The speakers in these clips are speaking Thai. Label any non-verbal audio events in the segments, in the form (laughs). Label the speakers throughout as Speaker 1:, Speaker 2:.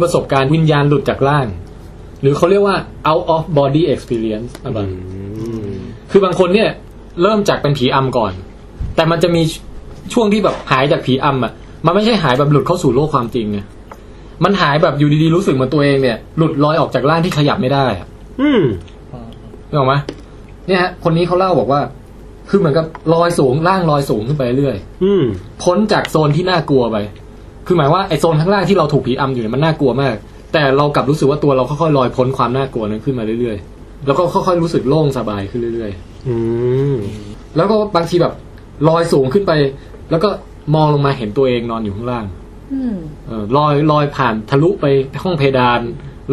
Speaker 1: ประสบการณ์วิญญาณหลุดจากร่าง หรือเขาเรียกว่า out of body experience อะไร
Speaker 2: อืม
Speaker 1: คือบางคนเนี่ย เริ่มจากเป็นผีอำก่อน แต่มันจะมีช่วงที่แบบหายจากผีอำอ่ะ มันไม่ใช่หายแบบหลุดเข้าสู่โลกความจริงไงมันหายแบบอยู่ดีๆรู้สึกเหมือนตัวเองเนี่ยหลุดลอยออกจากร่างที่ขยับไม่ได้อะ
Speaker 2: อืม
Speaker 1: นึกออกไหมเนี่ยฮะคนนี้เขาเล่าบอกว่า คือเหมือนกับลอยสูงล่างลอยสูงขึ้นไปเรื่อย
Speaker 2: อืม
Speaker 1: พ้นจากโซนที่น่ากลัวไป คือหมายว่าไอโซนข้างล่างที่เราถูกผีอำอยู่เนี่ยมันน่ากลัวมาก แต่เรากลับรู้สึกว่าตัวเราค่อยๆลอยพ้นความน่ากลัวนั้นขึ้นมาเรื่อยๆ แล้วก็ค่อยๆรู้สึกโล่งสบายขึ้นเรื่อย
Speaker 2: อืม
Speaker 1: ๆ แล้วก็บางทีแบบลอยสูงขึ้นไป แล้วก็มองลงมาเห็นตัวเองนอนอยู่ข้างล่าง
Speaker 3: อืม
Speaker 1: เออลอยลอยผ่านทะลุไปห้องเพดาน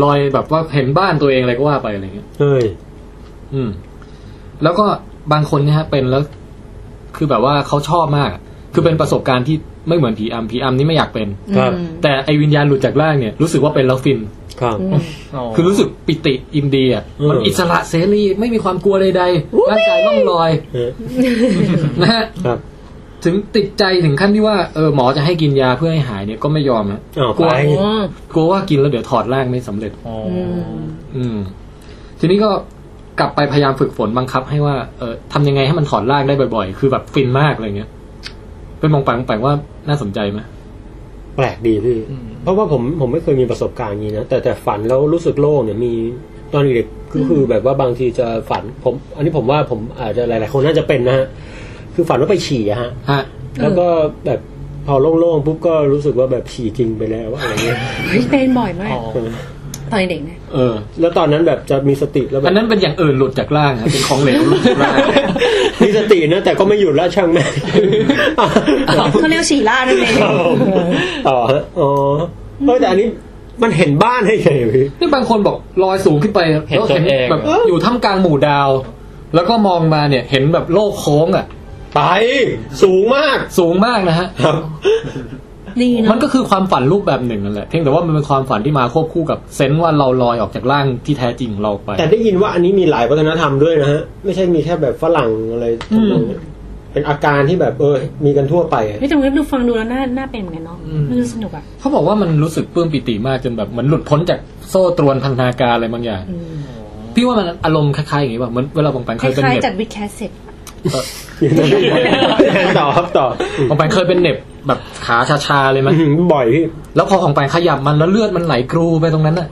Speaker 1: ลอยแบบว่าเห็นบ้านตัวเองอะไรก็ว่าไปอะไรอย่างเงี้ย
Speaker 2: เอ้ย
Speaker 1: อืม แล้วก็บางคนเนี่ยฮะเป็นแล้ว คือแบบว่าเขาชอบมากอะคือเป็นประสบการณ์ที่ไม่เหมือนผีอำผีอำนี่ไม่อยากเป็น
Speaker 2: ครับ
Speaker 1: แต่ไอวิญญาณหลุดจากร่างเนี่ยรู้สึกว่าเป็นแล้วฟิน
Speaker 2: ครับ
Speaker 3: อืม
Speaker 1: คือรู้สึกปิติอินเดีย
Speaker 2: เออ
Speaker 1: มันอิสระเสรีไม่มีความกลัวใดๆร่างกายล่องลอย
Speaker 2: เออ
Speaker 1: นะฮะ
Speaker 2: ครับ
Speaker 1: ถึงติดใจถึงขั้นที่ว่าเออหมอจะให้กินยาเพื่อให้หายเนี่ยก็ไม่ยอมนะ
Speaker 2: อ้าว
Speaker 1: กลัว
Speaker 2: ไป
Speaker 1: กลัวว่ากินแล้วเดี๋ยวถอดร่างไม่สำเร็จ
Speaker 4: อ๋อ
Speaker 1: อืม ทีนี้ก็กลับไปพยายามฝึกฝนบังคับให้ว่าเออทำยังไงให้มันถอนรากได้บ่อยๆ คือแบบฟินมากอะไรเงี้ย เป็นมองปังปังว่าน่าสนใจไหม
Speaker 2: แปลกดีพี่ เพราะว่าผมผมไม่เคยมีประสบการณ์อย่างนี้นะแต่แต่ฝันแล้วรู้สึกโล่งเนี่ยมีตอนเด็กๆก็คือแบบว่าบางทีจะฝันผม อันนี้ผมว่าผมอาจจะหลายๆคนน่าจะเป็นนะฮะคือฝันว่าไปฉี่อะฮะ
Speaker 1: ฮะ
Speaker 2: แล้วก็แบบพอโล่งๆปุ๊บก็รู้สึกว่าแบบฉี่จริงไปแล้วอะไรเงี้ย
Speaker 3: เฮ้ยเป็นบ่อยมาก
Speaker 4: อ๋อ
Speaker 3: ตอนเด็กนะ
Speaker 1: เออ
Speaker 2: แล้วตอนนั้นแบบจะมีสติแล้วแบ
Speaker 1: อั
Speaker 2: บ
Speaker 1: นนั้นเป็นอย่างอื่นหลุดจากร่างฮะเป็นของเหลวหลุดจากร่าง
Speaker 2: (laughs) มีสตินะ แต่ก็ไม่หยุดละช่างแม่ง
Speaker 3: เขาเรียกฉี่ล่าดนั่นเอง
Speaker 2: ต่อฮะอ๋อเออแต่อันนี้มันเห็นบ้านให้เฉยพี่
Speaker 1: นี่บางคนบอกลอยสูงขึ้นไปแล้วเห็นแบบอยู่ท่ามกลางหมู่ดาว แล้วก็มองมาเนี่ย เห็นแบบโลกโค้งอ่ะ
Speaker 2: ไปสูงมาก
Speaker 1: สูงมากนะฮะ
Speaker 2: ครับ
Speaker 3: ดี
Speaker 1: มัน
Speaker 3: เนาะ
Speaker 1: ก็คือความฝันรูปแบบหนึ่งนั่นแหละ เพียงแต่ว่ามันเป็นความฝันที่มาควบคู่กับเซนส์ว่าเราลอยออกจากร่างที่แท้จริงของเราไป
Speaker 2: แต่ได้ยินว่าอันนี้มีหลายวัฒนธรรมด้วยนะฮะ ไม่ใช่มีแค่แบบฝรั่งอะไร
Speaker 1: อืม
Speaker 2: เป็นอาการที่แบบเออ มีกันทั่วไป
Speaker 3: (laughs)
Speaker 2: อะ
Speaker 3: ไม่แต่ว่าดูฟังดูแล้วน่าน่าเป็นเหมือนกันเนาะมันดูสนุกอ่ะ
Speaker 1: เขาบอกว่ามันรู้สึกปลื้มปิติมากจนแบบเหมือนหลุดพ้นจากโซ่ตรวนพันธนาการอะไรบางอย่าง
Speaker 3: อืม
Speaker 1: พี่ว่ามันอารมณ์คล้ายๆอย่างนี้ป่ะเหมือนเวลาบางแปง
Speaker 3: ค
Speaker 1: เคยเป็น
Speaker 3: ล้าย
Speaker 1: เหน็
Speaker 3: ๆจัด
Speaker 1: บ
Speaker 3: วิดแคสเซ็ต
Speaker 2: ต่อครับต่ออืม
Speaker 1: บางแปงเคยเป็นเหน็บแบบขาชาๆเลยมั้ย
Speaker 2: อื้อหือบ่อยพี่
Speaker 1: แล้วพอของแปงขยับมันแล้วเลือดมันไหลกรูไปตรงนั้นน่ะ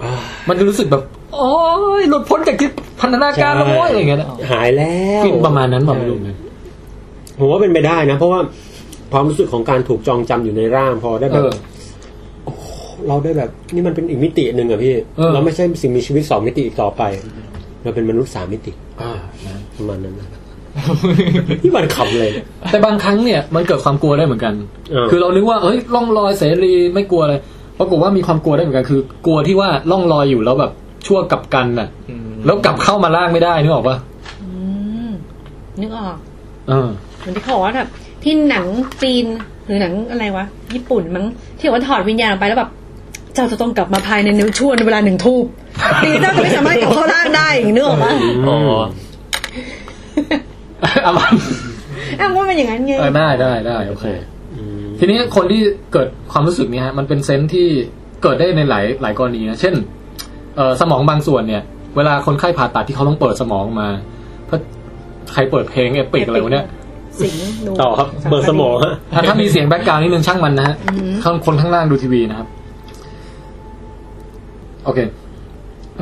Speaker 1: มันจะรู้สึกแบบโอ้ยหลุดพ้นจากคิดพันธนาการแล้วโว้ยอะไรอย่างเงี้ยนะ
Speaker 2: หายแล้ว
Speaker 1: ฟินประมาณนั้นบอกไม่รู้เหมือนกัน
Speaker 2: ผมว่าเป็นไปได้นะ เพราะว่าความรู้สึกของการถูกจองจำอยู่ในร่างพอได้แบ
Speaker 1: เอบ (laughs) อ
Speaker 2: เราได้แบบ นี่มันเป็นอีกมิติหนึ่งอะพี่
Speaker 1: เออ
Speaker 2: เราไม่ใช่สิ่งมีชีวิตสองมิติอีกต่อไป เราเป็นมนุษย์สามมิติ
Speaker 1: อ่า
Speaker 2: ประมาณนั้นนะพี่บันขำเลย
Speaker 1: แต่บางครั้งเนี่ยมันเกิดความกลัวได้เหมือนกัน
Speaker 2: เออ
Speaker 1: คือเรานึกว่าเฮ้ยล่องลอยเสรีไม่กลัวเลยปรากฏว่ามีความกลัวได้เหมือนกันคือกลัวที่ว่าล่องลอยอยู่แล้วแบบชั่วกลับกันน่ะ
Speaker 4: อืม
Speaker 1: แล้วกลับเข้ามาล่างไม่ได้นึกออกปะ
Speaker 3: อืมนึกออก
Speaker 1: เออ
Speaker 3: เหมือนที่เขาบอกว่าแบบที่หนังจีนหรือหนังอะไรวะ ญี่ปุ่นมั้งที่บอกว่าถอดวิญญาณออกไปแล้วแบบ เจ้าจะต้องกลับมาภายในนิ้วชั่วในเวล (laughs) าหนึ่งทูบหรือเจ้าจะไม่สามารถกลับเข้าร่างได้อย่างนี้นึกออกปะ
Speaker 1: อ๋อเอามัน
Speaker 3: อ้าวว่ามันอย่างนั้นไง
Speaker 1: เออได้ได้ได้โอเค
Speaker 2: อืม
Speaker 1: ทีนี้คนที่เกิดความรู้สึกเนี้ยฮะมันเป็นเซนส์ที่เกิดได้ในหลายหลายกรณีนะเช่นเออสมองบางส่วนเนี่ย เวลาคนไข้ผ่าตัดที่เขาต้องเปิดสมองมาเพราะใครเปิดเพลงเอปิกอะไรวะเนี่ย
Speaker 3: สิงดู
Speaker 2: ต่อครับ เปิดสมองฮะ
Speaker 1: ถ้าถ้ามีเสียงแบ็กกราวน์นิดนึงช่างมันนะฮะข้างคนข้างล่างดูทีวีนะครับ โอเค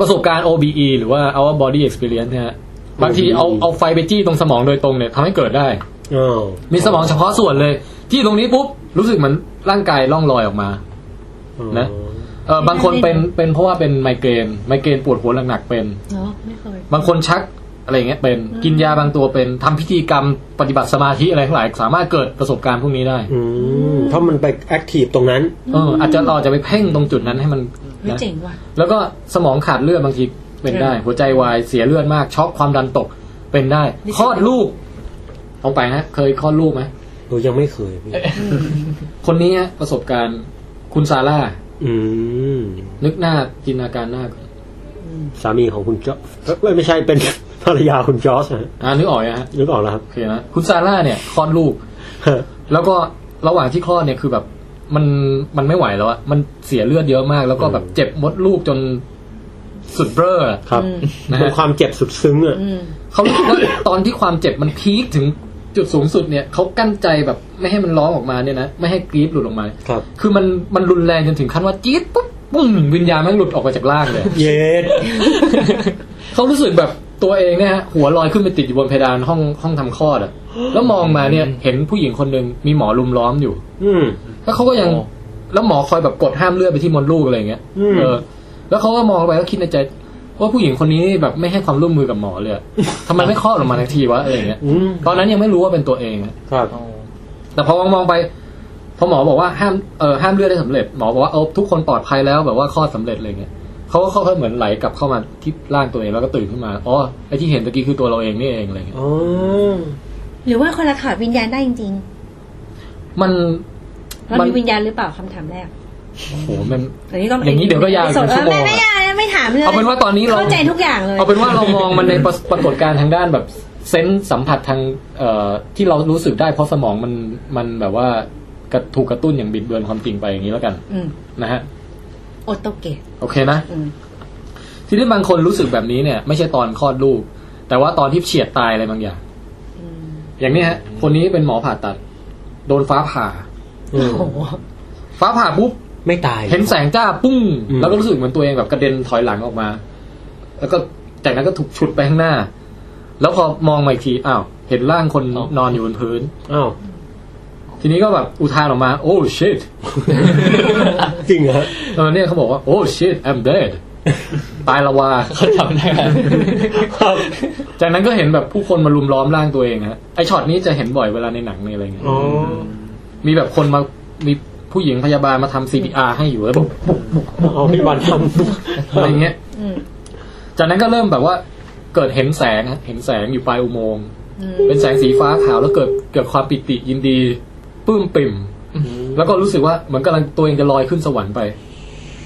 Speaker 1: ประสบการณ์ OBE หรือว่า Our Body Experience เนี่ยฮะบางทีเอาเอาไฟไปจี้ตรงสมองโดยตรงเนี่ยทำให้เกิดได้
Speaker 2: อ้าว
Speaker 1: มีสมองเฉพาะส่วนเลยจี้ตรงนี้ปุ๊บ รู้สึกเหมือนร่างกายล่องลอยออกมา นะ เออบางคนเป็นเป็นเพราะว่าเป็นไมเกรนไมเกรนปวดหัวหนักๆเป็น
Speaker 3: เนาะไม่เคย
Speaker 1: บางคนชักอะไรอย่างเงี้ยเป็น กินยาบางตัวเป็นทำพิธีกรรมปฏิบัติสมาธิอะไรทั้งหลายสามารถเกิดประสบการณ์พวกนี้ได้
Speaker 2: อืมเพราะมันไปแอคทีฟตรงนั้น
Speaker 1: เอออาจจะเราอาจจะไปเพ่งตรงจุดนั้นให้มัน
Speaker 3: เฮ้ย
Speaker 1: นะ
Speaker 3: เจ๋งว่ะ
Speaker 1: แล้วก็สมองขาดเลือดบางทีเป็นได้
Speaker 3: เออ
Speaker 1: หัวใจวายเสียเลือดมากช็อกความดันตกเป็นได้
Speaker 3: นี่
Speaker 1: คลอดลูกเอาไปนะเคยคลอดลูกไหม
Speaker 2: โดยยังไม่เคยพี่
Speaker 1: คนนี้ฮะประสบการณ์คุณซาร่า
Speaker 2: อืม
Speaker 1: นึกหน้าจินตนาการหน้าก่อน
Speaker 2: สามีของคุณจอเอ้ยไม่ไม่ใช่เป็น (laughs) ภรรยาคุณจอสนะฮะ
Speaker 1: อ่านึกออกไหมฮะ
Speaker 2: นึกออกแล้วครับ (laughs)
Speaker 1: โอเคนะคุณซาร่าเนี่ยคลอดลูก แล้วก็ระหว่างที่คลอดเนี่ยคือแบบ มันมันไม่ไหวแล้วอะมันเสียเลือดเยอะมาก แล้วก็แบบเจ็บมดลูกจนสุดเบ้ออะ
Speaker 2: ครับ
Speaker 3: อืม
Speaker 1: นะฮะ
Speaker 2: เป็นความเจ็บสุดซึ้งอ่ะ
Speaker 3: อืม
Speaker 1: เขารู้สึกว่า ตอนที่ความเจ็บมันพีคถึงจุดสูงสุดเนี่ยเขากั้นใจแบบไม่ให้มันร้องออกมาเนี่ยนะไม่ให้กรีดหลุดออกมา
Speaker 2: ครับ
Speaker 1: คือมันมันรุนแรงจนถึงขั้นว่าจี๊ดปุ๊บปุ้งวิญญาณมันหลุดออกมาจากร่าง
Speaker 2: (laughs)
Speaker 1: เลย
Speaker 2: เย็ด
Speaker 1: เขารู้สึกแบบตัวเองเนี่ยฮะหัวลอยขึ้นไปติดอยู่บนเพดานห้องห้องทำคลอดอะแล้วมองมาเนี่ยเห็นผู้หญิงคนหนึ่งมีหมอลุมล้อมอยู่
Speaker 2: อืม
Speaker 1: แล้วเขาก็ยัง
Speaker 4: โอ้
Speaker 1: แล้วหมอคอยแบบกดห้ามเลือดไปที่มดลูกอะไรอย่างเงี้ย
Speaker 2: อืม
Speaker 1: เออ แล้วเขาก็มองไปแล้วคิดในใจ ว่าผู้หญิงคนนี้แบบไม่ให้ความร่วมมือกับหมอเลยอะทำไมไม่คลอดออกมาทันทีวะอะไรอย่างเงี้ย
Speaker 2: อืม
Speaker 1: ตอนนั้นยังไม่รู้ว่าเป็นตัวเองอะ
Speaker 2: ครับ
Speaker 4: อ๋อ
Speaker 1: แต่พอมองไปพอหมอบอกว่าห้ามเออห้ามเลือดได้สำเร็จหมอบอกว่าเออทุกคนปลอดภัยแล้วแบบว่าคลอดสำเร็จอะไรเงี้ยเขาก็ค่อยๆเหมือนไหลกลับเข้ามาที่ร่างตัวเองแล้วก็ตื่นขึ้นมาอ๋อไอที่เห็นตะกี้คือตัวเราเองนี่เองอะไรเงี้ย
Speaker 2: อ๋อ
Speaker 3: หรือว่าคนละถอดวิญญาณได้จริง
Speaker 1: มัน
Speaker 3: ๆเรามีวิญญาณหรือเปล่าคำถามแรก
Speaker 1: โอ้โหมัน
Speaker 3: อันนี้ต้อง
Speaker 1: อย่างนี้เดี๋ยวก็ยาวอีก
Speaker 3: สด
Speaker 1: เป็นชั่วโมง
Speaker 3: ไม่ไม่ยาวนะไม่ถามเลย
Speaker 1: เอาเป็นว่าตอนนี้เรา
Speaker 3: เข้าใจทุกอย่างเลย
Speaker 1: เอาเป็นว่าเรามองมันในปรปรากฏการณ์ทางด้านแบบเซนส์สัมผัสทางเอ่อที่เรารู้สึกได้เพราะสมองมันมันแบบว่ากระถูกกระตุ้นอย่างบิดเบือนความจริงไปอย่างนี้แล้วกัน
Speaker 3: อืม
Speaker 1: นะฮะ
Speaker 3: โอโตเกะ
Speaker 1: โอเคนะ
Speaker 3: อืม
Speaker 1: ทีนี้บางคนรู้สึกแบบนี้เนี่ยไม่ใช่ตอนคลอดลูก แต่ว่าตอนที่เฉียดตายอะไรบางอย่าง
Speaker 3: อืม
Speaker 1: อย่างเนี้ยฮะคนนี้เป็นหมอผ่าตัด โดนฟ้าผ่า
Speaker 3: โอ้โห
Speaker 1: ฟ้าผ่าปุ๊บ
Speaker 2: ไม่ตาย
Speaker 1: เห็นแสงจ้าปุ้ง
Speaker 2: อืม
Speaker 1: แล้วก็รู้สึกเหมือนตัวเองแบบกระเด็นถอยหลังออกมา แล้วก็จากนั้นก็ถูกฉุดไปข้างหน้า แล้วพอมองมาอีกทีอ้าวเห็นร่างคนนอนอยู่บนพื้น
Speaker 2: อ้าว (laughs)
Speaker 1: ทีนี้ก็แบบอุทานออกมา โอ้ shit
Speaker 2: จริงเหรอ
Speaker 1: ตอนนี้เขาบอกว่า โอ้ shit I'm
Speaker 2: (laughs)
Speaker 1: dead ตายละวา (laughs)
Speaker 4: เขาจำได้ไหม
Speaker 2: ครับ
Speaker 1: จากนั้นก็เห็นแบบผู้คนมารุมล้อมร่างตัวเองฮะ ไอช็อตนี้จะเห็นบ่อยเวลาในหนังในอะไรเงี้ย
Speaker 2: อ๋อ
Speaker 1: มีแบบคนมามีผู้หญิงพยาบาลมาทำ CPR ให้อยู่แล้วแบบ
Speaker 2: เอาพี่วันทำ
Speaker 1: อะไรเงี้ย
Speaker 3: อืม
Speaker 1: จากนั้นก็เริ่มแบบว่าเกิดเห็นแสงฮะเห็นแสงอยู่ปลายอุโมงค์
Speaker 3: อืม
Speaker 1: เป็นแสงสีฟ้าขาวแล้วเกิดเกิดความปิติยินดีปลื้มปิ่ม แล้วก็รู้สึกว่าเหมือนกำลังตัวเองจะลอยขึ้นสวรรค์ไป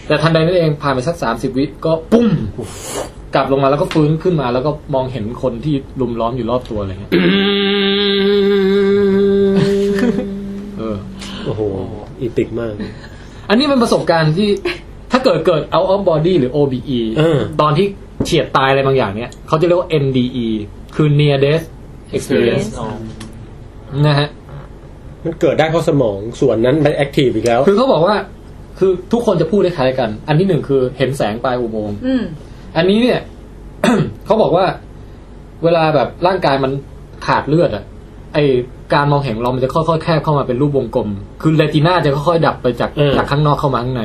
Speaker 1: แต่ทันใดนั้นเองผ่านไปสักสามสิบวิก็ปุ้ม กลับลงมาแล้วก็ฟื้นขึ้นมา แล้วก็มองเห็นคนที่ลุมล้อมอยู่รอบตัวอะไรเงี้ยเออ
Speaker 2: โอ้โห อีปิกมาก
Speaker 1: อันนี้เป็นประสบการณ์ที่ถ้าเกิดเกิด out of body หรือ OBE
Speaker 2: เออ
Speaker 1: ตอนที่เฉียดตายอะไรบางอย่างเนี่ยเขาจะเรียกว่า NDE คือ near death experience
Speaker 4: อ๋อ
Speaker 1: นะฮะ
Speaker 2: มันเกิดได้เพราะสมองส่วนนั้นไปแอคทีฟอีกแล้ว
Speaker 1: คือเขาบอกว่า คือทุกคนจะพูดได้คล้ายกัน อันที่หนึ่งคือเห็นแสงปลายอุโมงค์
Speaker 3: อืม
Speaker 1: อันนี้เนี่ย (coughs) เขาบอกว่า เวลาแบบร่างกายมันขาดเลือดอะไอการมองเห็นเรามันจะค่อยๆแคบเข้ามาเป็นรูปวงกลม คือเรติน่าจะค่อยๆดับไปจาก
Speaker 2: เออ
Speaker 1: จากข้างนอกเข้ามาข้างใน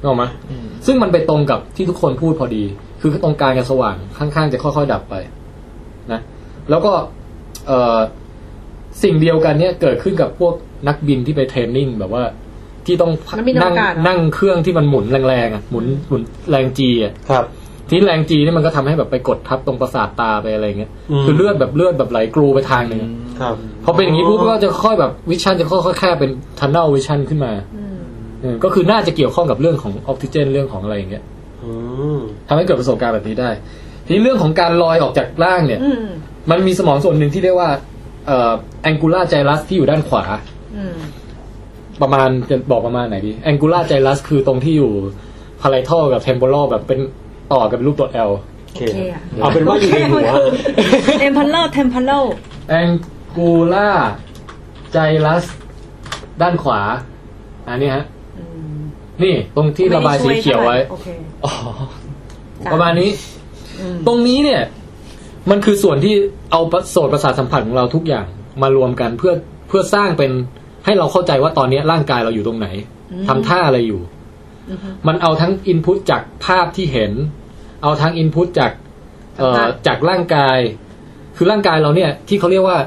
Speaker 1: นึกออกไหม
Speaker 4: อืม
Speaker 1: ซึ่งมันไปตรงกับที่ทุกคนพูดพอดี คือตรงกลางกับสว่างข้างๆจะค่อยๆดับไป นะ แล้วก็เออสิ่งเดียวกันเนี่ยเกิดขึ้นกับพวกนักบินที่ไปเทรนนิ่งแบบว่า ที่ต้อง
Speaker 3: มันมีนอ
Speaker 1: นั่
Speaker 3: ว
Speaker 1: ง
Speaker 3: กาศเหรอ
Speaker 1: นั่งเครื่องที่มันหมุนแรงๆอะหมุนหมุนแรงจีอะ
Speaker 2: ครับ
Speaker 1: ทีนี้แรงจีนี่มันก็ทำให้แบบไปกดทับตรงประสาทตาไปอะไรเงี้ย
Speaker 2: อืม
Speaker 1: คือเลือดแบบเลือดแบบไหลกรูไปทางหนึ่งอะ
Speaker 2: ครับ
Speaker 1: พอเป็นอย่างนี้ปุ๊บก็จะค่อยแบบวิชั่นจะค่อยๆแคบเป็นทันเนลวิชั่นขึ้นมา
Speaker 3: อืม
Speaker 1: เออก็คือน่าจะเกี่ยวข้องกับเรื่องของออกซิเจนเรื่องของอะไรอย่างเงี้ย
Speaker 2: อืม
Speaker 1: ทำให้เกิดประสบการณ์แบบนี้ได้ ทีนี้เรื่องของการลอยออกจากร่างเนี่ย
Speaker 3: อืม
Speaker 1: มันมีสมองส่วนหนึ่งที่เรียกว่าเอ่อ angular gyrus ที่อยู่ด้านขวา
Speaker 3: อืม
Speaker 1: ประมาณจะบอกประมาณไหนดี angular gyrus คือตรงที่อยู่พาไลทอกับเทมโ r ลแบบเป็นต่อกับรูปตัว L
Speaker 2: โอ
Speaker 3: โอ
Speaker 2: เค
Speaker 3: เคอะ
Speaker 2: เอาเป็นว่าอยู่ในหัว
Speaker 3: เทมเพลโลเทมเพลโล
Speaker 1: angular gyrus ด้านขวา อันนี้ฮะ
Speaker 3: อืม
Speaker 1: นี่ตรงที่ระบายสีเขียวไว้
Speaker 3: โอเค
Speaker 4: อ๋อ
Speaker 3: จ้ะ
Speaker 1: ประมาณนี้
Speaker 3: อืม
Speaker 1: ตรงนี้เนี่ย มันคือส่วนที่เอาประโสดประสาทสัมผัสของเราทุกอย่างมารวมกันเพื่อเพื่อสร้างเป็นให้เราเข้าใจว่าตอนนี้ร่างกายเราอยู่ตรงไหนทำท่าอะไรอยู่
Speaker 3: อือฮึ
Speaker 1: มันเอาทั้งอินพุตจากภาพที่เห็น เอาทั้งอินพุตจากเอ่
Speaker 3: สัมผั
Speaker 1: อ
Speaker 3: ส
Speaker 1: จากร่างกาย คือร่างกายเราเนี่ย ที่เขาเรียกว่า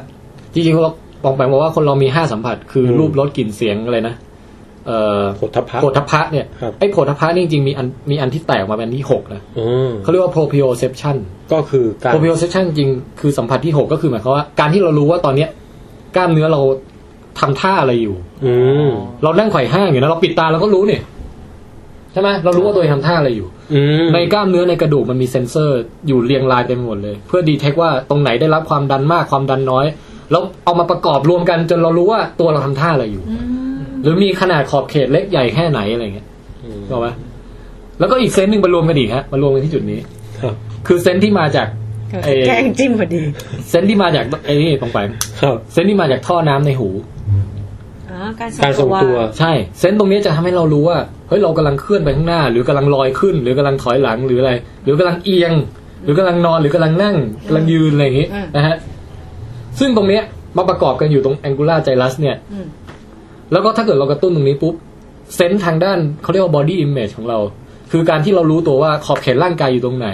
Speaker 1: จริงๆเราปองแปงบอกว่าคนเรามีห้าสัมผัส คืออ
Speaker 2: ม
Speaker 1: รูปรสกลิ่นเสียงอะไรนะเอ่อ
Speaker 2: โผฏฐัพพะ
Speaker 1: โผฏฐัพพะเนี่ย
Speaker 2: ครับ
Speaker 1: ไอ้โผฏฐัพพะนี่จริงๆมีอันมีอันที่แตกมาเป็นอันที่หกนะ
Speaker 2: อืม
Speaker 1: เขาเรียกว่า proprioception
Speaker 2: ก็คือการ
Speaker 1: proprioception จริงๆคือสัมผัสที่หกก็คือหมายความว่าการที่เรารู้ว่าตอนเนี้ยกล้ามเนื้อเราทำท่าอะไรอยู่
Speaker 2: อืม
Speaker 1: เรานั่งไขว่ห้างอยู่นะเราปิดตาเราก็รู้เนี่ยใช่ไหมเรารู้ว่าตัวเองทำท่าอะไรอยู่
Speaker 2: อืม
Speaker 1: ในกล้ามเนื้อในกระดูกมันมีเซ็นเซอร์อยู่เรียงรายเต็มไปหมดเลย เพื่อดีเทคว่าตรงไหนได้รับความดันมากความดันน้อย แล้วเอามาประกอบรวมกันจนเรารู้ว่าตัวเราทำท่าอะไรอยู่
Speaker 3: อืม
Speaker 1: หรือมีขนาดขอบเขตเล็กใหญ่แค่ไหนอะไรเงี้ย
Speaker 2: อืม
Speaker 1: ถูกไหมแล้วก็อีกเซนต์หนึ่งมารวมกันอีกฮะมารวมกันที่จุดนี้
Speaker 2: ครับ
Speaker 1: คือเซนต์ที่มาจากไอ้
Speaker 3: แกล้งจิ้มพอดี
Speaker 1: เซนต์ที่มาจากไอ้นี่ตรงไป
Speaker 2: ครับ
Speaker 1: เซนต์ที่มาจากท่อน้ำในหู
Speaker 3: อ๋อการ
Speaker 2: การทรงตัว
Speaker 1: ใช่ เซนต์ตรงนี้จะทำให้เรารู้ว่าเฮ้ยเรากำลังเคลื่อนไปข้างหน้า หรือกำลังลอยขึ้น หรือกำลังถอยหลังหรืออะไร หรือกำลังเอียง หรือกำลังนอนหรือกำลังนั่งกำลังยืนอะไรอย่างงี้นะฮะซึ่งตรงเนี้ยมาประกอบกันอยู่ตรง angular gyrus เนี่ย
Speaker 3: อืม
Speaker 1: แล้วก็ถ้าเกิดเรากระตุ้นตรงนี้ปุ๊บเซนส์ทางด้านเขาเรียกว่า body image ของเรา คือการที่เรารู้ตัวว่าขอบเขตร่างกายอยู่ตรงไหน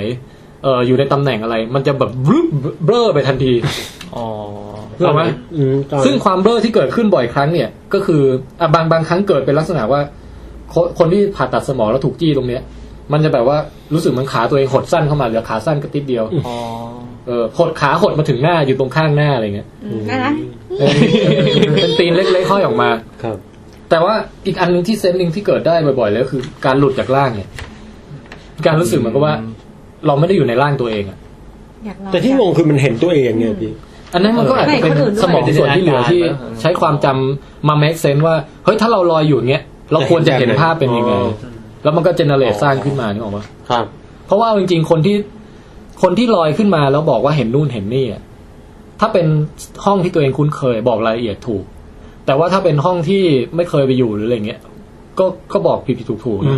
Speaker 1: เอออยู่ในตำแหน่งอะไร มันจะแบบรึบเบลอไปทันที
Speaker 4: อ๋อ
Speaker 1: ถูกไหม
Speaker 2: อืมตอน
Speaker 1: ซึ่งความเบลอที่เกิดขึ้นบ่อยครั้งเนี่ยก็คืออ่ะบางบางครั้งเกิดเป็นลักษณะว่าคนคนที่ผ่าตัดสมองแล้วถูกจี้ตรงเนี้ย มันจะแบบว่ารู้สึกเหมือนขาตัวเองหดสั้นเข้ามาเหลือขาสั้นกระติดเดียว
Speaker 4: อ๋อ
Speaker 1: เออหดขาหดมาถึงหน้าอยู่ตรงข้างหน้าอะไร
Speaker 3: (laughs)
Speaker 1: เงี้ย
Speaker 3: อืมน่ารัก
Speaker 1: เออเป็นตีนเล็กๆห้อยออกมา
Speaker 2: ครับ
Speaker 1: แต่ว่าอีกอันหนึ่งที่เซนส์หนึ่งที่เกิดได้บ่อยๆเลยก็คือการหลุดจากร่างเนี่ย การรู้สึกเหมือนกับว่า เราไม่ได้อยู่ในร่างตัวเองอะ
Speaker 3: อยากลอง
Speaker 2: แต่ที่งงคือมันเห็นตัวเองไงพี่
Speaker 1: อันนั้นมันก็อาจจะเป็น
Speaker 3: ไม่คนอื่นด้วย
Speaker 1: สมองส่วนที่เหลือที่ใช้ความจำมา make sense ว่าเฮ้ยถ้าเราลอยอยู่อย่างเงี้ยเราควรจะเห็นภาพเป็นยังไง
Speaker 2: อ๋อ
Speaker 1: แล้วมันก็เจเนเรตสร้างขึ้นมานี่ออกมา
Speaker 2: ครับ
Speaker 1: เพราะว่าเอาจริงๆคนที่คนที่ลอยขึ้นมาแล้วบอกว่าเห็นนู่นเห็นนี่อะถ้าเป็นห้องที่ตัวเองคุ้นเคยบอกรายละเอียดถูก แต่ว่าถ้าเป็นห้องที่ไม่เคยไปอยู่หรืออะไรเงี้ยก็ก็บอกผิดผิดถูกถูกๆ
Speaker 2: อื
Speaker 1: น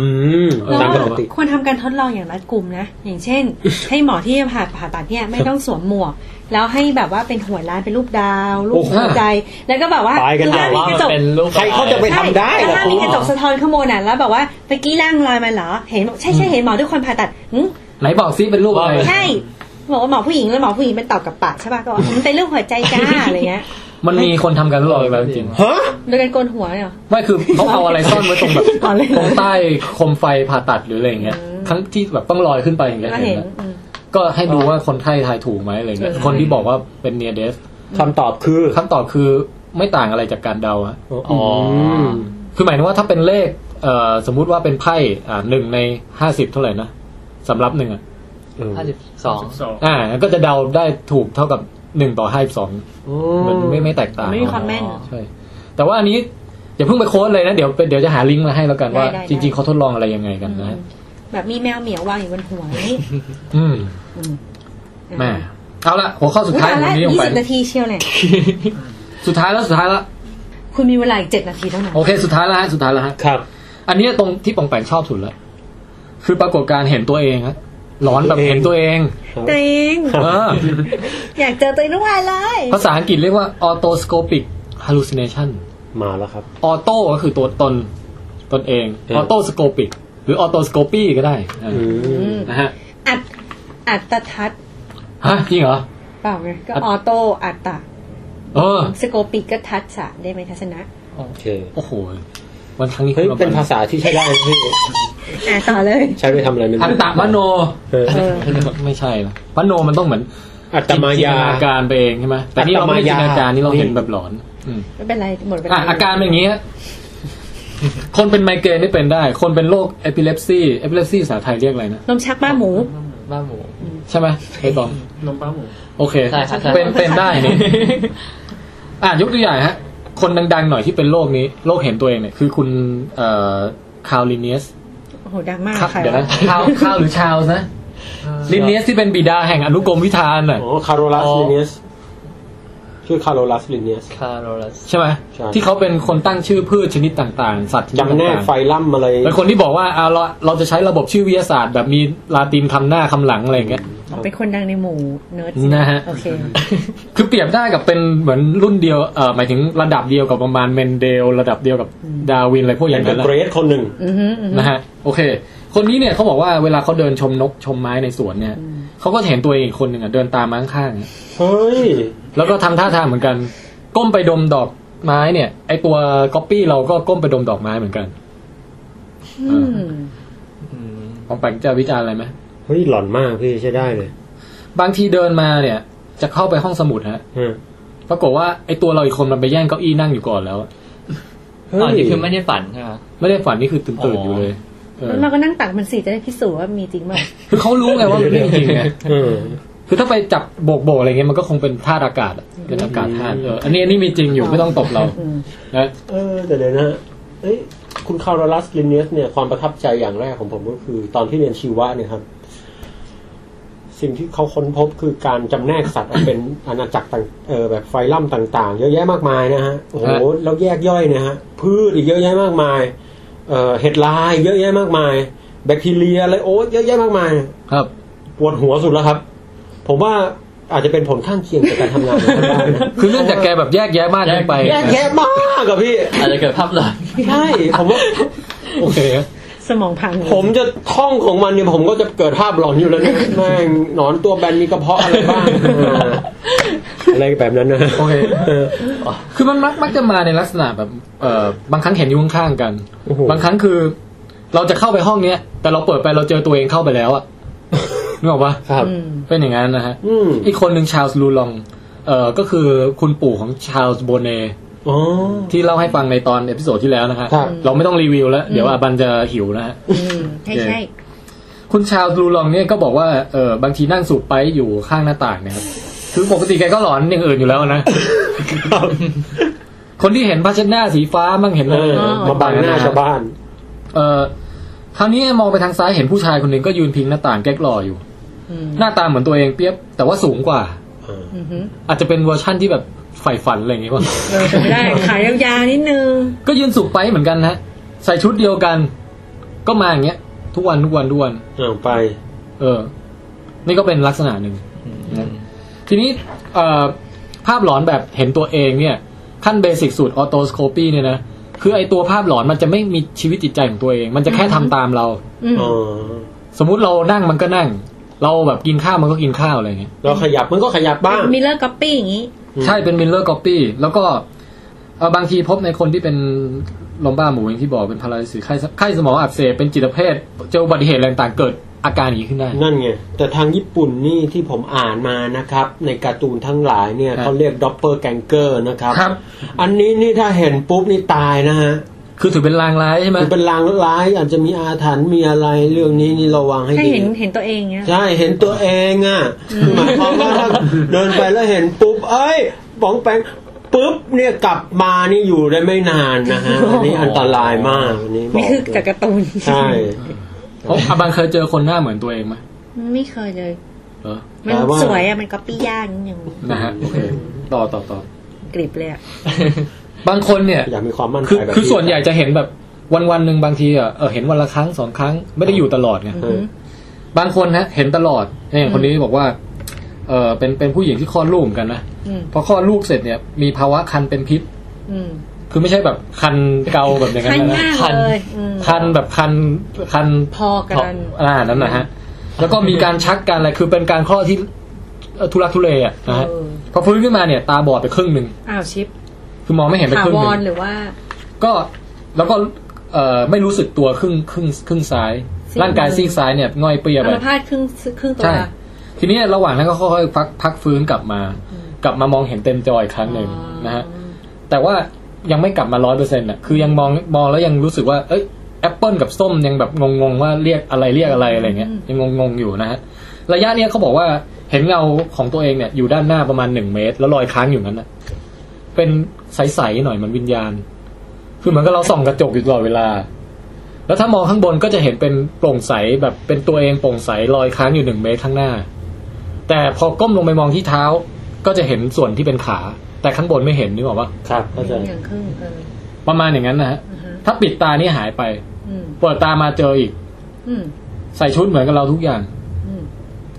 Speaker 1: ะ
Speaker 2: ม
Speaker 3: เรา
Speaker 2: ตามปก
Speaker 3: ว่า
Speaker 2: ติ
Speaker 3: ควรทำการทดลองอย่างรัดกลุ่มนะ อย่างเช่น ให้หมอที่ผ่าผ่าตัดเนี่ยไม่ต้องสวมหมวก แล้วให้แบบว่าเป็นหัวล้านเป็นรูปดาวรูปหัวใจแล้วก็แบบว่า
Speaker 2: ไปกัน
Speaker 3: คือ
Speaker 2: ใหญ่
Speaker 3: ห้ามมีกระจก
Speaker 4: เป็นรูป
Speaker 2: ใครเขาจะไปทำได้
Speaker 3: แล้ว
Speaker 2: ล่ะ
Speaker 3: ห้าม
Speaker 2: คุ
Speaker 3: มี
Speaker 2: ณ
Speaker 3: กระจกสะท้อนข้างบนน่ะแล้วแบบว่าไปกี้ร่างลอยมาเหรอเห็นบอกใช่ใช่เห็นหมอทุกคนผ่าตัดหึ
Speaker 1: ไหนบอกซิเป็นรูปอะไร
Speaker 4: ว่า
Speaker 3: ใช่บอกว่าหมอผู้หญิงแล้วหมอผู้หญิงเป็นตอบกับปากใช่ป่ะก็บอกหึเป็นรูปหัวใจจ้าอะไรเงี้ย
Speaker 1: มันมีคนทำการทดลองแบบจริง
Speaker 2: ฮะ
Speaker 3: โดยการโกนหัวเนี่ยเหรอ
Speaker 1: ไม่คือ (laughs) เขาเอาอะไรซ่อนไว้ตรงแบบ
Speaker 3: อ๋อเลย
Speaker 1: ตรงใต้โคมไฟผ่าตัดหรืออะไรอย่างเงี้ยครั้งที่แบบต้องลอยขึ้นไปอย่างเงี้ย
Speaker 3: ก็
Speaker 1: เห็
Speaker 3: เห็
Speaker 1: น
Speaker 3: น
Speaker 1: แล้ว
Speaker 3: อืม
Speaker 1: ก็ให้ดูว่าคนไข้ทายถูกไหมอะไรเงี้ย
Speaker 3: ถูก
Speaker 1: คนที่บอกว่าเป็นเนียเดส
Speaker 2: คำตอบคือ
Speaker 1: คำตอบคือไม่ต่างอะไรจากการเดาอะ
Speaker 2: อ๋อ
Speaker 1: คือหมายถึงว่าถ้าเป็นเลขเอ่อสมมุติว่าเป็นไพ่อ่าหนึ่งในห้าสิบเท่าไหร่นะสำรับหนึ่งอะ
Speaker 2: เออ
Speaker 4: ห้าสิบสอง
Speaker 5: สอง
Speaker 1: อ่าก็จะเดาได้ถูกเท่ากับหนึ่งต่อห้าสองมันไม่ไม่แตกต่าง
Speaker 3: ไม่มีความแม่น
Speaker 1: ใช่ แต่ว่าอันนี้อย่าเพิ่งไปโค้ดเลยนะเดี๋ยวเป็นเดี๋ยวจะหาลิงก์มาให้แล้วกันว่า
Speaker 3: ได้ได้ได้
Speaker 1: จริง ๆเขาทดลองอะไรยังไงกันนะฮะ
Speaker 3: แบบมีแมวเหมียววางอยู่บนหัวนี่
Speaker 1: อืม
Speaker 3: อืม
Speaker 1: แม่เอาละหัวข้อสุดท้ายของวันนี้ลง
Speaker 3: ยี่
Speaker 1: ไป
Speaker 3: สิบนาทีเชียวเนี่ย
Speaker 1: (laughs) สุดท้ายแล้วสุดท้ายแล้ว
Speaker 3: คุณมีเวลาอีกเจ็ดนาทีเท่านั้น
Speaker 1: โอเค สุดท้ายแล้วฮะสุดท้ายแล้วฮะ
Speaker 2: ครับ
Speaker 1: อันนี้ตรงที่ปองแปงชอบสุดละคือปรากฏการณ์เห็นตัวเองฮะหลอนแบบ
Speaker 2: เอง
Speaker 1: เห็นตัวเอง
Speaker 3: ตัวเอง
Speaker 1: เอ
Speaker 2: (laughs)
Speaker 1: อ
Speaker 3: อยากเจอตัวเองทุกวันเลย
Speaker 1: ภาษาอังกฤษเรียกว่า autoscopic hallucination
Speaker 2: มาแล้วครับ
Speaker 1: ออโต้ก็คือตัวตนตนเอง
Speaker 2: อืม
Speaker 1: ออโตสโคปิกหรือออโตสโคปีก็ได้อ่า
Speaker 2: อืม
Speaker 1: นะฮะ
Speaker 3: อัดอัตทัศน์
Speaker 1: ฮะจริงเหรอ
Speaker 3: เปล่าไงก็
Speaker 1: อัต
Speaker 3: ออโต้อัตตะ
Speaker 1: เออ
Speaker 3: สโคปิกก็ทัศน์สะได้ไหมทัศนะ
Speaker 2: โอเค
Speaker 1: โอ้โห วันครั้งนี้
Speaker 2: เฮ้ย
Speaker 1: คุณ
Speaker 2: เป็นภาษาที่ใช้ได้นะพี่
Speaker 3: อ่ะต่อเลย
Speaker 2: ใช้ไปทำอะไรไม่รู้
Speaker 1: อัตตมโน
Speaker 2: เออ
Speaker 3: เออ
Speaker 1: ไม่ใช่นะมโนมันต้องเหมือน
Speaker 2: อัตตมายา
Speaker 1: จินตนาการไปเองใช่ไหมแต่นี่เราไม่ได้
Speaker 2: อัตตมายา
Speaker 1: จินตนาการนี่เราเห็นแบบหลอน อืม
Speaker 3: ไม่เป็นไรหมดเว
Speaker 1: อ่ะ
Speaker 3: ลา
Speaker 1: อาการเป็นอย่างนี้ฮะคนเป็นไมเกรนนี่เป็นได้ คนเป็นโรคเอพิเลปซีเอพิเลปซีภาษาไทยเรียกอะไรนะ
Speaker 3: ลมชักบ้าหมู
Speaker 4: บ้าหมู
Speaker 1: ใช่ไหมไอ้ตอง
Speaker 5: นมป้าหมู
Speaker 1: โอเค
Speaker 4: ใช่ครับใช่
Speaker 1: เป็นเป็นได้
Speaker 4: (laughs)
Speaker 1: นี่อ่ะยกตัวอย่างฮะ คนดังๆหน่อยที่เป็นโรคนี้ โรคเห็นตัวเองเนี่ย คือคุณเอ่อคาร์ลิเนียส
Speaker 3: โอ้โหดังมาก
Speaker 1: ครับ
Speaker 3: ค่ะ
Speaker 1: เดี๋ยวนะข้าวข้าวหรือชาว (laughs) นะลินเนียสที่เป็นบิดาแห่งอนุกรมวิธานน่ะ
Speaker 2: อ๋อคาร์โรลัสลิเนียสชื่อคาร์โรลัสลิเนียส
Speaker 4: คาโรลัส
Speaker 1: ใช่ไหม
Speaker 2: ใช่
Speaker 1: ที่เขาเป็นคนตั้งชื่อพืชชนิดต่างๆ สัตว์ชนิด
Speaker 2: จำแนก
Speaker 1: ต่าง
Speaker 2: ไฟล่ำอะไร
Speaker 1: ๆเป็นคนที่บอกว่าเอาเราเราจะใช้ระบบชื่อวิทยาศาสตร์ แบบมีลาตินคำหน้าคำหลังอะไรอย่างเงี้ย
Speaker 3: อ๋อเป็นคนดังในหมู่เนิร์ด
Speaker 1: นะฮะ
Speaker 3: โอเค
Speaker 1: คือเปรียบได้กับเป็นเหมือนรุ่นเดียวเอ่อหมายถึงระดับเดียวกับประมาณเมนเดล ระดับเดียวกับดาร์วินอะไรพวกอ
Speaker 2: เป็
Speaker 1: ย่าน ง
Speaker 2: เด
Speaker 1: นั้น
Speaker 2: อะ
Speaker 1: น่ะ
Speaker 2: เกรทคนหนึ่ง
Speaker 3: อือฮึอือฮึ
Speaker 1: นะฮะโอเค คนนี้เนี่ยเขาบอกว่าเวลาเขาเดินชมนกชมไม้ในสวนเนี่ยเขาก็จะเห็นตัวเองอีกคนหนึ่งอ่ะเดินตามมาข้างๆอ่ะ
Speaker 2: เฮ้ย
Speaker 1: แล้วก็ทำท่าทางเหมือนกัน ก้มไปดมดอกไม้เนี่ย ไอตัวก๊อปปี้เราก็ก้มไปดมดอกไม้เหมือนกัน
Speaker 3: อืม
Speaker 1: ของแปงจะวิจารณ์อะไรไหม
Speaker 2: เฮ้ย หลอนมากพี่ใช้ได้เลย
Speaker 1: บางทีเดินมาเนี่ย จะเข้าไปห้องสมุดฮะ
Speaker 2: ฮะ
Speaker 1: ปรากฏว่าไอตัวเราอีกคนมันไปแย่งเก้าอี้นั่งอยู่ก่อนแล้ว
Speaker 2: เฮ้
Speaker 4: ตอน
Speaker 2: ย
Speaker 4: นี้คือไม่ได้ฝันใช่ไหม
Speaker 1: ไม่ได้ฝันนี่คือตื่นตื่นๆอยู่เลยเออ
Speaker 3: แล้วเราก็นั่งตักมันสิจะได้พิสูจน์ว่ามีจริงไหม
Speaker 1: คือเขารู้ไงว่ามันเรื่องจริงไง
Speaker 2: เออ
Speaker 1: คือถ้าไปจับโบกโบกอะไรเงี้ยมันก็คงเป็นธาตุอากาศอะเป็นอากาศธาตุเอออันนี้อันนี้มีจริงอยู่ไม่ต้องตบเรา
Speaker 3: อืม
Speaker 1: นะ
Speaker 2: เออแต่เดี๋ยวนะ เอ้ยคุณคาร์ลลัสลินเนสเนี่ยความประทับใจอย่างแรกของผมก็คือ ตอนที่เรียนชีวะเนี่ยครับ สิ่งที่เขาค้นพบคือการจำแนกสัตว์ เป็นอาณาจักรต่างเออแบบไฟลัมต่าง ๆ เยอะแยะมากมายนะฮะโอ้โห
Speaker 1: ฮะ
Speaker 2: แล้วแยกย่อยเนี่ยฮะพืชอีกเยอะแยะมากมาย เอ่อเห็ดลายเยอะแยะมากมาย แบคทีเรียอะไรโอ้เยอะแยะมากมาย
Speaker 1: ครับ
Speaker 2: ปวดหัวสุดแล้วครับ ผมว่าอาจจะเป็นผลข้างเคียงจากการทำงานของท่านได้ (laughs) นะ
Speaker 1: คือเนื่องจากแกแบบแยกแยะมากเกินไป
Speaker 2: แยกแยะมากอะพี่
Speaker 4: อาจจะเกิดภาพหลอน
Speaker 2: ใช่ ผมว่า
Speaker 1: โอเค
Speaker 3: สมองพัง
Speaker 2: ผมจะท่องของมันเนี่ยผมก็จะเกิดภาพหลอนอยู่แล้วเนี่ยแม่งหนอนตัวแบนมีกระเพาะอะไรบ้างเอออะไรแบบนั้นนะ
Speaker 1: โอเค
Speaker 2: เออ
Speaker 1: คือมันมักมักจะมาในลักษณะแบบเอ่อบางครั้งเห็นอยู่ข้างๆกัน
Speaker 2: โอ้โห
Speaker 1: บางครั้งคือ เราจะเข้าไปห้องเนี้ย แต่เราเปิดไปเราเจอตัวเองเข้าไปแล้วอะนึกออกปะ
Speaker 2: ครับ
Speaker 3: อืม
Speaker 1: เป็นอย่างนั้นนะฮะ
Speaker 2: อืม
Speaker 1: อีกคนหนึ่งชาลส์ลูลอง เอ่อ ก็คือคุณปู่ของชาลส์โบเน
Speaker 2: อ๋อ
Speaker 1: ที่เล่าให้ฟังในตอนเอพิโซดที่แล้วนะฮะ
Speaker 2: ครับ
Speaker 1: เราไม่ต้องรีวิวแล้ว เดี๋ยวอาบันจะหิวนะฮะ
Speaker 3: อืมใช่ใช่
Speaker 1: คุณชาวดูลองเนี่ยก็บอกว่า เออบางทีนั่งสูบไปอยู่ข้างหน้าต่างเนะครับ คือปกติแกก็หลอนอย่างอื่นอยู่แล้วนะ
Speaker 2: ครับ
Speaker 1: คนที่เห็นผ้าเช็ดหน้าสีฟ้ามั่งเห็น
Speaker 2: เอ
Speaker 1: อะไร
Speaker 2: อมาบังหน้าชาวบ้าน
Speaker 1: เออคราวนี้มองไปทางซ้ายเห็นผู้ชายคนหนึ่งก็ยืนพิงหน้าต่างแก๊กรออยู่
Speaker 3: อืม
Speaker 1: หน้าตาเหมือนตัวเองเปรียบ แต่ว่าสูงกว่า
Speaker 2: อ่า
Speaker 3: อือหือ
Speaker 1: อาจจะเป็นเวอร์ชั่นที่แบบใฝ่ฝันอะไรอย่างเงี้ยว่า
Speaker 3: เออจะไม่ได้ขายยาวๆนิดนึง
Speaker 1: ก็ยืนสูบไปเหมือนกันนะใส่ชุดเดียวกัน ก็มาอย่างเงี้ย ทุกวันทุกวันทุกวัน
Speaker 2: อ่าไป
Speaker 1: เออ นี่ก็เป็นลักษณะหนึ่ง
Speaker 4: อืม
Speaker 1: ทีนี้เอ่อภาพหลอนแบบเห็นตัวเองเนี่ย ขั้นเบสิกสุดออโตสโคปีเนี่ยนะ คือไอตัวภาพหลอนมันจะไม่มีชีวิตจิตใจของตัวเอง มันจะแค่ทำตามเรา
Speaker 3: อืม
Speaker 2: อ๋อ
Speaker 1: สมมุติเรานั่งมันก็นั่ง เราแบบกินข้าวมันก็กินข้าวอะไรเงี้ย
Speaker 2: เราขยับมันก็ขยับบ้าง
Speaker 3: มิเลอร์ก๊อปปี้อย่างนี้
Speaker 2: อืม
Speaker 1: ใช่เป็นมิลเลอร์กอปปี้แล้วก็เอ่อบางทีพบในคนที่เป็นลมบ้าหมูอย่างที่บอกเป็นพาราลิซิสไข้ไข้สมองอักเสบเป็นจิตเภทเจออุบัติเหตุอะไรต่างๆเกิดอาการอย่างนี้ขึ้นได้
Speaker 2: นั่นไง แต่ทางญี่ปุ่นนี่ที่ผมอ่านมานะครับ ในการ์ตูนทั้งหลายเนี่ย
Speaker 1: ครับ
Speaker 2: เขาเรียกด็อปเปอร์แกงเกอร์นะครับ
Speaker 1: ครับ
Speaker 2: อันนี้นี่ถ้าเห็นปุ๊บนี่ตายนะฮะ
Speaker 1: คือถือเป็นลางร้ายใช่ไหม
Speaker 2: มันเป็นลางร้ายอาจจะมีอาถรรพ์มีอะไรเรื่องนี้นี่ระวังให้
Speaker 3: ถ้า
Speaker 2: ดี
Speaker 3: เห็นเห็นตัวเองเนี้ย
Speaker 2: ใช่เห็นตัวเองอ่ะคือหมายความว่าถ้าเดินไปแล้วเห็นปุ๊บ เอ้ยป๋องแปงปุ๊บเนี่ยกลับมานี่อยู่ได้ไม่นานนะฮะอันนี้อันตรายมากอันนี้บ
Speaker 3: นี่
Speaker 2: อก
Speaker 3: คือจากการ์ตูน
Speaker 2: ใช่
Speaker 1: เพราะอาบังเคยเจอคนหน้าเหมือนตัวเองไหม
Speaker 3: ไม่เคยเลย
Speaker 1: เออ
Speaker 3: มันสวยอะมันก๊อปปี้ยากนิดนึง
Speaker 1: นะฮะโอเคต่อต่อต่อก
Speaker 3: ริบเลยอะ
Speaker 1: บางคนเนี่ย
Speaker 2: อยากมีความมั่น
Speaker 1: คือ
Speaker 2: ใจแบบ
Speaker 1: คือส่วนใหญ่จะเห็นแบบวันวันๆหนึ่งบางทีอ่ะเออเห็นวันละครั้งสองครั้งไม่ได้อยู่ตลอดไง
Speaker 2: เออ
Speaker 1: บางคนนะเห็นตลอดเนี่ยอย่างคนนี้บอกว่าเออเป็นเป็นผู้หญิงที่คลอดลูกเหมือนกันนะ
Speaker 3: อืม
Speaker 1: พอคลอดลูกเสร็จเนี่ยมีภาวะคันเป็นพิษ
Speaker 3: อืม
Speaker 1: คือไม่ใช่แบบคันเกาแบบอย่างนั้
Speaker 3: คั
Speaker 1: น
Speaker 3: น
Speaker 1: นะ
Speaker 3: มากเลยอืม
Speaker 1: คันแบบคันคัน
Speaker 3: พอกัน
Speaker 1: อ่านั่นนะฮะแล้วก็มีการชักกันอะไรคือเป็นการคลอดที่เอ่อทุรักทุเลอ่ะนะฮะ
Speaker 3: เออ
Speaker 1: พอฟื้นขึ้นมาเนี่ย ตาบอดไปครึ่งหนึ่ง
Speaker 3: อ้าวชิป
Speaker 1: คือมองไม่เห็นไป
Speaker 3: ถา
Speaker 1: ครึ่ง
Speaker 3: ว
Speaker 1: หนึ่
Speaker 3: รง หรือว่า
Speaker 1: ก็แล้วก็เอ่อไม่รู้สึกตัวครึ่งครึ่งครึ่งซ้าย
Speaker 3: ซีก
Speaker 1: ร่างกายซีกซ้ายเนี่ยง่อยเปรีย
Speaker 3: อั
Speaker 1: ไป
Speaker 3: มพาตครึ่งครึ่งตัว
Speaker 1: ใช่ ทีนี้ระหว่างนั้นก็ค่อยๆพักพักฟื้นกลับมา กลับมามองเห็นเต็มจออีกครั้งหนึ่งนะฮะแต่ว่ายังไม่กลับมาร้อยเปอร์เซ็นต์อ่ะคือยังมองมองแล้วยังรู้สึกว่าเอ้ยแอปเปิลกับส้มยังแบบงงๆว่าเรียกอะไรเรียกอะไรอะไรเงี้ยยังงงๆอยู่นะฮะระยะเนี้ยเขาบอกว่าเห็นเงาของตัวเองเนี่ยอยู่ด้านหน้าประมาณหนึ่งเมตร แล้วลอยค้างอยู่นั้นนะเป็นใสๆหน่อยเหมันวิญญาณ คือเหมือนกับเราส่องกระจกอยู่ตลอดเวลา แล้วถ้ามองข้างบนก็จะเห็นเป็นโปร่งใสแบบเป็นตัวเองโปร่งใสลอยค้างอยู่หนึ่งเมตรข้างหน้า แต่พอก้มลงไปมองที่เท้า ก็จะเห็นส่วนที่เป็นขา แต่ข้างบนไม่เห็นนึกออกปะ
Speaker 2: ครับเข้าใจ
Speaker 3: ครึ่งครึ่งเออ
Speaker 1: ประมาณอย่างนั้นนะฮะ
Speaker 3: อ่าฮะ
Speaker 1: ถ้าปิดตานี่หายไป
Speaker 3: อืม
Speaker 1: เปิดตามาเจออีก
Speaker 3: อืม
Speaker 1: ใส่ชุดเหมือนกับเราทุกอย่าง
Speaker 3: อืม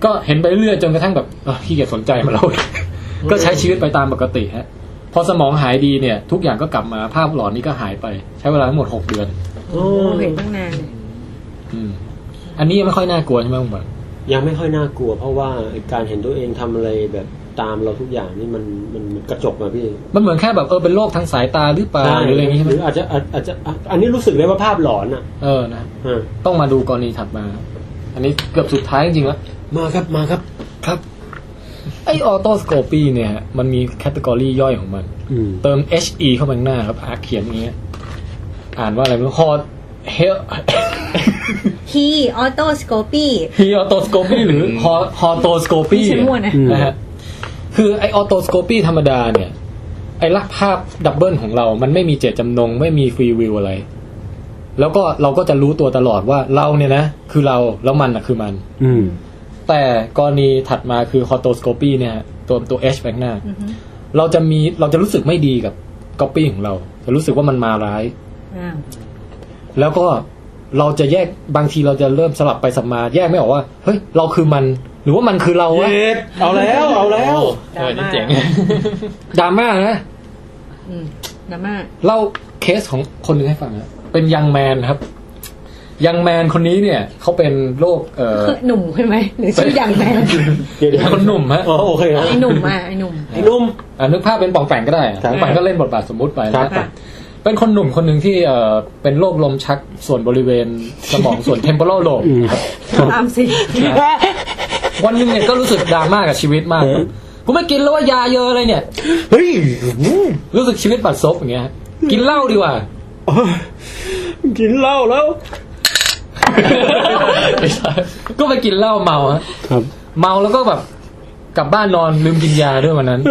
Speaker 1: ก็เห็นไปเรื่อยจนกระทั่งแบบเอ้อขี้เกียจสนใจมันแล้ว (laughs) ก็ใช้ชีวิตไปตามปกติฮะ พอสมองหายดีเนี่ย ทุกอย่างก็กลับมาภาพหลอนนี้ก็หายไป ใช้เวลาทั้งหมดหกเดือน
Speaker 2: โอ้
Speaker 3: โอ้เห็นตั้งนานเลย
Speaker 1: อืม อันนี้ยังไม่ค่อยน่ากลัวใช่ไหมคุณบอล
Speaker 2: ยังไม่ค่อยน่ากลัว เพราะว่าไอ้การเห็นตัวเองทำอะไรแบบตามเราทุกอย่างนี่มันมันมันกระจกอะพี่
Speaker 1: มันเหมือนแค่แบบเออเป็นโรคทางสายตาหรือเปล่าหรืออะไรอย่างงี้ใช่
Speaker 2: ห
Speaker 1: ไหม
Speaker 2: รืออาจจะอาจอาจจะอ่ะอันนี้รู้สึกเลยว่าภาพหลอนอะ
Speaker 1: เออนะ
Speaker 2: อ่ะ
Speaker 1: ต้องมาดูกรณีถัดมา อันนี้เกือบสุดท้ายจริงๆแล้ว
Speaker 2: มาครับมาครับ
Speaker 1: ครับ ไอออโตสโคปีเนี่ยฮะมันมีแคตตากรีย่อยของมัน
Speaker 2: อืม
Speaker 1: เติม he เข้าไปข้างหน้าครับอาเขียนอย่างเงี้ย อ่านว่าอะไรไม่รู้ฮอตเฮ (laughs) ล
Speaker 3: ฮีออโตสโคปี้
Speaker 1: ฮีออโตสโคปีหรือฮอฮอโตสโคปี
Speaker 3: ฉันมั่วนะ
Speaker 1: นะฮะคือไอออโตสโคปีธรรมดาเนี่ย ไอ้ละภาพดับเบิลของเรา มันไม่มีเจตจำนง ไม่มีฟรีวิวอะไร แล้วก็เราก็จะรู้ตัวตลอดว่าเราเนี่ยนะ คือเราแล้วมันนะคือมัน
Speaker 2: อืม
Speaker 1: แต่กรณีถัดมาคือคอโตสโคปีเนี่ยฮะตัวตัว H แบงหน้า
Speaker 3: อือฮึ
Speaker 1: เราจะมีเราจะรู้สึกไม่ดีกับก๊อปปี้ของเรา จะรู้สึกว่ามันมาร้าย
Speaker 3: อ่า
Speaker 1: แล้วก็เราจะแยกบางทีเราจะเริ่มสลับไปสลับมา แยกไม่ออกว่า เฮ้ย เราคือมัน หรือว่ามันคือเราวะ
Speaker 2: เอาแล้วเอาแล้ว
Speaker 4: เออนี่เจ๋ง
Speaker 1: ดราม่านะ
Speaker 3: อืมดราม่า
Speaker 1: เล่าเคสของคนหนึ่งให้ฟังนะเป็นยังแมนครับ ยังแมนคนนี้เนี่ย เขาเป็นโรคเอ่อ
Speaker 3: หนุ่มใช่ไหมหรือชื่ออย่างแมน
Speaker 2: เดี๋ยวเดี๋ยว
Speaker 1: คนหนุ่มฮะ
Speaker 2: อ๋อโอเคครับ
Speaker 3: ไอ้หนุ่มอ่ะไอ้หนุ่ม
Speaker 2: ไอ้หนุ่ม
Speaker 1: อ่ะนึกภาพเป็นปองแปงก็ได้อะ
Speaker 2: ครั
Speaker 1: ป
Speaker 2: บ
Speaker 1: องแปงก็เล่นบทบาทสมมุติไป
Speaker 2: ครั
Speaker 1: นะ
Speaker 2: บ
Speaker 3: ค่ะ
Speaker 1: เป็นคนหนุ่มคนหนึ่งที่เอ่อเป็นโรคลมชักส่วนบริเวณสมองส่วนเทมโพ a รโลบ
Speaker 2: อืม
Speaker 3: ตามสิ
Speaker 1: วันหนึงเนี่ยก็รู้สึกดราม่ากับชีวิตมาก
Speaker 2: เออ
Speaker 1: กูไม่กินแล้วว่ายาเยอะอะไรเนี่ย
Speaker 2: เฮ้ย
Speaker 1: รู้สึกชีวิตบัดซบอย่างเงี้ยฮะกินเหล้าดี
Speaker 2: (laughs)
Speaker 1: กว่า
Speaker 2: กินเหล้าแล้ว
Speaker 1: ไม่ใช่ก็ไปกินเหล้าเมาฮะ
Speaker 2: ครับ
Speaker 1: เมาแล้วก็แบบกลับบ้านนอนลืมกินยาด้วยวันนั้น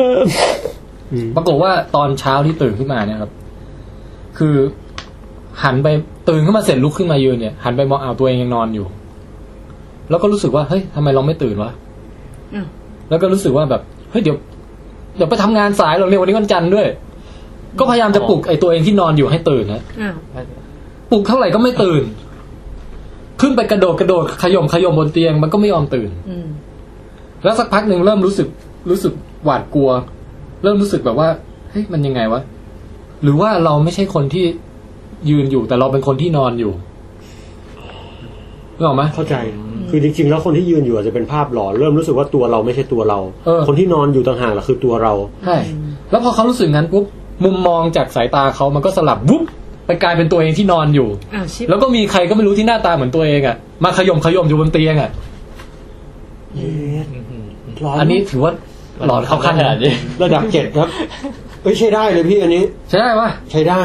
Speaker 1: ปรากฏว่าตอนเช้าที่ตื่นขึ้นมาเนี่ยครับ คือหันไปตื่นขึ้นมาเสร็จลุกขึ้นมายืนเนี่ย หันไปมองอ้าวตัวเองยังนอนอยู่ แล้วก็รู้สึกว่าเฮ้ยทำไมเราไม่ตื่นวะ
Speaker 3: อ้าว
Speaker 1: แล้วก็รู้สึกว่าแบบเฮ้ยเดี๋ยว เดี๋ยวไปทำงานสายหรอกเนี่ยวันนี้วันจันทร์ด้วย ก็พยายามจะปลุกไอ้ตัวเองที่นอนอยู่ให้ตื่นนะ
Speaker 3: อ้าว
Speaker 1: ปลุกเท่าไหร่ก็ไม่ตื่น ขึ้นไปกระโดดกระโดดขย่มขย่มบนเตียงมันก็ไม่ยอมตื่น
Speaker 3: อืม
Speaker 1: แล้วสักพักหนึ่งเริ่มรู้สึกรู้สึกหวาดกลัว เริ่มรู้สึกแบบว่าเฮ้ยมันยังไงวะ หรือว่าเราไม่ใช่คนที่ยืนอยู่แต่เราเป็นคนที่นอนอยู่นึกออกไหม
Speaker 2: เข้าใจ คือจริงๆ แล้วคนที่ยืนอยู่อาจจะเป็นภาพหลอน เริ่มรู้สึกว่าตัวเราไม่ใช่ตัวเรา
Speaker 1: เออ
Speaker 2: คนที่นอนอยู่ต่างหากล่ะคือตัวเรา
Speaker 1: ใช่แล้วพอเขารู้สึกงั้นปุ๊บมุมมองจากสายตาเขามันก็สลับวุ๊บไปกลายเป็นตัวเองที่นอนอยู่
Speaker 3: อ้าวชิป
Speaker 1: แล้วก็มีใครก็ไม่รู้ที่หน้าตาเหมือนตัวเองอะ่ะมาขยมขยมอยู่บนเตียงอะ่ะ อันนี้ถือว่าหลอนเข้าขั้น
Speaker 4: ขนาดนี้
Speaker 2: ระดับเจ็ดครับ เอ้ยใช้ได้เลยพี่อันนี้
Speaker 1: ใช่ไหมวะ
Speaker 2: ใช้ได้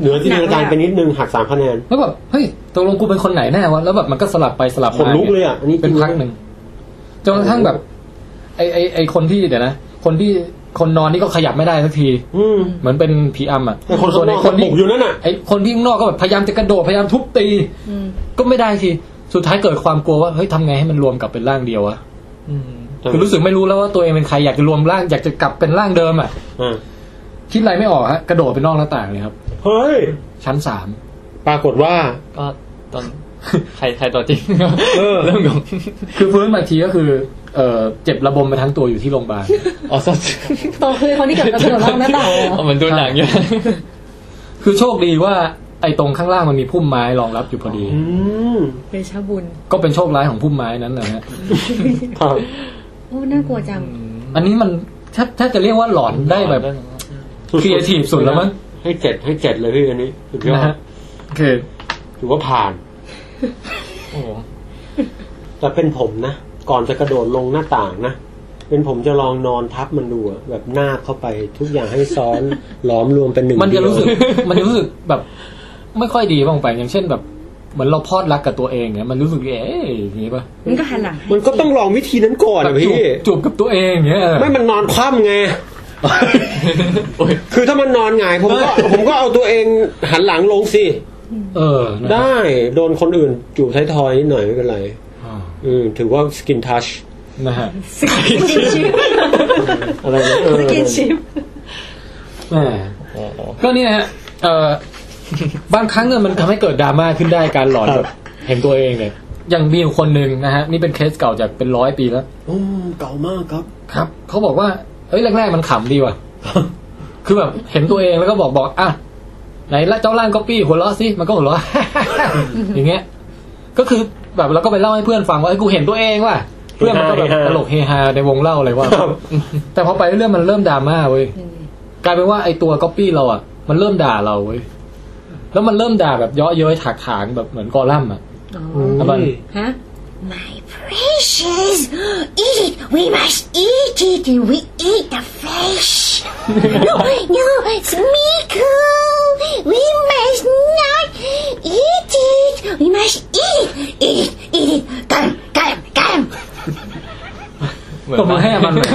Speaker 2: เหนือจินตนาการไปนิดนึงหักสามคะแนน
Speaker 1: แล้วแบบเฮ้ยตกลงกูเป็นคนไหนแน่วะแล้วแบบมันก็สลับไปสลับ
Speaker 2: ข
Speaker 1: มาน
Speaker 2: ลุกเลยอ่ะอันนี้
Speaker 1: เป็นพักหนึ่งจนกระทั่งแบบ ไอไอไอคนที่เดี๋ยวนะคนที่คนนอนนี่ก็ขยับไม่ได้สักที
Speaker 2: อืม
Speaker 1: เหมือนเป็นผีอำอ่ะ
Speaker 2: แต่คน
Speaker 1: ส่วนไอ
Speaker 2: ข้างนอก
Speaker 1: ค
Speaker 2: คน น
Speaker 1: ที่
Speaker 2: บุกอยู่นั่นน่ะ
Speaker 1: ไอคนที่ข้างนอกก็แบบพยายามจะกระโดดพยายามทุบตี
Speaker 3: อืม
Speaker 1: ก็ไม่ได้ทีสุดท้ายเกิดความกลัวว่าเฮ้ยทำไงให้มันรวมกลับเป็นร่างเดียววะ
Speaker 4: อืม
Speaker 1: คือรู้สึกไม่รู้แล้วว่าตัวเองเป็นใครอยากจะรวมร่างอยากจะกลับเป็นร่างเดิมอ่ะ
Speaker 2: อ่า
Speaker 1: คิดอะไรไม่ออกฮะกระโดดไปนอกหน้าต่างเลยครับ
Speaker 2: เฮ้ย
Speaker 1: ชั้นสาม
Speaker 2: ปรากฏว่า
Speaker 4: ก็ตอน (laughs) ใครใครตัวจริง
Speaker 2: เออ
Speaker 4: เริ่มงง
Speaker 1: คือฟื้นมาอีกทีก็คือ เออเจ็บระบมไปทั้งตัวอยู่ที่โรงพยาบาล
Speaker 4: อ๋อสด
Speaker 3: โตคือคนที่เกิดกระโดดรอบหน้าต่างเหรอ
Speaker 4: เหมือนดูหนังอยู่
Speaker 1: คือโชคดีว่าไอ้ตรงข้างล่างมันมีพุ่มไม้รองรับอยู่พอดี
Speaker 2: อืม
Speaker 3: เดชะบุญ
Speaker 1: ก็เป็นโชคร้ายของพุ่มไม้นั้นนะฮะ
Speaker 2: ครับ
Speaker 3: โอ้ น่ากลัวจัง
Speaker 1: อันนี้มันถ้าถ้าจะเรียกว่าหลอนได้แบบ
Speaker 2: ๆ
Speaker 1: creative สุดแล้วมั้ง
Speaker 2: ให้เจ็ดให้เจ็ดเลยพี่อันนี้สุดยอด
Speaker 1: นะฮะโอเค
Speaker 2: ถือว่าผ่าน
Speaker 4: โอ้โห
Speaker 2: แต่เป็นผมนะ ก่อนจะกระโดดลงหน้าต่างนะ เป็นผมจะลองนอนทับมันดูอะแบบนาบเข้าไปทุกอย่างให้ซ้อน (laughs) หลอมรวมเป็นหนึ่ง
Speaker 1: มันจะรู้สึก
Speaker 2: (laughs) เดียว
Speaker 1: มันจะรู้สึกแบบ ไม่ค่อยดีบ้างไป อย่างเช่นแบบ เหมือนเราพลอดรักกับตัวเองเนี่ยมันรู้สึกเอ๊ะอย่างงี้ป่ะ
Speaker 3: มันก็หันหลัง
Speaker 2: (laughs)
Speaker 3: ให้
Speaker 2: มันก็ต้องลองวิธีนั้นก่อน
Speaker 1: แบ
Speaker 2: อะ
Speaker 1: บจู
Speaker 2: พี่
Speaker 1: บจูบกับตัวเองเนี่ย
Speaker 2: ไม่มันนอนคว่ำไง
Speaker 4: โอ้ย
Speaker 2: คือถ้ามันนอนหงายผมก็ผมก็เอาตัวเองหันหลังลงสิ
Speaker 1: เออนะ
Speaker 2: ได้โดนคนอื่นจูบท้ายทอยนิดหน่อยไม่เป็นไร
Speaker 1: อ่า
Speaker 2: อืมถือว่าสกินทัช
Speaker 1: นะฮะ
Speaker 3: สกินชิป
Speaker 2: อะไรนะเออ
Speaker 3: สกินชิป
Speaker 1: แหม
Speaker 4: โอ้โห
Speaker 1: ก็เนี่ยฮะเอ (laughs) อบางครั้งเนี่ยมันทำให้เกิดดราม่าขึ้นได้การหลอนแบบเห็นตัวเองเลยอย่างมีอยู่คนหนึ่งนะฮะนี่เป็นเคสเก่าจากเป็นร้อยปีแล้ว
Speaker 2: โอ้เก่ามากครับ
Speaker 1: ครับเขาบอกว่า เอ้ยแรกๆมันขำ (laughs) ดีว่ะ คือแบบเห็นตัวเองแล้วก็บอกบอกอ่ะไหนละเจ้าล่างก็ปี้หัวเราะสิมันก็หัวเราะ (laughs) อย่างเงี้ย ก็คือแบบเราก็ไปเล่าให้เพื่อนฟังว่าไอ้ยกูเห็นตัวเองว่ะเพื่อนมันก็แบบ
Speaker 2: เฮ
Speaker 1: ต
Speaker 2: ฮา
Speaker 1: ลกเฮฮาในวงเล่าอะไรว่า
Speaker 2: ครับ
Speaker 1: แต่พอไปเรื่องมันเริ่มดราม่าเว้ย
Speaker 3: ยังไง
Speaker 1: กลายเป็นว่าไอ้ตัวก็ปี้เราอ่ะ มันเริ่มด่าเราเว้ยแล้วมันเริ่มด่าแบบเยาะเย้ยถากถางแบบเหมือนกอลัมน์อ่ะ
Speaker 3: อ๋อ
Speaker 1: แล้วมัน
Speaker 3: ฮะ
Speaker 5: My precious, eat it. We must eat it. We eat the
Speaker 1: (laughs)
Speaker 5: fish. no, no, Smeagol. We must not eat it. We must eat it. Eat it, eat it. Come, come, come.
Speaker 1: ตบมือให้อบันเลย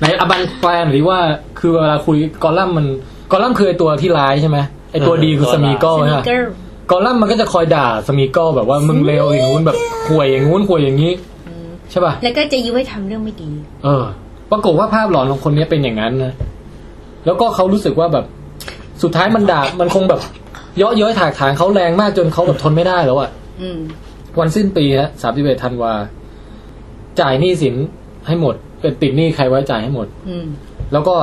Speaker 1: ไหนอบัน แปลหน่อยดิว่าคือเวลาคุยกอลัมน์มันกอลัมน์คือไอตัวที่ร้ายใช่ไหมไอตัวดีคือ
Speaker 2: เออ
Speaker 1: สมีโก้ใช่ไหม
Speaker 3: เกิร์ล
Speaker 1: กอลัมน์มันก็จะคอยด่าสมีโก้แบบว่ามึงเลวอย่างงู้นแบบห่วยอย่างงู้นห่วยอย่างนี้ใช่ป่ะ
Speaker 3: แล้วก็จะยุให้ทำเรื่องไม่ดี
Speaker 1: เออ ปรากฏว่าภาพหลอนของคนนี้เป็นอย่างนั้นนะ แล้วก็เขารู้สึกว่าแบบ สุดท้ายมันด่า มันคงแบบเยาะเย้ยถากถางเขาแรงมากจนเขาแบบทนไม่ได้แล้วอะ่ะ
Speaker 3: อืม
Speaker 1: วันสิ้นปีฮะสามสิบเอ็ดธันวา จ่ายหนี้สินให้หมด เป็นติดหนี้ใครไว้จ่ายให้หมด
Speaker 3: อืม
Speaker 1: แล้วก็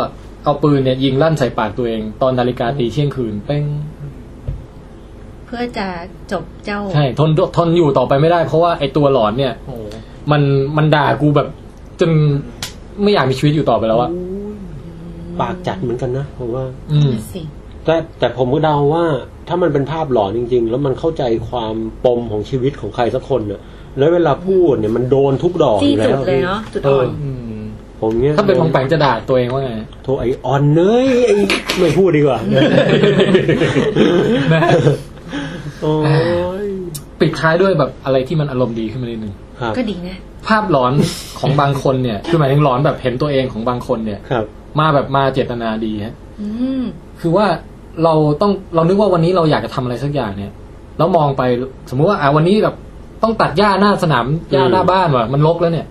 Speaker 1: เอาปืนเนี่ยยิงลั่นใส่ปากตัวเอง ตอนนาฬิกาตีเที่ยงคืน เป้ง
Speaker 3: เพื่อจะจบเจ้า
Speaker 1: ใช่ ทนทนอยู่ต่อไปไม่ได้ เพราะว่าไอตัวหลอนเนี่ย
Speaker 4: โอ้โห
Speaker 1: มันมันด่ากูแบบ จนไม่อยากมีชีวิตอยู่ต่อไปแล้วอะ
Speaker 2: ปากจัดเหมือนกันนะผมว่า
Speaker 1: อืม
Speaker 3: สิ
Speaker 2: แต่แต่ผมก็เดาว่าถ้ามันเป็นภาพหลอนจริง ๆ แล้วมันเข้าใจความปมของชีวิตของใครสักคนน่ะแล้วเวลาพูดเนี่ยมันโดนทุกดอก
Speaker 3: จี้
Speaker 2: อยู่แล้
Speaker 3: จุ
Speaker 2: ว
Speaker 3: ดเลยเนาะจุด
Speaker 2: เอ
Speaker 3: อ่อ
Speaker 2: อน
Speaker 4: อืม
Speaker 2: ผมเนี่ย
Speaker 1: ถ้าเป็นของแปงจะด่าตัวเองว่าไง
Speaker 2: โทรไอออนเนยไอ้ไม่พูดดีกว่า (laughs)
Speaker 1: นะ
Speaker 2: โอ้ย
Speaker 1: ปิดท้ายด้วยแบบอะไรที่มันอารมณ์ดีขึ้นมานิดนึง
Speaker 2: ครับ
Speaker 3: ก็ดีนะ
Speaker 1: ภาพหล
Speaker 4: (laughs)
Speaker 1: อนของบางคนเนี่ย คือหมายถึงหลอนแบบเห็นตัวเองของบางคนเนี่ย
Speaker 2: ครับ
Speaker 1: มาแบบมาเจตนาดีฮะ
Speaker 3: อืม
Speaker 1: คือว่าเราต้องเรานึกว่าวันนี้เราอยากจะทำอะไรสักอย่างเนี่ยแล้วมองไปสมมุติว่าอ่ะวันนี้แบบต้องตัดหญ้าหน้าสนามหญ้าหน้าบ้านว่ะมันรกแล้วเนี่ย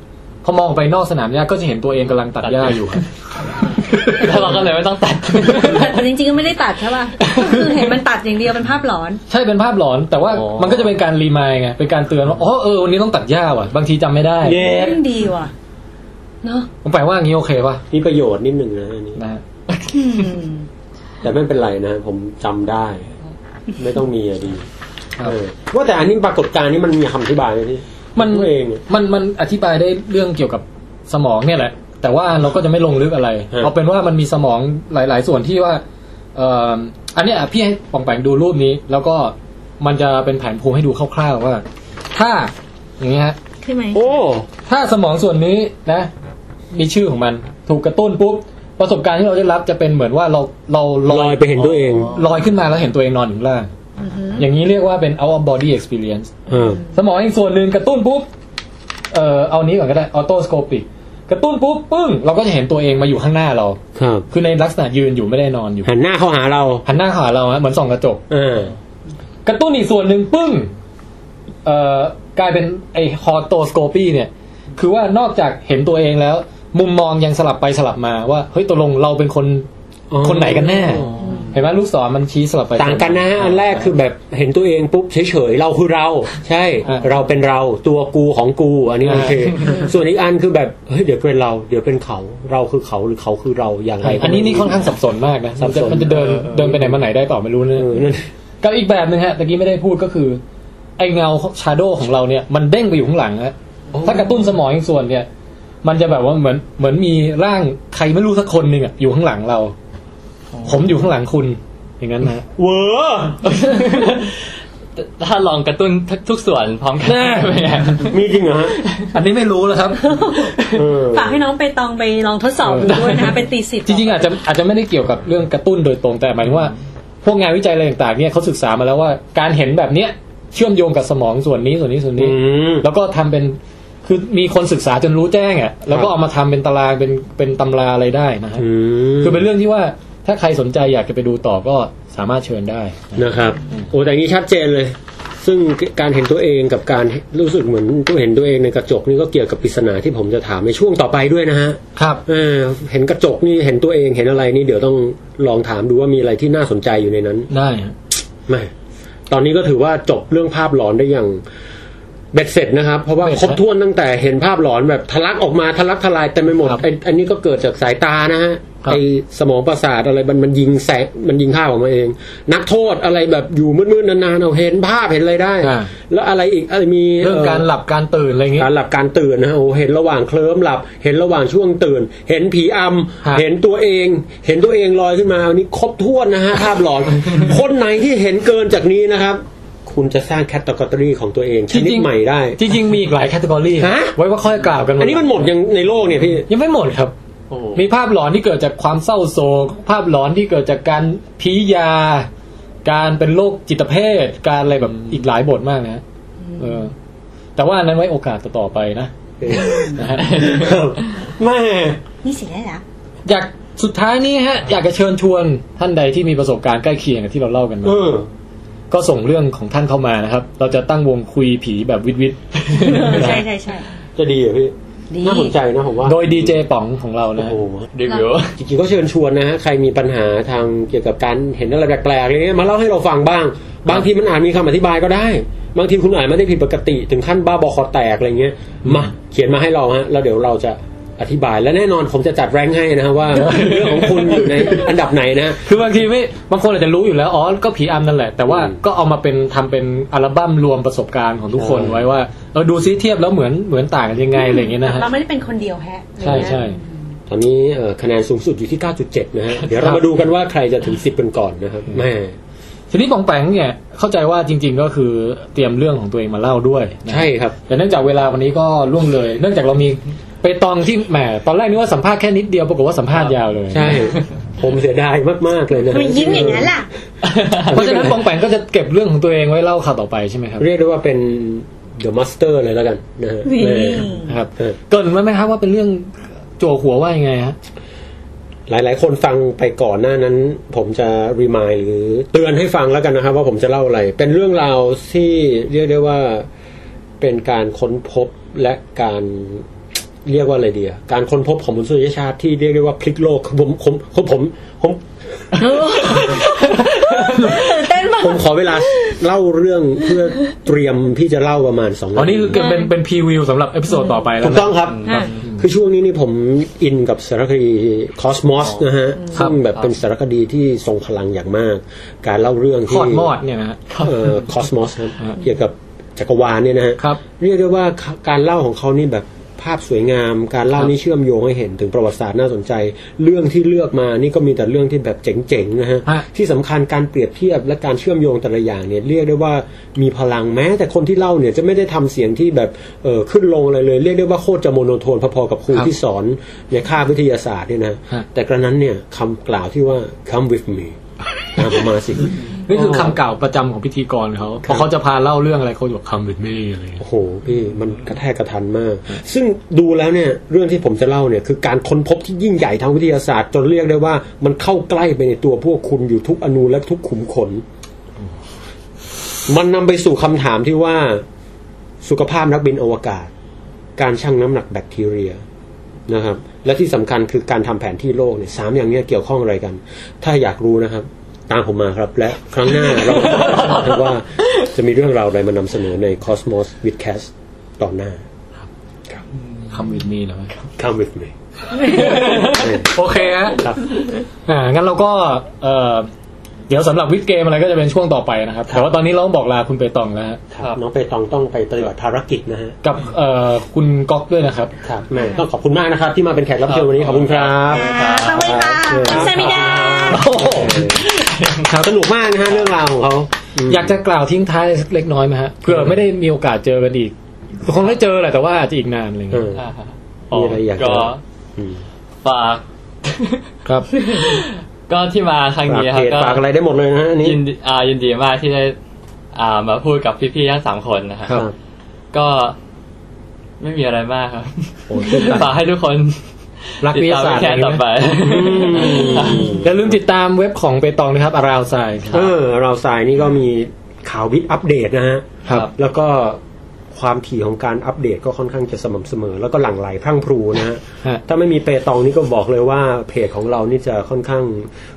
Speaker 1: พอมองไปนอกสนามหญ้าก็จะเห็นตัวเองกำลังตัดหญ้าอยู่ครับ
Speaker 4: (laughs) แล้วเราก็เลยไม่ต้องตัด (laughs)
Speaker 3: แต่จริงๆก็ไม่ได้ตัดใช่ป่ะ ก็คือเห็นมันตัดอย่างเดียวเป็นภาพหลอน
Speaker 1: ใช่เป็นภาพหลอนแต่ว่า
Speaker 4: อ๋อ
Speaker 1: มันก็จะเป็นการรีมายด์ไงเป็นการเตือนว่าอ๋อเออวันนี้ต้องตัดหญ้าว่ะบางทีจำไม่ได้
Speaker 2: เย้
Speaker 3: เรื่องดีว่ะ เนาะ
Speaker 1: ผมแปลว่าอย่างนี้โอเคป่ะ
Speaker 2: มีประโยชน์นิดหนึ่งนะอันนี้
Speaker 1: นะฮะ
Speaker 3: อืม
Speaker 2: แต่ไม่เป็นไรนะ ผมจำได้ ไม่ต้องมีอะดี
Speaker 1: ครับ
Speaker 2: เออว่าแต่อันนี้ปรากฏการณ์นี้มันมีคำอธิบายไหมพี่
Speaker 1: มัน
Speaker 2: ตัวเองอะ
Speaker 1: มันมันอธิบายได้เรื่องเกี่ยวกับสมองเนี่ยแหละ แต่ว่าเราก็จะไม่ลงลึกอะไร
Speaker 2: ฮะ
Speaker 1: เอาเป็นว่ามันมีสมองหลาย ๆ ส่วนที่ว่าเอ่ออันเนี้ยอ่ะพี่ให้ป่องแปงดูรูปนี้ แล้วก็มันจะเป็นแผนภูมิให้ดูคร่าว ๆ ว่า ถ้าอย่างเงี้ยฮะ
Speaker 3: ใช่ไหม
Speaker 2: โอ้
Speaker 1: ถ้าสมองส่วนนี้นะ มีชื่อของมันถูกกระตุ้นปุ๊บประสบการณ์ที่เราได้รับจะเป็นเหมือนว่าเราเรา
Speaker 2: ลอยไปเห็นตัวเอง
Speaker 1: ลอยขึ้นมาแล้วเห็นตัวเองนอนอยู่ข้างล่าง
Speaker 3: อือฮึ
Speaker 1: อย่างนี้เรียกว่าเป็น out of body experience
Speaker 2: เออ
Speaker 1: สมองอีกส่วนหนึ่งกระตุ้นปุ๊บ เอ่อเอานี้ก่อนก็ได้ ออโตสโคปิก กระตุ้นปุ๊บปึ้ง เราก็จะเห็นตัวเองมาอยู่ข้างหน้าเรา
Speaker 2: ครับ
Speaker 1: คือในลักษณะยืนอยู่ไม่ได้นอนอยู่
Speaker 2: หันหน้าเข้าหาเรา
Speaker 1: หันหน้าเข้าหาเราฮะเหมือนส่องกระจก
Speaker 2: เออ
Speaker 1: กระตุ้นอีกส่วนหนึ่งปึ้ง เอ่อกลายเป็นไอฮอโตสโคปีเนี่ย คือว่านอกจากเห็นตัวเองแล้ว มุมมองยังสลับไปสลับมาว่า เฮ้ยตกลงเราเป็นคน คนไหนกันแน่ เห็นไหมลูกศรมันชี้สลับไป
Speaker 2: ต่างกันนะฮะอันแรกคือแบบเห็นตัวเองปุ๊บเฉยๆเราคือเรา ใช่
Speaker 1: อ่ะ
Speaker 2: เราเป็นเราตัวกูของกู อันนี้
Speaker 1: อ่ะ
Speaker 2: โอเค (laughs) ส่วนอีกอันคือแบบเฮ้ยเดี๋ยวเป็นเราเดี๋ยวเป็นเขาเราคือเขาหรือเขาคือเราอย่างไรก็ไม่
Speaker 1: อันนี้นี่ค่อนข้างสับสนมากนะ
Speaker 2: สับสน
Speaker 1: มันจะเดินเดินไปไหนมาไหนได้ต่อไม่รู้นะ
Speaker 2: เออนั่น
Speaker 1: กับอีกแบบหนึ่งฮะตะกี้ไม่ได้พูดก็คือ ไอเงาชาโดของเราเนี่ย มันเด้งไปอยู่ข้างหลังฮะถ้ากระตุ้นสมองอีกส่วนเนี่ย มันจะแบบว่าเหมือนเหมือนมีร่างใครไม่รู้สักคนหนึ่งอะอยู่ข้างหลังเรา ผมอยู่ข้างหลังคุณ อย่างนั้นนะ
Speaker 2: เวอร์
Speaker 4: ถ้าลองกระตุ้นทุกส่วนพร้อมกัน
Speaker 1: แน่
Speaker 4: เป็นไง
Speaker 2: มีจริงเหรอฮะ
Speaker 1: (laughs) อันนี้ไม่รู้แล้วครับ
Speaker 2: เออ
Speaker 3: ฝากให้น้องไปตองไปลองทดสอบดูด้วยนะ เป็นตีสิบ
Speaker 1: (laughs) จริงๆอาจจะอาจจะไม่ได้เกี่ยวกับเรื่องกระตุ้นโดยตรงแต่หมายถึงว่า พวกงานวิจัยอะไรต่างๆเนี่ยเขาศึกษามาแล้วว่าการเห็นแบบเนี้ยเชื่อมโยงกับสมองส่วนนี้ส่วนนี้ส่วน
Speaker 2: อื
Speaker 1: นี้
Speaker 2: ม
Speaker 1: แล้วก็ทำเป็นคือมีคนศึกษาจนรู้แจ้งอ่ะแล้วก็
Speaker 2: ครับ
Speaker 1: เอามาทำเป็นตารางเป็นเป็นตำราอะไรได้นะฮะ
Speaker 2: อืม
Speaker 1: คือเป็นเรื่องที่ว่าถ้าใครสนใจอยากจะไปดูต่อก็สามารถเชิญได้
Speaker 2: นะครับโอ้แต่อันนี้ชัดเจนเลย ซึ่งการเห็นตัวเองกับการรู้สึกเหมือนตัวเห็นตัวเองในกระจกนี่ก็เกี่ยวกับปริศนาที่ผมจะถามในช่วงต่อไปด้วยนะฮะ
Speaker 1: ครับ
Speaker 2: เออเห็นกระจกนี่เห็นตัวเองเห็นอะไรนี่เดี๋ยวต้องลองถามดูว่ามีอะไรที่น่าสนใจอยู่ในนั้น
Speaker 1: ได้ฮะ
Speaker 2: แหม่ตอนนี้ก็ถือว่าจบเรื่องภาพหลอนได้อย่างเบ็ดเสร็จนะครับ เพราะว่าครบถ้วนตั้งแต่เห็นภาพหลอนแบบทะลักออกมาทะลักทลายเต็มไปหมด
Speaker 1: ครับ
Speaker 2: ไอ้อันนี้ก็เกิดจากสายตานะฮะ
Speaker 1: ครับ
Speaker 2: ไอสมองประสาทอะไรมันมันยิงแสงมันยิงภาพออกมาเอง นักโทษอะไรแบบอยู่มืดๆนานๆเอาเห็นภาพเห็นอะไรได้
Speaker 1: อ่า
Speaker 2: แล้วอะไรอีกอะไรมี
Speaker 1: เรื่องการหลับการตื่นอะไรอย่างงี้
Speaker 2: การหลับการตื่นนะฮะโอ้เห็นระหว่างเคลิ้มหลับ เห็นระหว่างช่วงตื่น เห็นผีอ
Speaker 1: ฮะ
Speaker 2: ำเห็นตัวเอง เห็นตัวเองลอยขึ้นมาอันนี้ครบถ้วน
Speaker 1: (laughs)
Speaker 2: นะฮะ ภาพหลอน คนไหนที่เห็นเกินจากนี้นะครับ คุณจะสร้างแคตตากรีของตัวเองชนิดใหม่ได้
Speaker 1: จริงๆมีอีกหลายแคตตาล็อ
Speaker 2: ฮะ
Speaker 1: ไว้ว่าค่อยกล่าวกัน
Speaker 2: อันนี้มันหมดยังในโลก
Speaker 1: (laughs)
Speaker 2: เนี่ยพี่
Speaker 1: ยังไม่หมดครับ
Speaker 4: โอ้โห
Speaker 1: มีภาพหลอนที่เกิดจากความเศร้าโศกภาพหลอนที่เกิดจากการพียา การเป็นโรคจิตเภท การอะไรแบบอีกหลายบทมากนะฮะเออ แต่ว่าอันนั้นไว้โอกาสต่อๆไปนะ นะฮะ
Speaker 2: แม่
Speaker 3: นี่เสร็จแล้วเหรอ
Speaker 1: อยากสุดท้ายนี้ฮะ อยากจะเชิญชวนท่านใดที่มีประสบการณ์ใกล้เคียงกับที่เราเล่ากันมา
Speaker 2: เออ
Speaker 1: ก็ส่งเรื่องของท่านเข้ามานะครับ เราจะตั้งวงคุยผีแบบวิดวิด
Speaker 3: ใช่ใช่ใช่
Speaker 2: จะดีเหรอพี่
Speaker 3: ดี
Speaker 2: น่าสนใจนะผมว่า
Speaker 1: โดยดีเจป๋องของเรานะ
Speaker 2: โอ้
Speaker 1: ฮะ
Speaker 2: โห
Speaker 4: รีวิว
Speaker 2: จริงๆก็เชิญชวนนะฮะ ใครมีปัญหาทางเกี่ยวกับการเห็นอะไรแปลกๆอะไรเงี้ยมาเล่าให้เราฟังบ้าง บางทีมันอาจมีคำอธิบายก็ได้ บางทีคุณอาจไม่ได้ผิดปกติ ถึงขั้นบ้าบอคอแตกอะไรเงี้ย มาเขียนมาให้เราฮะ แล้วเดี๋ยวเราจะอธิบาย และแน่นอนผมจะจัดแรงค์ให้นะฮะว่า เรื่องของคุณอยู่ในอันดับไหนนะ
Speaker 1: คือบางทีไม่บางคนอาจจะรู้อยู่แล้วอ๋อก็ผีอำนั่นแหละ แต่ว่า
Speaker 2: อืม
Speaker 1: ก็เอามาเป็นทำเป็นอัลบั้มรวมประสบการณ์ของทุกคน
Speaker 2: ใช่
Speaker 1: ไว้ว่าเราดูซิเทียบแล้วเหมือนเหมือนต่างกันยังไงอะไรอย่างเงี้ยนะฮะ
Speaker 3: เราไม่ได้เป็นคนเดียวแฮะ
Speaker 1: ใช่ใช่
Speaker 2: ตอนนี้เอ่อคะแนนสูงสุดอยู่ที่ 9.7 นะฮะ เดี๋ยวเรามาดูกันว่าใครจะถึง 10กันก่อนนะครับแม่
Speaker 1: ทีนี้ปองแปงเนี่ยเข้าใจว่าจริง ๆ ก็คือเตรียมเรื่องของตัวเองมาเล่าด้วยนะ
Speaker 2: ใช่ครับ
Speaker 1: แต่เนื่องจากเวลาวันนี้ก็ล่วงเลย เนื่องจากเรามีไปตองที่แหมตอนแรกนึกว่าสัมภาษณ์แค่นิดเดียวปรากฏว่าสัมภาษณ์ยาวเลย
Speaker 2: ใช่ ผมเสียดายมาก ๆ เลยนะ
Speaker 5: ทำไมยิ้มอย่างนั้นล่ะ
Speaker 1: เพราะฉะนั้นปองแปงก็จะเก็บเรื่องของตัวเองไว้เล่าข่าวต่อไปใช่ไหมครับ
Speaker 2: เรียกได้ว่าเป็น The Master เลยแล้วกันนะฮะ
Speaker 3: นี่
Speaker 2: เออ
Speaker 1: ครับ
Speaker 2: เออ
Speaker 1: เกรินไว้ไหมครับว่าเป็นเรื่องจั่วหัวว่ายังไงฮะ
Speaker 2: หลาย ๆ คนฟังไปก่อนหน้านั้น ผมจะรีมายหรือเตือนให้ฟังแล้วกันนะครับ ว่าผมจะเล่าอะไร เป็นเรื่องราวที่เรียกได้ว่าเป็นการค้นพบและการเรียกว่าอะไรดีอะการค้นพบของมนุษยชาติที่เรียกได้ว่าพลิกโลกผมผมผมผมผม
Speaker 3: ตื่นเต้นมาก
Speaker 2: ผมขอเวลาเล่าเรื่องเพื่อเตรียมที่จะเล่าประมาณสอง
Speaker 1: อ๋อนี่คือเป็นเป็นพรีวิวสำหรับเอพิโซดต่อไปแล้
Speaker 2: ถู
Speaker 1: ว
Speaker 2: ก
Speaker 1: นะ
Speaker 2: ต้องครับ
Speaker 3: อ่า
Speaker 2: คือช่วงนี้นี่ผมอินกับสารคดีคอสมอสนะฮะ
Speaker 1: ครั
Speaker 2: ซึ่
Speaker 1: บ
Speaker 2: งแบบเป็นสารคดีที่ทรงพลังอย่างมาก การเล่าเรื่อง
Speaker 1: ค
Speaker 2: ที่
Speaker 1: อดมอดเนี่ยนะฮะ
Speaker 2: คอสมอสเกี่ยวกับจักรวาลเนี่ยนะฮะ
Speaker 1: ครับ
Speaker 2: เรียกได้ว่าการเล่าของเขานี่แบบภาพสวยงาม การเล่า
Speaker 1: ครับ
Speaker 2: นี่เชื่อมโยงให้เห็นถึงประวัติศาสตร์น่าสนใจ เรื่องที่เลือกมานี่ก็มีแต่เรื่องที่แบบเจ๋งๆนะฮะ
Speaker 1: ฮะ
Speaker 2: ที่สำคัญการเปรียบเทียบและการเชื่อมโยงแต่ละอย่างเนี่ยเรียกได้ว่ามีพลังแม้ แต่คนที่เล่าเนี่ยจะไม่ได้ทำเสียงที่แบบเออขึ้นลงอะไรเลย เรียกได้ว่าโคตรจะโมโนโทนพอๆกับครู
Speaker 1: ครับ
Speaker 2: ที่สอนในคาบวิทยาศาสตร์เนี่ยนะ
Speaker 1: ฮะ
Speaker 2: แต่กระนั้นเนี่ยคำกล่าวที่ว่า come with me ต (laughs) ามผมมาสิ
Speaker 1: นี่คือคำเกล่าวประจำของพิธีกรเขาพอเขาจะพาเล่าเรื่องอะไรเขาจะบอกคำเป็นไม่อะไรอย่างเงี้ย
Speaker 2: โอ้โหพี่มันกระแทกกระทันมาก ซึ่งดูแล้วเนี่ยเรื่องที่ผมจะเล่าเนี่ยคือการค้นพบที่ยิ่งใหญ่ทางวิทยาศาสตร์ จนเรียกได้ว่ามันเข้าใกล้ไปในตัวพวกคุณอยู่ทุกอนูและทุกขุมขน มันนำไปสู่คำถามที่ว่าสุขภาพนักบินอวกาศ การชั่งน้ำหนักแบคทีเรียนะครับ และที่สำคัญคือการทำแผนที่โลกเนี่ยสามอย่างเนี้ยเกี่ยวข้องอะไรกัน ถ้าอยากรู้นะครับ ตามผมมาครับ และครั้งหน้าเราจะว่าจะมีเรื่องราวอะไรมานำเสนอใน Cosmos with Cast ตอนหน้า
Speaker 1: คำวินมีนะครับ
Speaker 2: Come with me
Speaker 1: โอเคฮะ
Speaker 2: ครับ
Speaker 1: อ่างั้นเราก็เอ่อเดี๋ยวสำหรับวิดเกมอะไรก็จะเป็นช่วงต่อไปนะครับ แต่ว่าตอนนี้เราต้องบอกลาคุณเปตองแล้วฮะ
Speaker 4: ครับ
Speaker 2: น้องไปตองต้องไปปฏิบัติภารกิจนะฮะ
Speaker 1: กับเอ่อคุณก๊อกด้วยนะครับ
Speaker 2: ครับแม่ต้องขอบคุณมากนะครับ ที่มาเป็นแขกรับเชิญวันนี้ขอบคุณครับ
Speaker 5: อ่าขอบคุณค่ะขอบคุณไม่ได้
Speaker 2: สนุกมากนะฮะเรื่องราวของเขาม
Speaker 1: อยากจะกล่าวทิ้งท้ายสักเล็กน้อยไหมฮะเพื่อไม่ได้มีโอกาสเจอกันอีกคงได้เจอแหละแต่ว่าอาจจะอีกนานอะไรอย่าง
Speaker 2: เอ
Speaker 1: เงี้ย
Speaker 2: อ
Speaker 4: อ่าฮะ
Speaker 2: มีอะไรอยากจะ
Speaker 4: ก็
Speaker 2: อืม
Speaker 4: ฝาก (laughs)
Speaker 1: ครับ
Speaker 4: ก็ที่มาครั้งนี้
Speaker 2: ฝาก
Speaker 4: ครั
Speaker 2: เพจ
Speaker 4: บก็
Speaker 2: ฝากอะไรได้หมดเลยนะฮะอันนี้
Speaker 4: ยินดีอ่ายินดีมากที่ได้อ่ามาพูดกับพี่ๆทั้งสามคนนะครั
Speaker 2: ครับ บ
Speaker 4: ก็ไม่มีอะไรมากครับ
Speaker 2: โอ้ยเจ็บปาก
Speaker 4: ฝากให้ทุกคน
Speaker 1: รักวิทยาศาสตร์
Speaker 4: ติดตมแค่
Speaker 1: อะไร
Speaker 4: ต่อ
Speaker 1: เงี้ย
Speaker 4: ไป
Speaker 1: อย่าลืมติดตามเว็บของเปตองนะครับอาราวไซ
Speaker 2: เออ เราสายนี่ก็มีข่าววิทย์อัปเดตนะฮะ
Speaker 1: ครับ
Speaker 2: แล้วก็ความถี่ของการอัปเดตก็ค่อนข้างจะสม่ำเสมอ แล้วก็หลั่งไหลพรั่งพรูนะฮะ
Speaker 1: ฮะ
Speaker 2: ถ้าไม่มีเปตองนี่ก็บอกเลยว่าเพจของเรานี่จะค่อนข้าง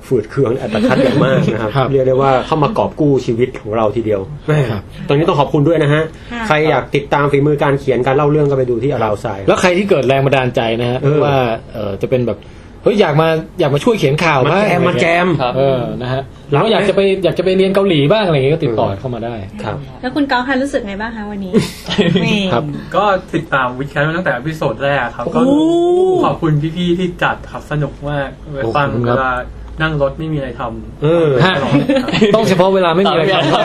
Speaker 2: ฝืดเคืองอัตคัดอย่างมากนะครับ
Speaker 1: ครับ
Speaker 2: เรียกได้ว่าเข้ามากอบกู้ชีวิตของเราทีเดียวแม่
Speaker 1: ครับ
Speaker 2: ตอนนี้ต้องขอบคุณด้วยนะฮะ ใครอยากติดตามฝีมือการเขียนการเล่าเรื่องก็ไปดูที่อาราวสาย
Speaker 1: แล้วใครที่เกิดแรงบันดาลใจนะฮะ
Speaker 2: เออ
Speaker 1: ว่าเออจะเป็นแบบเฮ้ยอยากมาอยากมาช่วยเขียนข่าว
Speaker 2: มา
Speaker 1: บ้าง
Speaker 2: แจมมาแจม
Speaker 4: ครับ
Speaker 1: เออนะฮะ
Speaker 2: รั
Speaker 1: แล้
Speaker 2: บ
Speaker 1: วาอยากจะไปอยากจะไปเรียนเกาหลีบ้างอะไรอย่างเงี้ยก็ติดต่อ
Speaker 2: เออ
Speaker 1: เข้ามาได้
Speaker 2: ครับ
Speaker 3: แล้วคุณก๊อกคะรู้สึกไงบ้างคะวันนี้
Speaker 1: ครับ
Speaker 6: ก็ติดตามวิดแคสต์มาตั้งแต่อพิโซดแรกครับ ก็
Speaker 3: โอ้
Speaker 6: ขอบคุณพี่ๆที่จัดครับสนุกมากเวลาฟัง
Speaker 1: ขอบคุณค
Speaker 6: เว
Speaker 1: รับ
Speaker 6: ลานั่งรถไม่มีอะไรท
Speaker 2: เออ
Speaker 6: ำ
Speaker 1: ฮะ
Speaker 6: ตลอดเลยครับ
Speaker 1: (laughs) ต้องเฉพาะเวลาไม่มีอะไร
Speaker 4: ตามเวล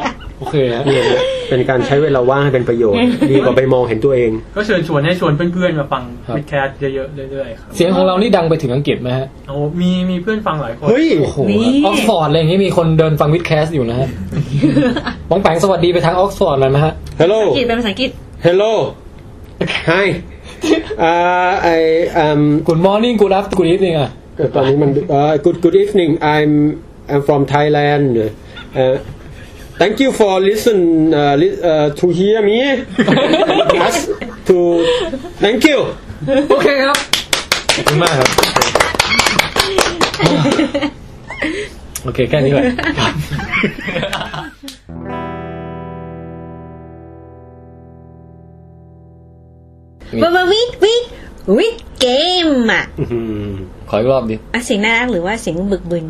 Speaker 4: า (laughs)
Speaker 1: โอเคฮะ
Speaker 2: เนี่ยนะเป็นการใช้เวลาว่างให้เป็นประโยชน์ ดีกว่าไปมองเห็นตัวเอง
Speaker 6: ก็เชิญชวนให้ชวนเพื่อนๆ มาฟังวิดแคสต์เยอะๆเรื่อยๆครับ
Speaker 1: เสียงของเรานี่ดังไปถึงอังกฤษไหมฮะ
Speaker 6: โอ้มีมีเพื่อนฟังหลายคน
Speaker 2: เฮ้ย
Speaker 1: โอ้โห
Speaker 3: นี่
Speaker 1: ออกซฟอร์ดอะไรอย่างงี้มีคนเดินฟังวิดแคสต์อยู่นะฮะป้องแปงสวัสดีไปทางออกซฟอร์ดหน่อยไหมฮะ
Speaker 2: hello (laughs)
Speaker 3: อังกฤษเป็นภาษาอังกฤษ
Speaker 2: hello hi อ่าไออืม
Speaker 1: Good morning Good afternoon Good evening อ่ะ
Speaker 2: เออตอนนี้มันเอ่อ good good evening I'm I'm from Thailand เอ่อ thank you for listen uh, li- uh, to hear (laughs) me us to thank you
Speaker 1: โอเคครับ ขอบคุณมากครับ โอเค แค่นี้แหละ
Speaker 3: ว่าว่าวิวิวิเกมอ่ะ
Speaker 4: ขออีกรอบดิ
Speaker 3: อ่ะเสียงน่ารักหรือว่าเสียงบึกบึน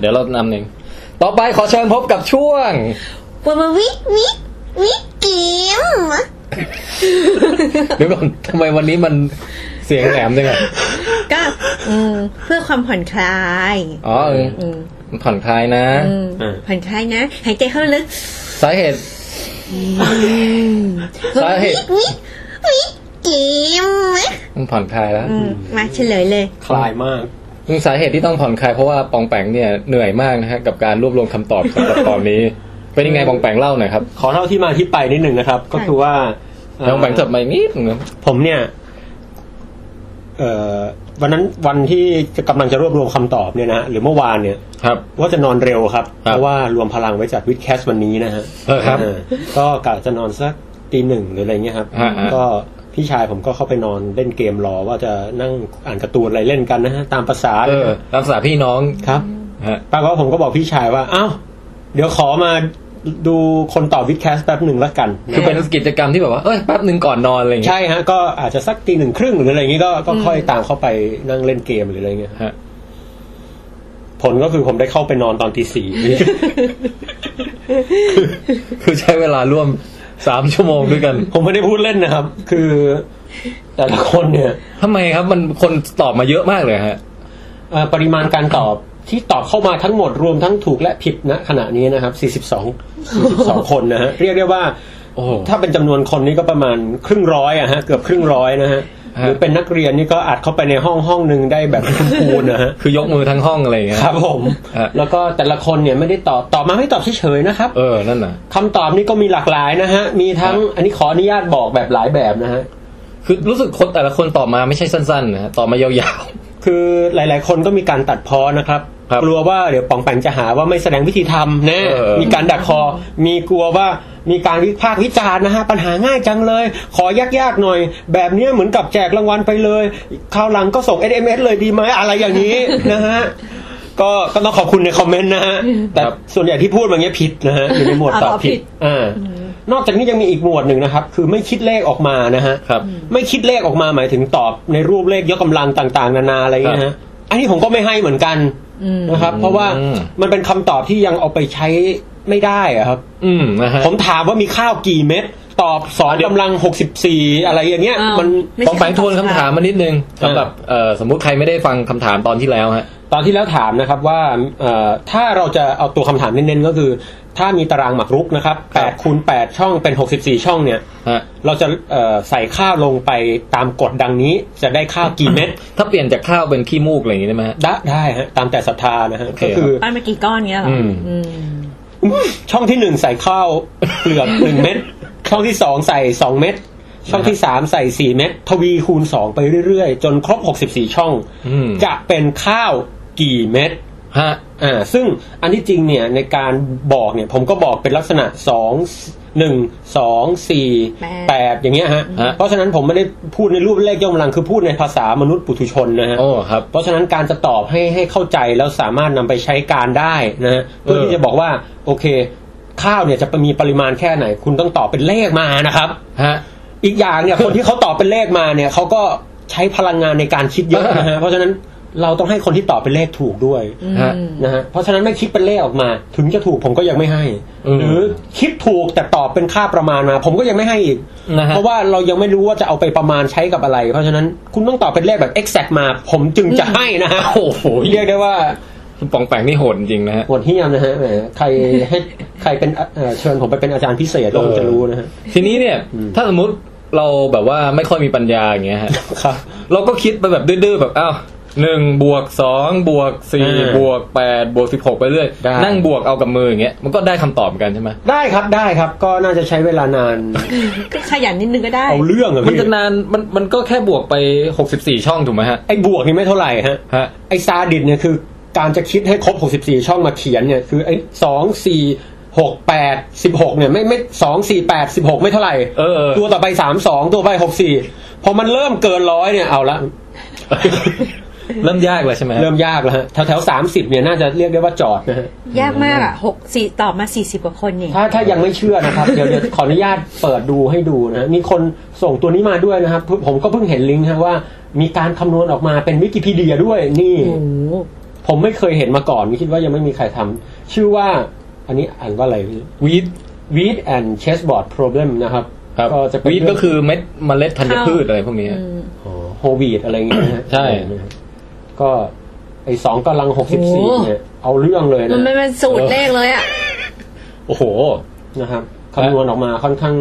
Speaker 4: เดี๋ยวเรานำหนึ่ง ต่อไปขอเชิญพบกับช่วง (laughs)
Speaker 3: ว่าว่าวิวิ
Speaker 5: วิกเกม
Speaker 4: เดี๋ยวก่อนทำไมวันนี้มันเสียงแหลมจังอะ
Speaker 3: ก็อืมเพื่อความผ่อนคลาย
Speaker 4: อ๋อเออ
Speaker 3: อืม
Speaker 4: ผ่อนคลายนะ
Speaker 3: อืมผ่อนคลายนะหายใจเข้าลึก
Speaker 4: สาเหตุ สาเหตุ
Speaker 5: วิวิกเกม
Speaker 4: มันผ่อนคลายแล้ว
Speaker 3: อืมมาเฉลยเลย
Speaker 2: คลายมาก
Speaker 4: ซึ่งสาเหตุที่ต้องผ่อนคลายเพราะว่าปองแปงเนี่ยเหนื่อยมากนะฮะกับการรวบรวมคำตอบสำหรับตอนนี้ เป็นยังไงปองแปงเล่าหน่อยครับ
Speaker 2: ขอเล่าที่มาที่ไปนิดหนึ่งนะครับ ก็คือว่าเอ่อ
Speaker 4: ปองแปงจบมาอีกนิดหนึงนะ
Speaker 2: ผมเนี่ย เอ่อวันนั้นวันที่จะกำลังจะรวบรวมคำตอบเนี่ยนะฮะหรือเมื่อวานเนี่ย
Speaker 4: ครับ
Speaker 2: ว่าจะนอนเร็วครับ
Speaker 4: ครั
Speaker 2: เพ
Speaker 4: บ
Speaker 2: ราะว่ารวมพลังไว้จัดวิดแคสวันนี้นะฮะ
Speaker 4: เออครับ
Speaker 2: เออก็กะจะนอนสักตีหนึ่งหรืออะไรเงี้ยครับ
Speaker 4: ฮะฮะ
Speaker 2: ก็พี่ชายผมก็เข้าไปนอนเล่นเกมรอว่าจะนั่งอ่านการ์ตูนอะไรเล่นกันนะฮะตามภาษา
Speaker 4: เออตามภาษาพี่น้อง
Speaker 2: ครับ
Speaker 4: ฮะ
Speaker 2: ปรากฏว่าผมก็บอกพี่ชายว่าอ้าวเดี๋ยวขอมาดูคนตอบวิดแคสแป๊บหนึ่งละกันนะ
Speaker 4: คือเป็นกิจกรรมที่แบบว่าเอ้ยแป๊บหนึ่งก่อนนอนอะไรอย่างเงี้ย
Speaker 2: ใช่ฮะก็อาจจะสักตีหนึ่งครึ่งหรืออะไรเงี้ยก็ก็ค่อยตามเข้าไปนั่งเล่นเกมหรืออะไรเงี้ย
Speaker 4: ฮะ
Speaker 2: ผลก็คือผมได้เข้าไปนอนตอนตีสี่ (laughs)
Speaker 4: คือใช้เวลาร่วมสามชั่วโมงด้วยกัน
Speaker 2: ผมไม่ได้พูดเล่นนะครับ คือแต่ละคนเนี่ย
Speaker 4: ทำไมครับมันคนตอบมาเยอะมากเลยฮะ
Speaker 2: เอ่อปริมาณการตอบที่ตอบเข้ามาทั้งหมดรวมทั้งถูกและผิดณขณะนี้นะครับ 42 42 คนนะฮะ เรียกได้ว่า
Speaker 4: โอ้โห
Speaker 2: ถ้าเป็นจำนวนคนนี่ก็ประมาณครึ่งร้อยอะฮะ เกือบครึ่งร้อยนะฮะห
Speaker 4: ฮะ
Speaker 2: รือเป็นนักเรียนนี่ก็อัดเข้าไปในห้องห้องหนึ่งได้แบบ (laughs) คูณๆนะฮะ
Speaker 4: คือยกมือทั้งห้องอะไรอย่างเงี้ย
Speaker 2: ครับผม
Speaker 4: ฮะ
Speaker 2: แล้วก็แต่ละคนเนี่ยไม่ได้ตอบตอบมาไม่ตอบเฉยๆนะครับ
Speaker 4: เออนั่นน่ะ
Speaker 2: คำตอบนี่ก็มีหลากหลายนะฮะ มีทั้งอันนี้ขออนุญาตบอกแบบหลายแบบนะฮะ
Speaker 4: คือรู้สึกคนแต่ละคนตอบมาไม่ใช่สั้นๆนะฮะตอบมายาว
Speaker 2: คือหลาย ๆ คนก็มีการตัดพ้อนะครับ
Speaker 4: ครับ
Speaker 2: กลัวว่าเดี๋ยวปองแปงจะหาว่าไม่แสดงวิธีทำแน่
Speaker 4: เออ
Speaker 2: มีการดักคอ มีกลัวว่ามีการวิพากษ์วิจารณ์นะฮะ ปัญหาง่ายจังเลย ขอยากๆหน่อย แบบเนี้ยเหมือนกับแจกรางวัลไปเลยคราวหลังก็ส่ง SMS เลยดีไหมอะไรอย่างนี้ (laughs) นะฮะ ก็ก็ต้องขอบคุณในคอมเมนต์นะฮะ แต่ส่วนใหญ่ที่พูดมาเงี้ยผิด
Speaker 4: (laughs)
Speaker 2: นะฮะอยู่ในหมวด
Speaker 3: อ่า
Speaker 2: ตอบ
Speaker 3: ตอบผิ
Speaker 2: ผิด
Speaker 3: ด
Speaker 2: อ่านอกจากนี้ยังมีอีกหมวดหนึ่งนะครับ คือไม่คิดเลขออกมานะฮะ
Speaker 4: ๆครับ
Speaker 2: ไม่คิดเลขออกมาหมายถึงตอบในรูปเลขยกกำลังต่าง ๆ นานาอะไรเงี้ย
Speaker 4: ครับ
Speaker 2: นะอันนี้ผมก็ไม่ให้เหมือนกัน
Speaker 3: อืม
Speaker 2: นะครับ
Speaker 4: อืม
Speaker 2: เพราะว่ามันเป็นคำตอบที่ยังเอาไปใช้ไม่ได้อะครับ
Speaker 4: อืมนะฮะ
Speaker 2: ผมถามว่ามีข้าวกี่เม็ดตอบสองกำลังหกสิบสี่อะไรอย่างเงี้ย มัน
Speaker 3: ไม่
Speaker 4: ปอ
Speaker 3: ใช่
Speaker 4: งแปงทวนคำถามมานิดนึงสำหรับเอ่อสมมุติใครไม่ได้ฟังคำถามตอนที่แล้วฮะ
Speaker 2: ตอนที่แล้วถามนะครับว่าเอ่อถ้าเราจะเอาตัวคำถามเน้นๆก็คือ ถ้ามีตารางหมากรุกนะครับแปดคูณแปดช่องเป็นหกสิบสี่ช่องเนี่ย
Speaker 4: ฮะ
Speaker 2: เราจะเอ่อใส่ข้าวลงไปตามกฎดังนี้ จะได้ข้าวกี่เม็ด
Speaker 4: ถ้าเปลี่ยนจากข้าวเป็นขี้มูกอะไรอย่างงี้ได้ไหมฮะ
Speaker 2: ได้ได้ฮะตามแต่ศรัทธานะฮะ
Speaker 4: โอเคครั
Speaker 2: ก็
Speaker 4: บ
Speaker 2: คือ
Speaker 3: ป้านมากี่ก้อนเงี้ยเหรอ
Speaker 4: อืม
Speaker 3: อืม
Speaker 2: ช่องที่หนึ่งใส่ข้าวเปลือก หนึ่งเม็ดช่องที่สองใส่สองเม็ดช่องที่สามใส่สี่เม็ดทวีคูณสองไปเรื่อยๆ จนครบหกสิบสี่ช่อง
Speaker 4: อืม
Speaker 2: จะเป็นข้าวกี่เม็ด
Speaker 4: ฮะ
Speaker 2: อ่าซึ่งอันที่จริงเนี่ยในการบอกเนี่ยผมก็บอกเป็นลักษณะสองหนึ่งสองสี่แปดอย่างเงี้ยฮะ
Speaker 4: ฮะ
Speaker 2: เพราะฉะนั้นผมไม่ได้พูดในรูปเลขยกกำลังคือพูดในภาษามนุษย์ปุถุชนนะฮะ
Speaker 4: โอ้ครับ
Speaker 2: เพราะฉะนั้นการจะตอบให้ให้เข้าใจแล้วสามารถนำไปใช้การได้นะฮะเพื่อที่จะบอกว่าโอเค ข้าวเนี่ยจะมีปริมาณแค่ไหน คุณต้องตอบเป็นเลขมานะครับ
Speaker 4: ฮะ
Speaker 2: อีกอย่างเนี่ย คนที่เขาตอบเป็นเลขมาเนี่ยเขาก็ใช้พลังงานในการคิดเยอะนะฮะเพราะฉะนั้นเราต้องให้คนที่ตอบเป็นเลขถูกด้วย
Speaker 4: ฮะ
Speaker 2: นะฮะเพราะฉะนั้นไม่คิดเป็นเลขออกมา ถึงจะถูกผมก็ยังไม่ให้
Speaker 4: อืม
Speaker 2: หรือคิดถูกแต่ตอบเป็นค่าประมาณมา ผมก็ยังไม่ให้อีก
Speaker 4: นะฮะ
Speaker 2: เพราะว่าเรายังไม่รู้ว่าจะเอาไปประมาณใช้กับอะไร เพราะฉะนั้นคุณต้องตอบเป็นเลขแบบ exact มา ผมจึงจะให้นะฮะ
Speaker 4: โอ้โห
Speaker 2: เรียกได้ว่า
Speaker 4: คุณปองแปงนี่โหดจริงๆนะฮะ (laughs)
Speaker 2: โหดเหี้ยมนะฮะแหมใครให้ใครเป็นเอ่อเชิญผมไปเป็นอาจารย์พิเศษก็คงจะรู้นะฮะ
Speaker 4: ทีนี้เนี่ย
Speaker 2: อืม
Speaker 4: ถ้าสมมติเราแบบว่าไม่ค่อยมีปัญญาอย่างเงี้ยฮะ
Speaker 2: ครับ
Speaker 4: เราก็คิดไปแบบดื้อๆแบบอ้าว หนึ่งบวกสองบวกสี่
Speaker 2: อ่า
Speaker 4: บวกแปดบวกสิบหกไปเรื่อย
Speaker 2: ได้
Speaker 4: นั่งบวกเอากับมืออย่างเงี้ยมันก็ได้คำตอบเหมือนกันใช่ไหม
Speaker 2: ได้ครับได้ครับ ก็น่าจะใช้เวลานาน
Speaker 3: ก็ขยันนิดนึงก็ได้
Speaker 2: เอาเรื่องอะ
Speaker 4: มัน
Speaker 2: พี่
Speaker 4: จะนานมันมันก็แค่บวกไปหกสิบสี่ช่องถูกไหมฮะ
Speaker 2: ไอ้บวกนี่ไม่เท่าไหร่ฮะ
Speaker 4: ฮะ
Speaker 2: ไอ้ซาดิสเนี่ยคือการจะคิดให้ครบ 64 ช่องมาเขียนเนี่ยคือไอ้สองสี่หกแปดสิบหกเนี่ยไม่ไม่สองสี่แปดสิบหกไม่เท่าไหร่
Speaker 4: เออเออ
Speaker 2: ตัวต่อไปสามสองตัวไปหกสี่พอมันเริ่มเกินร้อยเนี่ยเอาละ
Speaker 4: เริ่มยากแล้วใช่ไหมฮะ
Speaker 2: เริ่มยากแล้วฮะแถวแถวสามสิบเนี่ยน่าจะเรียกได้ว่าจอดนะฮะ
Speaker 3: ยากมากอ่ะหกสี่ตอบมาสี่สิบกว่าคนเนี่ย
Speaker 2: ถ้าถ้ายังไม่เชื่อนะครับ เดี๋ยวเดี๋ยวขออนุญาตเปิดดูให้ดูนะมีคนส่งตัวนี้มาด้วยนะครับ ผมก็เพิ่งเห็นลิงก์ฮะว่า มีการคำนวณออกมาเป็นวิกิพีเดียด้วยนี่
Speaker 3: โอ้โห
Speaker 2: ผมไม่เคยเห็นมาก่อนคิดว่ายังไม่มีใครทำชื่อว่า อันนี้อ่านว่าอะไร
Speaker 4: วีด
Speaker 2: วี e แอนด์เชสบอร์ด problem นะครับ
Speaker 4: ครับ
Speaker 2: ก็จะเป็น
Speaker 4: วีทก็คือเม็ดเมล็ดธัญพืชอะไรพวกนี้
Speaker 2: โฮวีดอะไรอย่างเงี้ยนะฮะ
Speaker 4: ใช่
Speaker 2: ก็ไอสองกำลังหกสิบสี่เนี่ยเอาเรื่องเลย
Speaker 3: มันไม่
Speaker 2: นะ
Speaker 3: เป็นสูตรเลขเลยอ่ะ
Speaker 4: โอ้โห
Speaker 2: นะครับคำนวณออกมาค่อนข้าง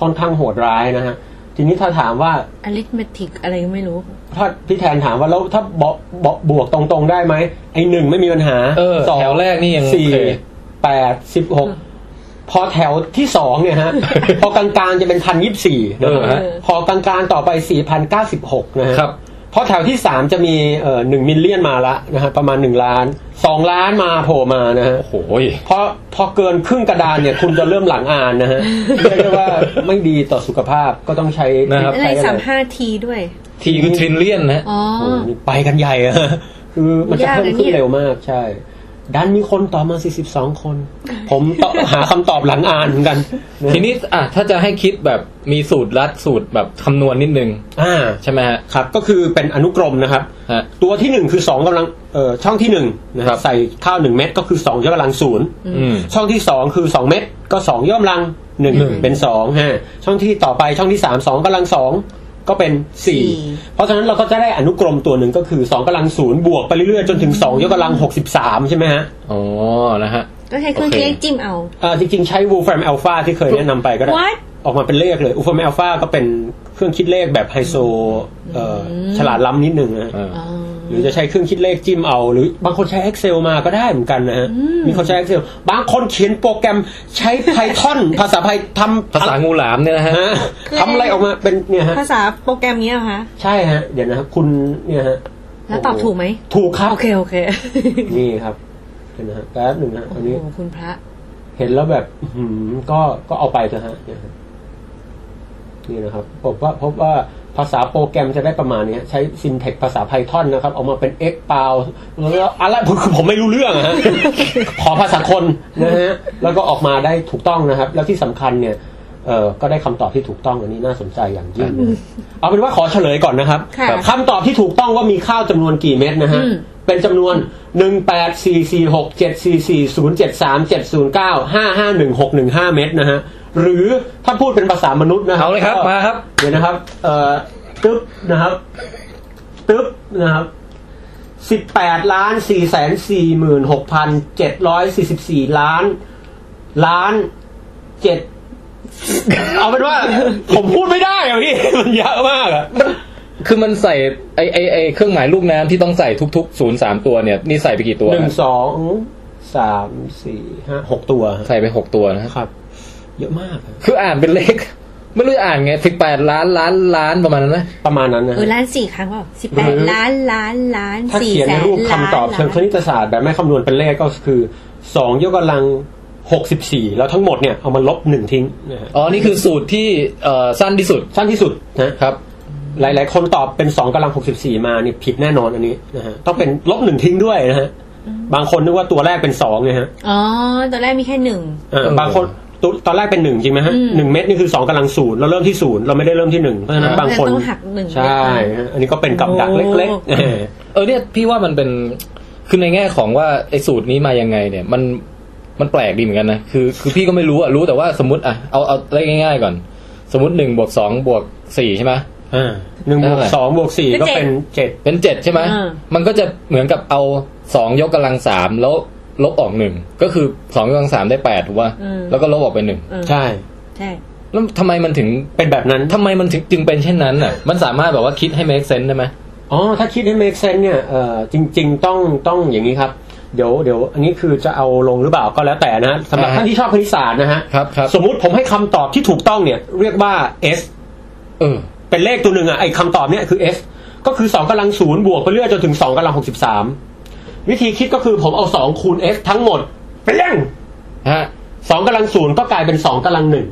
Speaker 2: ค่อนข้างโหดร้ายนะฮะ ทีนี้ถ้าถามว่า
Speaker 3: arithmetic อะไรก็ไม่รู้
Speaker 2: ถ้าพี่แทนถามว่าแล้วถ้าบอบอบวกตรงๆได้ไหมไอหนึ่งไม่มีปัญหา
Speaker 4: เออ
Speaker 2: สอง
Speaker 4: แถวแรกนี่ยัง
Speaker 2: สี่
Speaker 4: โอเค
Speaker 2: แปดสิบหกพอแถวที่สองเนี่ยฮะ พอกลางๆจะเป็นพันยี่สี่
Speaker 4: เออฮะ
Speaker 2: พอกลางๆต่อไปสี่พันเก้าสิบหกนะฮะ
Speaker 4: ครับ
Speaker 2: พอแถวที่สามจะมีเอ่อหนึ่งมิลเลียนมาละนะฮะประมาณหนึ่งล้านสองล้านมาโผล่มานะฮะ
Speaker 4: โอ้โหย
Speaker 2: พอพอเกินครึ่งกระดานเนี่ย คุณจะเริ่มหลังอ่านนะฮ (laughs) ะเรียกได้ว่าไม่ดีต่อสุขภาพก็ต้องใช้
Speaker 4: นะครับ
Speaker 3: อะไร
Speaker 2: ใช้
Speaker 3: สาม
Speaker 2: ไร
Speaker 3: ห้าทีด้วย
Speaker 4: ทีคือทริลเลียนนะฮะ
Speaker 3: อ๋อ
Speaker 2: โอ้โหไปกันใหญ่อะ (laughs) คือมันจะ
Speaker 3: ยาก
Speaker 2: เพิ่ม
Speaker 3: นะเนี่
Speaker 2: ขึ้น
Speaker 3: ย
Speaker 2: เร็วมากใช่ ดันมีคนต่อบมา 42 คน ผมต่อ หาคำตอบหลังอ่านเหมือน (laughs) กันะ
Speaker 4: ทีนี้อ่ะถ้าจะให้คิดแบบมีสูตรลัดสูตรแบบคำนวณนิดนึง
Speaker 2: อ่า
Speaker 4: ใช่ไหมฮะ
Speaker 2: ครับ ก็คือเป็นอนุกรมนะครับ
Speaker 4: ฮะ
Speaker 2: ตัวที่หนึ่งคือสองกำลังเอ่อช่องที่หนึ่งนะค
Speaker 4: ครั
Speaker 2: รับบ ใส่ข้าวหนึ่งเม็ดก็คือสองยกกำลังศูนย์
Speaker 4: อืม
Speaker 2: ช่องที่สองคือสองเม็ดก็สองยกกำลังหนึ่ง
Speaker 4: หนึ่ง
Speaker 2: เป็นสองฮะช่องที่ต่อไปช่องที่สามสองกำลังสองก็เป็นสี่
Speaker 3: สี่
Speaker 2: เพราะฉะนั้นเราก็จะได้อนุกรมตัวหนึ่งก็คือสองกำลังศูนย์บวกไปเรื่อยๆจนถึงสองยกกำลังหกสิบสามใช่ไหมฮะ
Speaker 4: อ๋อ นะฮะ
Speaker 3: ก็ใช้เครื่อง
Speaker 4: โอเค
Speaker 3: คิดเลขจิ้มเอา
Speaker 2: เอ่อจริงๆ ใช้ Wolfram Alpha ที่เคยแนะนำไปก็ได้
Speaker 3: What?
Speaker 2: ออกมาเป็นเลขเลย Wolfram Alpha ก็เป็นเครื่องคิดเลขแบบไฮโซเอ่ออฉลาดล้ำนิดนึงนะ
Speaker 4: เออ
Speaker 3: อ๋อ
Speaker 2: หรือจะใช้เครื่องคิดเลขจิ้มเอา หรือบางคนใช้ Excel มาก็ได้เหมือนกันนะฮะมีคนใช้ Excel บางคนเขียนโปรแกรมใช้ Python ภาษาไทยทำ
Speaker 4: ภาษางูหลามเนี่ยนะฮะ
Speaker 2: ฮะทำอะไรออกมาเป็นเนี่ยฮะ
Speaker 3: ภาษาโปรแกรมเนี้ยเหรอคะ
Speaker 2: ใช่ฮะ เดี๋ยวนะครับคุณเนี่ยฮะ
Speaker 3: แล้วตอบถูกไหม
Speaker 2: ถูกครับ
Speaker 3: โอเค โอเค
Speaker 2: นี่ครับเดี๋ยวนะฮะแป๊บหนึ่งฮะ
Speaker 3: โอ้
Speaker 2: อัน
Speaker 3: โห
Speaker 2: นี้
Speaker 3: คุณพระ
Speaker 2: เห็นแล้วแบบอื้อหือก็ก็เอาไปเถอะฮะเนี่ยฮะนี่นะครับผมว่าพบว่าภาษาโปรแกรมจะได้ประมาณนี้ฮะใช้ซินเทคภาษา Python นะครับเอามาเป็น X เปล่าแล้วอะไรผมคือผมไม่รู้เรื่องอะฮะ (laughs) ขอภาษาคนนะฮะแล้วก็ออกมาได้ถูกต้องนะครับ แล้วที่สำคัญเนี่ยเออก็ได้คำตอบที่ถูกต้องอันนี้น่าสนใจอย่างยิ่งนะฮะเอาเป็นว่าขอเฉลยก่อนนะครับ
Speaker 3: ค่ะ
Speaker 2: คำตอบที่ถูกต้องว่ามีข้าวจำนวนกี่เม็ดนะฮะ
Speaker 3: อืม
Speaker 2: เป็นจำนวน 1 8 4 4 6 7 4 4 0 7 3 7 0 9 5 5 1 6 1 5 เม็ดนะฮะ หรือถ้าพูดเป็นภาษามนุษย์นะครั
Speaker 4: เอาเลยครับ
Speaker 2: ก็
Speaker 4: มาครับ
Speaker 2: เดี๋ยวนะครับ เอ่อ ตึ๊บนะครับ ตึ๊บนะครับ 18 ล้าน4 4 6 7 4 4 ล้าน ล้านเจ็ด เอาเป็นว่า ผมพูดไม่ได้อะพี่ มันเยอะมากอะ
Speaker 4: คือมันใส่ไอไอไอเครื่องหมายลูกน้ำที่ต้องใส่ทุกๆศูนย์สามตัวเนี่ย นี่ใส่ไปกี่ตัว
Speaker 2: หนึ่ง
Speaker 4: ฮะ
Speaker 2: สองสามสี่ห้าหกตัวฮะ
Speaker 4: ใส่ไปหกตัวนะฮะ
Speaker 2: ครับ เยอะมากครับ
Speaker 4: คืออ่านเป็นเลข (laughs) ไม่รู้จะอ่านไงสิบแปดล้านล้านล้านประมาณนั้นไหม
Speaker 2: ประมาณนั้นนะ
Speaker 3: เออล้านสี่ครั้งเปล่าสิบแปดล้านล้านล้าน
Speaker 2: ถ้า
Speaker 3: สี่
Speaker 2: เขียน
Speaker 3: แส
Speaker 2: ใน
Speaker 3: น
Speaker 2: รูปคำ
Speaker 3: ล้าน
Speaker 2: ตอบเชิงค
Speaker 3: ล้าน
Speaker 2: ณิตศาสตร์แบบไม่คำนวณเป็นเลขก็คือสองยกกำลังหกสิบสี่แล้วทั้งหมดเนี่ยเอามาลบหนึ่งทิ้งนะฮะ
Speaker 4: อ๋อ นี่คือสูตรที่เอ่อสั้นที่สุด
Speaker 2: สั้นที่สุดนะครับ หลาย ๆ คนตอบเป็นสองกำลังหกสิบสี่มานี่ผิดแน่นอนอันนี้นะฮะต้องเป็นลบหนึ่งทิ้งด้วยนะฮะบางคนนึกว่าตัวแรกเป็นสองไงฮะ
Speaker 3: อ๋อ ตอนแรกมีแค่หนึ่ง
Speaker 2: เออ
Speaker 4: เออ
Speaker 2: บางคนตัวตอนแรกเป็นหนึ่งจริงไหมฮะหนึ่งเม็ดนี่คือสองกำลังศูนย์เราเริ่มที่ศูนย์เราไม่ได้เริ่มที่หนึ่งเพราะฉะนั้นบางคน
Speaker 3: ต้องหักหนึ่ง
Speaker 2: ใช่ฮะอันนี้ก็เป็นกับดักเล็กๆเออ
Speaker 4: เออเนี่ยพี่ว่ามันเป็นคือในแง่ของว่าไอ้สูตรนี้มายังไงเนี่ย มันมันแปลกดีเหมือนกันนะคือคือพี่ก็ไม่รู้อะรู้แต่ว่าสมมติอะเอาเอาเลขง่ายๆก่อน สมมติหนึ่งบวกสองบวกสี่ใช่ไหม
Speaker 2: อ่าหนึ่งบวก
Speaker 4: ได้
Speaker 2: สองบวกสี่
Speaker 3: ก็
Speaker 2: ก็
Speaker 3: เจ็ด
Speaker 2: เป็นเจ็ด
Speaker 4: เป็นเจ็ดใช่ไหม
Speaker 3: อ่า
Speaker 4: มันก็จะเหมือนกับเอาสองยกกำลังสามแล้วลบออกหนึ่งก็คือสองยกกำลังสามได้แปดถูกป่ะแล้วก็ลบออกไปหนึ่ง
Speaker 3: เออ
Speaker 2: ใช่
Speaker 3: ใช่
Speaker 4: แล้วทำไมมันถึง
Speaker 2: เป็นแบบนั้น
Speaker 4: ทำไมมันถึงจึงเป็นเช่นนั้นอะมันสามารถแบบว่าคิดให้ make sense ได้ไหม
Speaker 2: อ๋อ ถ้าคิดให้ make sense เนี่ยเอ่อจริง ๆ ต้องต้องอย่างนี้ครับ เดี๋ยวเดี๋ยวอันนี้คือจะเอาลงหรือเปล่าก็แล้วแต่นะสำหรับ
Speaker 4: อ่าฮะ
Speaker 2: ท่านที่ชอบคณิตศาสตร์นะฮะ
Speaker 4: ครับครับ
Speaker 2: สมมุติผมให้คำตอบที่ถูกต้องเนี่ย เรียกว่า S
Speaker 4: เออ
Speaker 2: เป็นเลขตัวหนึ่งอ่ะไอ้คำตอบเนี่ยคือ S ก็คือ 2กำลังศูนย์บวกไปเรื่อยจนถึง 2กำลัง 63 วิธีคิดก็คือผมเอา 2 คูณ S ทั้งหมดเปรี้ยง
Speaker 4: ฮะ
Speaker 2: สองกำลังศูนย์ก็กลายเป็นสองกำลังหนึ่ง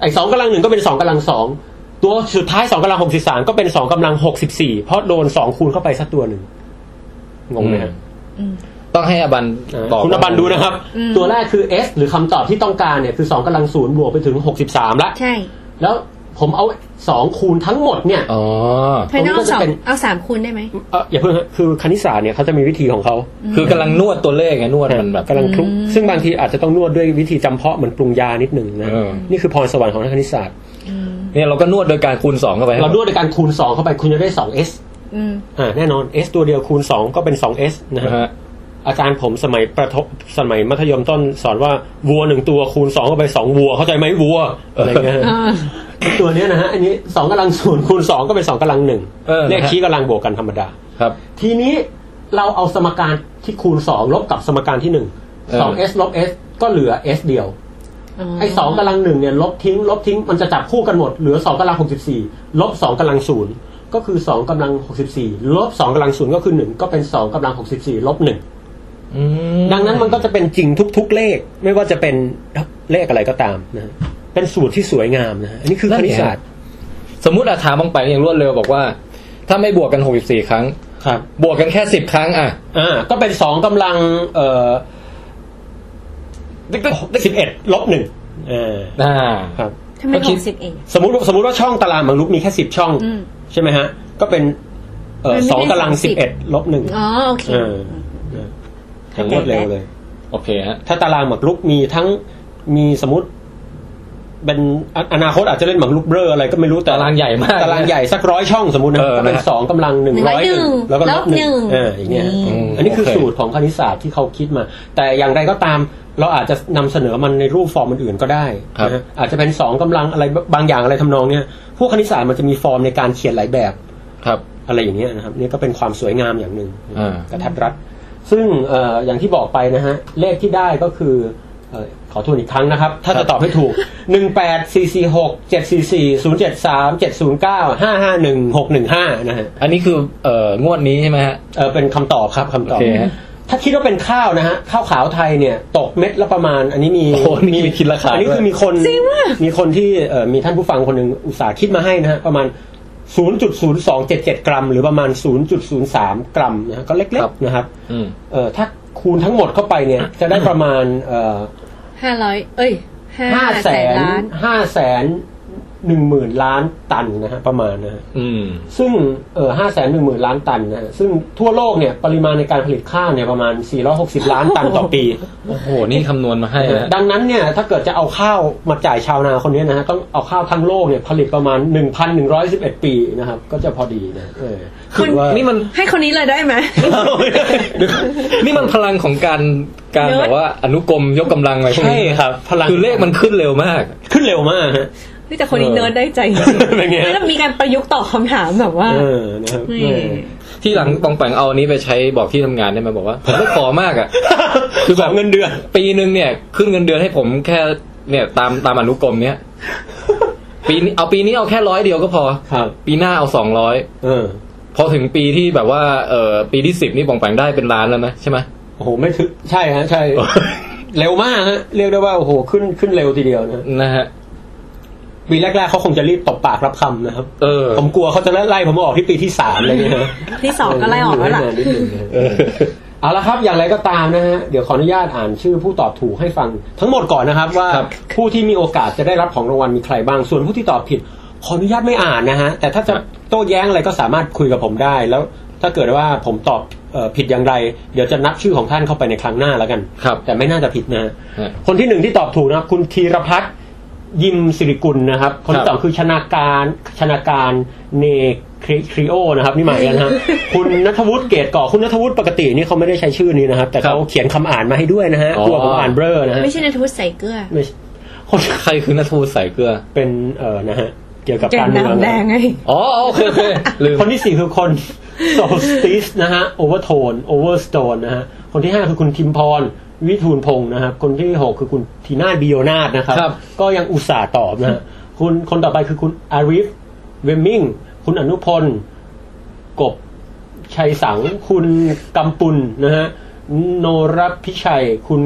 Speaker 2: ไอ้สองกำลังหนึ่งก็เป็นสองกำลังสองตัวสุดท้ายสองกำลังหกสิบสามก็เป็นสองกำลังหกสิบสี่เพราะโดนสองคูณเข้าไปสักตัวหนึ่งงงไหมฮะ
Speaker 4: ต้องให้อบันตอบ
Speaker 2: คุณอบันดูนะครับ ตัวแรกคือ S หรือคำตอบที่ต้องการเนี่ยคือสองกำลังศูนย์บวกไปถึงหกสิบสามละ
Speaker 3: ใช่
Speaker 2: แล้วผมเอาสองคูณทั้งหมดเนี่ย
Speaker 4: อ๋อ
Speaker 3: ภายนอ
Speaker 2: ผม
Speaker 3: ก
Speaker 2: ก็จะ
Speaker 3: สอง
Speaker 2: เป็น
Speaker 3: เอาสามคูณได้ไหม
Speaker 2: เอ่ออย่าเพิ่งฮะคือคณิตศาสตร์เนี่ยเขาจะมีวิธีของเขา
Speaker 4: คือกำลังนวดตัวเลขไงนวดมันแบบ
Speaker 2: กำลังคลุกซึ่งบางทีอาจจะต้องนวดด้วยวิธีจำเพาะเหมือนปรุงยานิดหนึ่งนะ
Speaker 4: เออ
Speaker 2: นี่คือพรสวรรค์ของนักคณิตศาสตร์
Speaker 4: เนี่ยเราก็นวดโดยการคูณสองเข้าไปให้
Speaker 2: เรานวดในการคูณสองเข้าไปคุณจะได้สอง S
Speaker 3: อืม
Speaker 2: อ่าแน่นอน S ตัวเดียวคูณ 2 ก็เป็น 2S นะ
Speaker 4: นะ
Speaker 2: ฮะ
Speaker 4: ฮะ
Speaker 2: อาจารย์ผมสมัยประทบสมัยมัธยมต้นสอนว่าวัวหนึ่งตัวคูณ 2 ก็ไป 2 วัว เข้าใจไหมวัวอะไรเงี้ยฮะตัวเนี้ยนะฮะอันนี้2กำลังศูนย์คูณ 2 ก็เป็น 2กำลังหนึ่ง
Speaker 4: เออนะฮะ
Speaker 2: ยกชี้กำลังบวกกันธรรมดา
Speaker 4: ครับ
Speaker 2: ทีนี้เราเอาสมการที่คูณ 2 ลบกับสมการที่ 1
Speaker 4: เออ
Speaker 2: 2s ลบ s ก็เหลือ s เดียว ไอ้สองกำลังหนึ่งเนี่ย ลบทิ้ง ลบทิ้งมันจะจับคู่กันหมด เหลือสองกำลังหกสิบสี่ลบสองกำลังศูนย์ก็คือสองกำลังหกสิบสี่ลบสองกำลังศูนย์ก็คือหนึ่งก็เป็นสองกำลังหกสิบสี่ลบหนึ่ง
Speaker 4: อืม
Speaker 2: ดังนั้นมันก็จะเป็นจริงทุก ๆ เลข ไม่ว่าจะเป็นเลขอะไรก็ตามนะเป็นสูตรที่สวยงามนะ อันนี้คือคณิตศาสตร์
Speaker 4: สมมุติอาถามบางไปอย่างรวดเร็วบอกว่า ถ้าไม่บวกกัน 64 ครั้ง
Speaker 2: ครับ
Speaker 4: บวกกันแค่ 10 ครั้งอ่ะ
Speaker 2: อ่าก็เป็นสองกำลังเอ่อสิบเอ็ดลบหนึ่งอ่า
Speaker 4: อ่า
Speaker 2: ครับ
Speaker 3: ทำไม
Speaker 4: ก็คิ
Speaker 3: ห
Speaker 4: ด
Speaker 3: กสิบเอง
Speaker 2: สมมติว่าสมมติว่าช่องตารางมังลุกมีแค่สิบช่อง
Speaker 3: อืม
Speaker 2: ใช่ไหมฮะ ก็เป็นเอ่อ
Speaker 3: มันไม่
Speaker 2: สอง
Speaker 3: ได้
Speaker 2: กำลัง
Speaker 3: สามสิ
Speaker 2: สิบบ เอ็ดลบหนึ่ง
Speaker 3: อ๋อโอเค
Speaker 2: เออเอออย่างรวดเร็วเลย
Speaker 4: โอเคฮะ
Speaker 2: ถ้าตารางหมากรุกมีทั้งมีสมมติ เป็นออนาคตอาจจะเล่นหมากรุกเบลออะไรก็ไม่รู้แต่
Speaker 4: ตารางใหญ่มาก
Speaker 2: ตารางใหญ่สักร้อยช่องสมมตินะ
Speaker 4: เออ
Speaker 2: ก็
Speaker 4: นะฮะ
Speaker 2: เป็นสองกำลังหนึ่งร้อยหนึ่ง
Speaker 3: 101
Speaker 2: แล้วก็ลบหนึ่ง
Speaker 3: ลบหนึ่ง
Speaker 2: เอออย่างเงี้ย
Speaker 4: ม
Speaker 2: อันนี้คือ
Speaker 4: โเ
Speaker 2: สูตรของคณิตศาสตร์ที่เขาคิดมา แต่อย่างไรก็ตามเราอาจจะนำเสนอมันในรูปฟอร์มอื่นๆก็ได้
Speaker 4: ครับ
Speaker 2: นะฮะอาจจะเป็นสองกำลังอะไรบางอย่างอะไรทำนองเนี้ยพวกคณิตศาสตร์มันจะมีฟอร์มในการเขียนหลายแบบ
Speaker 4: ครับ
Speaker 2: อะไรอย่างเงี้ยนะครับนี่ก็เป็นความสวยงามอย่างหนึ่ง
Speaker 4: อ่า
Speaker 2: กระทัดรัด ซึ่งเอ่ออย่างที่บอกไปนะฮะเลขที่ได้ก็คือเอ่อขอทวนอีกครั้งนะครับ ถ้าจะตอบให้ถูก 1 8 4 4 6 7 4 4 0 7 3 7 0 9 5 5 1 6 1 5นะฮะ
Speaker 4: อันนี้คือเอ่องวดนี้ใช่ไหมฮะ
Speaker 2: เออเป็นคำตอบครับคำตอบ
Speaker 4: โอเคฮะ
Speaker 2: ถ้าคิดว่าเป็นข้าวนะฮะข้าวขาวไทยเนี่ยตกเม็ดละประมาณ อันนี้มี
Speaker 4: โอ้โหนี่มีคิดราคา
Speaker 2: อันนี้
Speaker 4: ด้วย
Speaker 2: คือมีคนมีคนที่เอ่อมีท่านผู้ฟังคนหนึ่งอุตส่าห์คิดมาให้นะฮะประมาณ 0.0277 กรัม หรือประมาณ 0.03 กรัมนะฮะก็เล็กๆนะครับ
Speaker 4: อืม
Speaker 2: เออถ้าคูณทั้งหมดเข้าไปเนี่ยจะได้ประมาณเอ่อ
Speaker 3: ห้าร้อยเอ้ยห้า
Speaker 2: ห้า
Speaker 3: แส
Speaker 2: แส
Speaker 3: น
Speaker 2: น
Speaker 3: ล้าน
Speaker 2: ห้าแสนหนึ่งหมื่นล้านตันนะฮะประมาณนะฮะ
Speaker 4: อืม
Speaker 2: ซึ่งเออห้าแสนหนึ่งหมื่นล้านตันนะฮะซึ่งทั่วโลกเนี่ยปริมาณในการผลิตข้าวเนี่ยประมาณ 460 ล้านตันต่อ (laughs) ปี
Speaker 4: โอ้โห นี่คำนวณมาให้
Speaker 2: (laughs)
Speaker 4: นะฮะ
Speaker 2: ดังนั้นเนี่ยถ้าเกิดจะเอาข้าวมาจ่ายชาวนาคนเนี้ยนะฮะต้องเอาข้าวทั้งโลกเนี่ยผลิตประมาณ 1,111 ปีนะครับ ก็จะพอดีนะเออ
Speaker 3: คุณ
Speaker 2: ดว่า
Speaker 4: นี่มัน
Speaker 3: ให้คนนี้เลยได้ไหม
Speaker 4: นี่มันพลังของการการ
Speaker 3: เนอะ
Speaker 4: แบบว่าอนุกรมยกกำลังอะไรพวก
Speaker 2: (laughs)
Speaker 4: นี้
Speaker 2: ใช่ครับพลัง
Speaker 4: คือเลขมันขึ้นเร็วมาก
Speaker 2: ขึ้นเร็วมากฮะ
Speaker 3: เฮ้ยแต่คนนี้เนิร์ดได้ใจจริง
Speaker 2: เป็นไง
Speaker 3: แล้วมีการประยุกต์ตอบคำถามแบบว่า
Speaker 2: เออนะครับ
Speaker 3: นี่
Speaker 2: เออ
Speaker 4: ที่หลังปองแปงเอาอันนี้ไปใช้บอกที่ทำงานได้ไหมบอกว่าผมไม่ขอ
Speaker 2: (laughs)
Speaker 4: มากอ่ะ
Speaker 2: คือแบบเงินเดือน
Speaker 4: ปีหนึ่งเนี่ยขึ้นเงินเดือนให้ผมแค่เนี่ยตามตามอนุกรม
Speaker 2: (laughs)
Speaker 4: เนี่ยปีนี้เอาปีนี้เอาแค่ร้อยเดียวก็พอ
Speaker 2: ครับ
Speaker 4: ปีหน้าเอาสองร้อย
Speaker 2: เออ
Speaker 4: พอถึงปีที่แบบว่าเออปีที่สิบนี่ปองแปงได้เป็นล้านแล้วนะใช่ไหม
Speaker 2: (laughs) โอ้โหไม่ถึงใช่ฮะใช่ เร็วมากฮะเรียกได้ว่าโอ้โหขึ้นขึ้นเร็วทีเดียวนะ
Speaker 4: นะฮะ
Speaker 2: ปีแรกๆเขาคงจะรีบตบปากรับคำนะครับ
Speaker 4: เออ
Speaker 2: ผมกลัวเขาจะไล่ผมออกที่ปีที่สามอะไรเงี้ย
Speaker 3: ที่ (laughs) สองก็ไล่ออกแล้วล่ะ
Speaker 2: เออเอาละครับอย่างไรก็ตามนะฮะ เดี๋ยวขออนุญาตอ่านชื่อผู้ตอบถูกให้ฟัง ทั้งหมดก่อนนะครับ ว่า
Speaker 4: ครับ
Speaker 2: ผู้ที่มีโอกาสจะได้รับของรางวัลมีใครบ้าง ส่วนผู้ที่ตอบผิด ขออนุญาตไม่อ่านนะฮะ แต่ถ้าจะโต้แย้งอะไรก็สามารถคุยกับผมได้ แล้วถ้าเกิดว่าผมตอบเอ่อผิดอย่างไร เดี๋ยวจะนับชื่อของท่านเข้าไปในครั้งหน้าแล้วกัน
Speaker 4: ครับ
Speaker 2: แต่ไม่น่าจะผิดนะฮะ
Speaker 4: ฮะ
Speaker 2: คนที่หนึ่งที่ตอบถูกนะครับคุณธีรพัฒน์ยิมสิริกุลนะครับ คนที่สองคือชนาการชนาการเนคริคริโอนะครับนี่หมายกันนะฮะ คุณนัทวุฒิเกตก่อคุณนัทวุฒิปกตินี่เขาไม่ได้ใช้ชื่อนี้นะครับ แต่เขา
Speaker 4: ครับ
Speaker 2: เขียนคำอ่านมาให้ด้วยนะฮะ
Speaker 4: อ๋อ
Speaker 2: กลัวผมอ่านเบ้อนะฮะ
Speaker 3: ไม่ใช่ในทูตใส่เกลือ
Speaker 2: ไม่ใช่คน
Speaker 4: ใครคือนัททูตใส่เกลือ
Speaker 2: เป็นเออนะฮะเกี่ยวกับ
Speaker 3: แก
Speaker 2: การ
Speaker 3: น
Speaker 2: เมือง
Speaker 3: น้ำแดงไง
Speaker 2: (laughs)
Speaker 4: อ๋อโอเคโอเคลืม
Speaker 2: คนที่สี่คือคน โซติสนะฮะโอเวอร์โทนโอเวอร์สโตนนะฮะคนที่ห้าคือคุณทิมพร วิทูลพงศ์นะครับ คนที่หกคือคุณทีน่าบิโอนาดนะครับ
Speaker 7: ครับ
Speaker 2: ก็ยังอุตส่าห์ตอบนะฮะคุณคนต่อไปคือคุณอาริฟเวมมิงคุณอนุพล กบชัยสัง คุณกำปุลนะฮะโนรพิชัย คุณ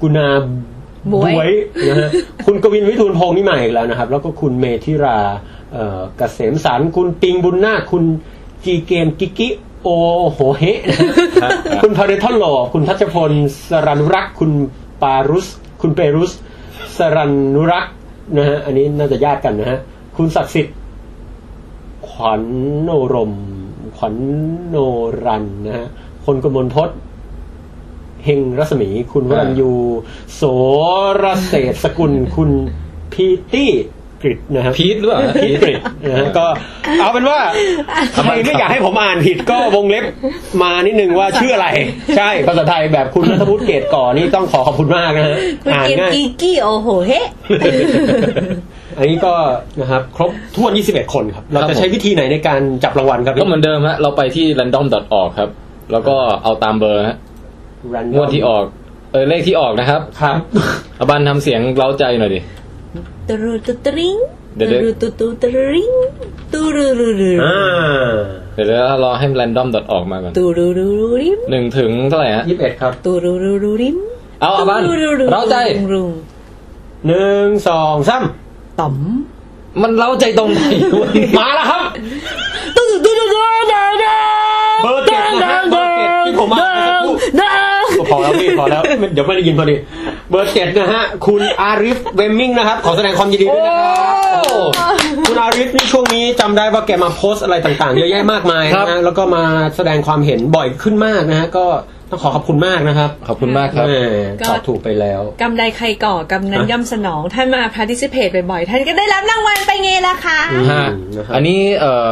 Speaker 2: กุณา
Speaker 3: บ๊วย
Speaker 2: นะ (laughs) ฮะคุณกวินวิทูลพงศ์นี่มาอีกแล้วนะครับ แล้วก็คุณเมธิราเอ่อเกษมสารคุณปิงบุญนาคคุณจีเกมกิกิโอโหเฮะนะฮะคุณพาเรทอนหล่อคุณทัชพลสรันรักษ์คุณปารุส คุณเปรุสสรันุรักษ์นะฮะอันนี้น่าจะญาติกันนะฮะคุณศักดิ์สิทธิ ขวัญโนรม ขวัญโนรันนะฮะ คนกมลพศเฮงรัศมี คุณวรัญยู โสรเศรษฐ์สกุล คุณพีตี้กริดนะฮะ
Speaker 1: พีทหรือเปล่า
Speaker 2: พีทกริดนะฮะก็เอาเป็นว่าใครไม่อยากให้ผมอ่านผิดก็วงเล็บมานิดนึงว่าชื่ออะไร ใช่ ภาษาไทยแบบคุณนัทพุทธเกตก่อนนี่ต้องขอขอบคุณมากนะฮะ
Speaker 3: คุณ
Speaker 2: อ่าน
Speaker 3: เกม
Speaker 2: ง่าย
Speaker 3: กีกี้โอ้โหเฮ้
Speaker 2: (laughs) อันนี้ก็นะครับครบทั่วน21 คนครับ เราจะใช้วิธีไหนในการจับรางวัลครับ
Speaker 1: ก็เหมือนเดิมฮะเราไปที่ random.org ครับ แล้วก็เอาตามเบอร์ฮะ
Speaker 2: รันดอม
Speaker 1: งวดที่ออกเออเลขที่ออกนะครับ
Speaker 2: ครับ
Speaker 1: อบันทำเสียงเร้าใจหน่อยดิ
Speaker 3: ตูรูตูตริง
Speaker 1: เดี๋
Speaker 3: ตู
Speaker 1: ยวเดี๋ยว
Speaker 3: รูตูตูตริงตูรูรูรู
Speaker 2: อ่า
Speaker 1: เดี๋ยวเรารอให้ random.org มาก่อน
Speaker 3: ตูรูรูรูริม
Speaker 1: หนึ่งถึงเท่าไหร่ฮะ
Speaker 2: 21 ครับ
Speaker 3: ตูรูรูรูริม
Speaker 1: เอาอบัน
Speaker 3: ตูรูรู
Speaker 1: เราใจ
Speaker 3: รุงรุง
Speaker 2: หนึ่งสองสาม
Speaker 3: ต่อม
Speaker 1: มันเล้าใจตรงไหนวะ
Speaker 2: มาแล้วครับ
Speaker 3: ตูรูตูรูรูดังดัง
Speaker 2: เบอร์เจ็ดนะครับเบอร์เจ็ดที่ผมมาเมื่อสักครู่พ
Speaker 3: ดัง
Speaker 2: อแล้วพี่พอแล้วเดี๋ยวไม่ได้ยินพอดี เบอร์เจ็ดนะฮะ คุณอาริฟเวมมิงนะครับ ขอแสดงความยินดีด้วยนะครับคุณอาริฟนี่ช่วงนี้จำได้ว่าแกมาโพสต์อะไรต่างๆ เยอะแยะมากมายนะฮะแล้วก็มาแสดงความเห็นบ่อยขึ้นมากนะฮะก็ต้องขอขอบคุณมากนะครับ
Speaker 1: ขอบคุณมากครับ
Speaker 2: แหม่ตอบถูกไปแล้ว
Speaker 3: กำใดใครก่อกำนั้นย่อมสนองท่านมา participate บ่อยๆ ท่านก็ได้รับรางวัลไปไงล่ะคะ
Speaker 2: อืม
Speaker 1: ฮะ
Speaker 2: นะครับ
Speaker 1: อันนี้เอ่อ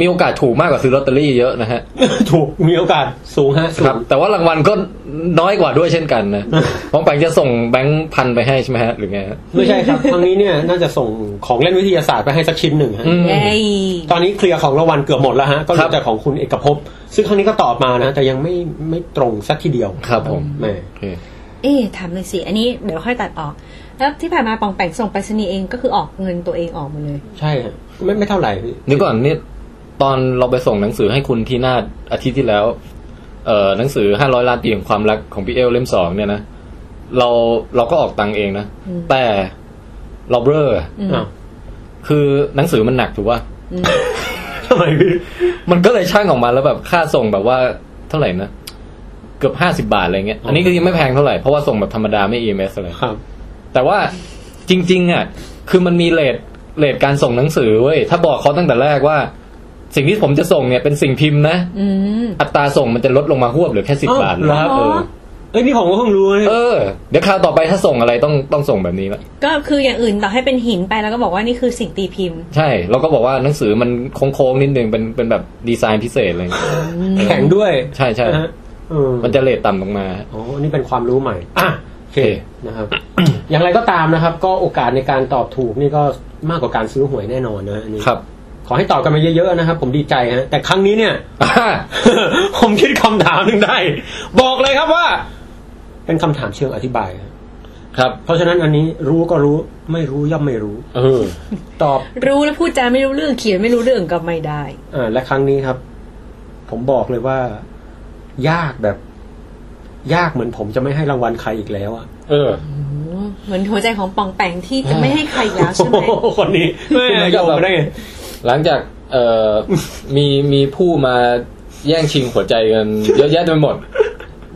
Speaker 1: มีโอกาสถูกมากกว่าซื้อลอตเตอรี่เยอะนะฮะ
Speaker 2: (laughs) ถูกมีโอกาสสูงฮะสู
Speaker 1: ครั
Speaker 2: ง
Speaker 1: บ แต่ว่ารางวัลก็น้อยกว่าด้วยเช่นกัน
Speaker 2: (laughs)
Speaker 1: นะน้องแปงจะส่งแบงค์พันไปให้ใช่ไหมฮะหรือไงฮะ
Speaker 2: ไม่ใช่ครับ ครั้งนี้เนี่ยน่าจะส่งของเล่นวิทยาศาสตร์ไปให้สักชิ้นหนึ่งฮะ
Speaker 1: อืม
Speaker 3: เย้
Speaker 2: ตอนนี้เคลียร์ของรางวัลเกือบหมดแล้วฮะ ก็เห
Speaker 1: ค
Speaker 2: ลื
Speaker 1: รั
Speaker 2: อบ แต่ของคุณเอกภพซึ่งครั้งนี้ก็ตอบมานะ แต่ยังไม่ไม่ตรงสักทีเดียว
Speaker 1: ครับผม
Speaker 2: แหม่
Speaker 1: โอเค
Speaker 3: เอ๊ะถามเลยสิ อันนี้เดี๋ยวค่อยตัดออก แล้วที่ผ่านมาปองแปงส่งไปรษณีย์เองก็คือออกเงินตัวเองออกหมดเลย
Speaker 2: ใช่ฮะไม่ไม่เท่าไหร่พี่
Speaker 1: เดี๋ยวก่อนนี่ตอนเราไปส่งหนังสือให้คุณที่หน้าอาทิตย์ที่แล้ว เอ่อหนังสือห้าร้อยล้านปีของความรักของพี่เอลเล่มสองเนี่ยนะเราเราก็ออกตังค์เองนะแต่เราเบลอ
Speaker 3: อืม
Speaker 2: อ้าว
Speaker 1: คือหนังสือมันหนักถูกป่ะ
Speaker 2: ทำไมพี่
Speaker 1: มันก็เลยช่างออกมาแล้วแบบค่าส่งแบบว่าเท่าไหร่นะ เกือบห้าสิบาทอะไรเงี้ย อันนี้ก็ยังไม่แพงเท่าไหร่ เพราะว่าส่งแบบธรรมดาไม่ EMS อะไร
Speaker 2: ครับ
Speaker 1: แต่ว่าจริง ๆ อ่ะ คือมันมีเลทเลทการส่งหนังสือเว้ย ถ้าบอกเขาตั้งแต่แรกว่า สิ่งที่ผมจะส่งเนี่ยเป็นสิ่งพิมพ์นะ
Speaker 3: อืม
Speaker 1: อัตราส่งมันจะลดลงมาหวบเหลือแค่สิบ
Speaker 2: อ้าว
Speaker 1: บาท
Speaker 2: เหรอ
Speaker 1: เออ
Speaker 2: เอ้ยนี่ผมก็เพิ่งรู้นะเนี่ย
Speaker 1: เออ เดี๋ยวคราวต่อไปถ้าส่งอะไรต้องต้องส่งแบบนี้ละ
Speaker 3: ก็คืออย่างอื่นต่อให้เป็นหินไปแล้วก็บอกว่านี่คือสิ่งตีพิมพ์
Speaker 1: ใช่ เราก็บอกว่าหนังสือมันโค้งๆนิดนึงเป็นเป็นแบบดีไซน์พิเศษอะไรเงี้ย
Speaker 2: แข็งด้วย
Speaker 1: ใช่ใช่
Speaker 2: นะฮะเออ
Speaker 1: มันจะเลทต่ำลงมา
Speaker 2: อ๋ออันนี่เป็นความรู้ใหม่ อ่ะ
Speaker 1: โอ
Speaker 2: โอ
Speaker 1: เค
Speaker 2: เคนะครับ (coughs) อย่างไรก็ตามนะครับ ก็โอกาสในการตอบถูกนี่ก็มากกว่าการซื้อหวยแน่นอนนะอันนี้
Speaker 1: ครับ (laughs)
Speaker 2: ขอให้ตอบกันมาเยอะๆนะครับ ผมดีใจฮะแต่ครั้งนี้เนี่ย (laughs) ผมคิดคำถามหนึ่งได้ บอกเลยครับว่า เป็นคำถามเชิงอธิบายครับ
Speaker 1: ครับ
Speaker 2: เพราะฉะนั้นอันนี้รู้ก็รู้ไม่รู้ย่อมไม่รู้
Speaker 1: เออ
Speaker 2: ตอบ
Speaker 3: รู้แล้วพูดจาไม่รู้เรื่องเขียนไม่รู้เรื่องก็ไม่ได้
Speaker 2: เออและครั้งนี้ครับ ผมบอกเลยว่า ยากแบบ ยากเหมือนผมจะไม่ให้รางวัลใครอีกแล้วอะ
Speaker 1: เออ
Speaker 3: เหมือนหัวใจของปองแปงที่จะไม่ให้ใครแล้วใช่ไหม
Speaker 2: โอ้โหคนนี้ไม่
Speaker 1: คือเหมือนกับ
Speaker 2: ยอม
Speaker 1: แบบ
Speaker 2: ได้ไง
Speaker 1: หลังจากเอ่อ
Speaker 2: (laughs)
Speaker 1: มีมีผู้มาแย่งชิงหัวใจกัน เยอะแยะไปหมด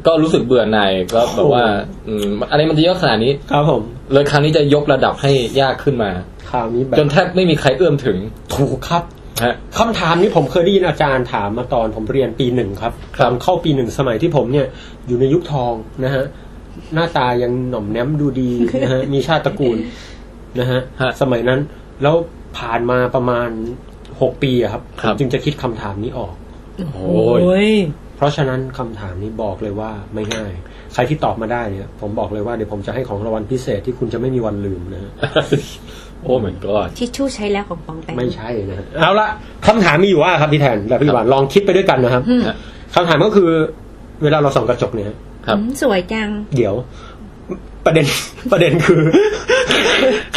Speaker 1: ก็รู้สึกเบื่อหน่ายก็แบบว่าอืมอะไรมันจะเยอะขนาดนี้
Speaker 2: ครับผม
Speaker 1: เลยครั้งนี้จะยกระดับให้ยากขึ้นมา
Speaker 2: คราวนี้แบ
Speaker 1: จ
Speaker 2: บ
Speaker 1: นแทบไม่มีใครเอื้อมถึง
Speaker 2: ถูกครับ (laughs)
Speaker 1: ฮะ
Speaker 2: คำถามนี้ผมเคยได้ยินอาจารย์ถามมาตอนผมเรียนปีหนึ่งครับ
Speaker 1: ครับ
Speaker 2: ตอนเข้าปีหนึ่งสมัยที่ผมเนี่ย อยู่ในยุคทองนะฮะ หน้าตายังหน่อมแนมดู (laughs) ดีนะฮะ มีชาติตระกูลนะฮะ สมัยนั้นแล้วผ่านมาประมาณหกปีอะครับ
Speaker 1: ครับ
Speaker 2: จึงจะคิดคำถามนี้ออก
Speaker 1: โอ้
Speaker 3: โอ้ย
Speaker 2: เพราะฉะนั้นคำถามนี้บอกเลยว่าไม่ง่าย ใครที่ตอบมาได้เนี่ย ผมบอกเลยว่าเดี๋ยวผมจะให้ของรางวัลพิเศษที่คุณจะไม่มีวันลืมนะฮะ
Speaker 1: โอ้ my god
Speaker 3: ทิชชู่ใช้แล้วของปองแปง
Speaker 2: ไม่ใช่นะฮะเอาละคำถามมีอยู่ว่าครับพี่แทนและพี่หวานลองคิดไปด้วยกันนะครับ
Speaker 3: อืม
Speaker 2: คำถามก็คือ เวลาเราส่องกระจกเนี่ย
Speaker 1: ครับ
Speaker 3: อืมสวยจัง
Speaker 2: เดี๋ยว ประเด็น (laughs) ประเด็นคือ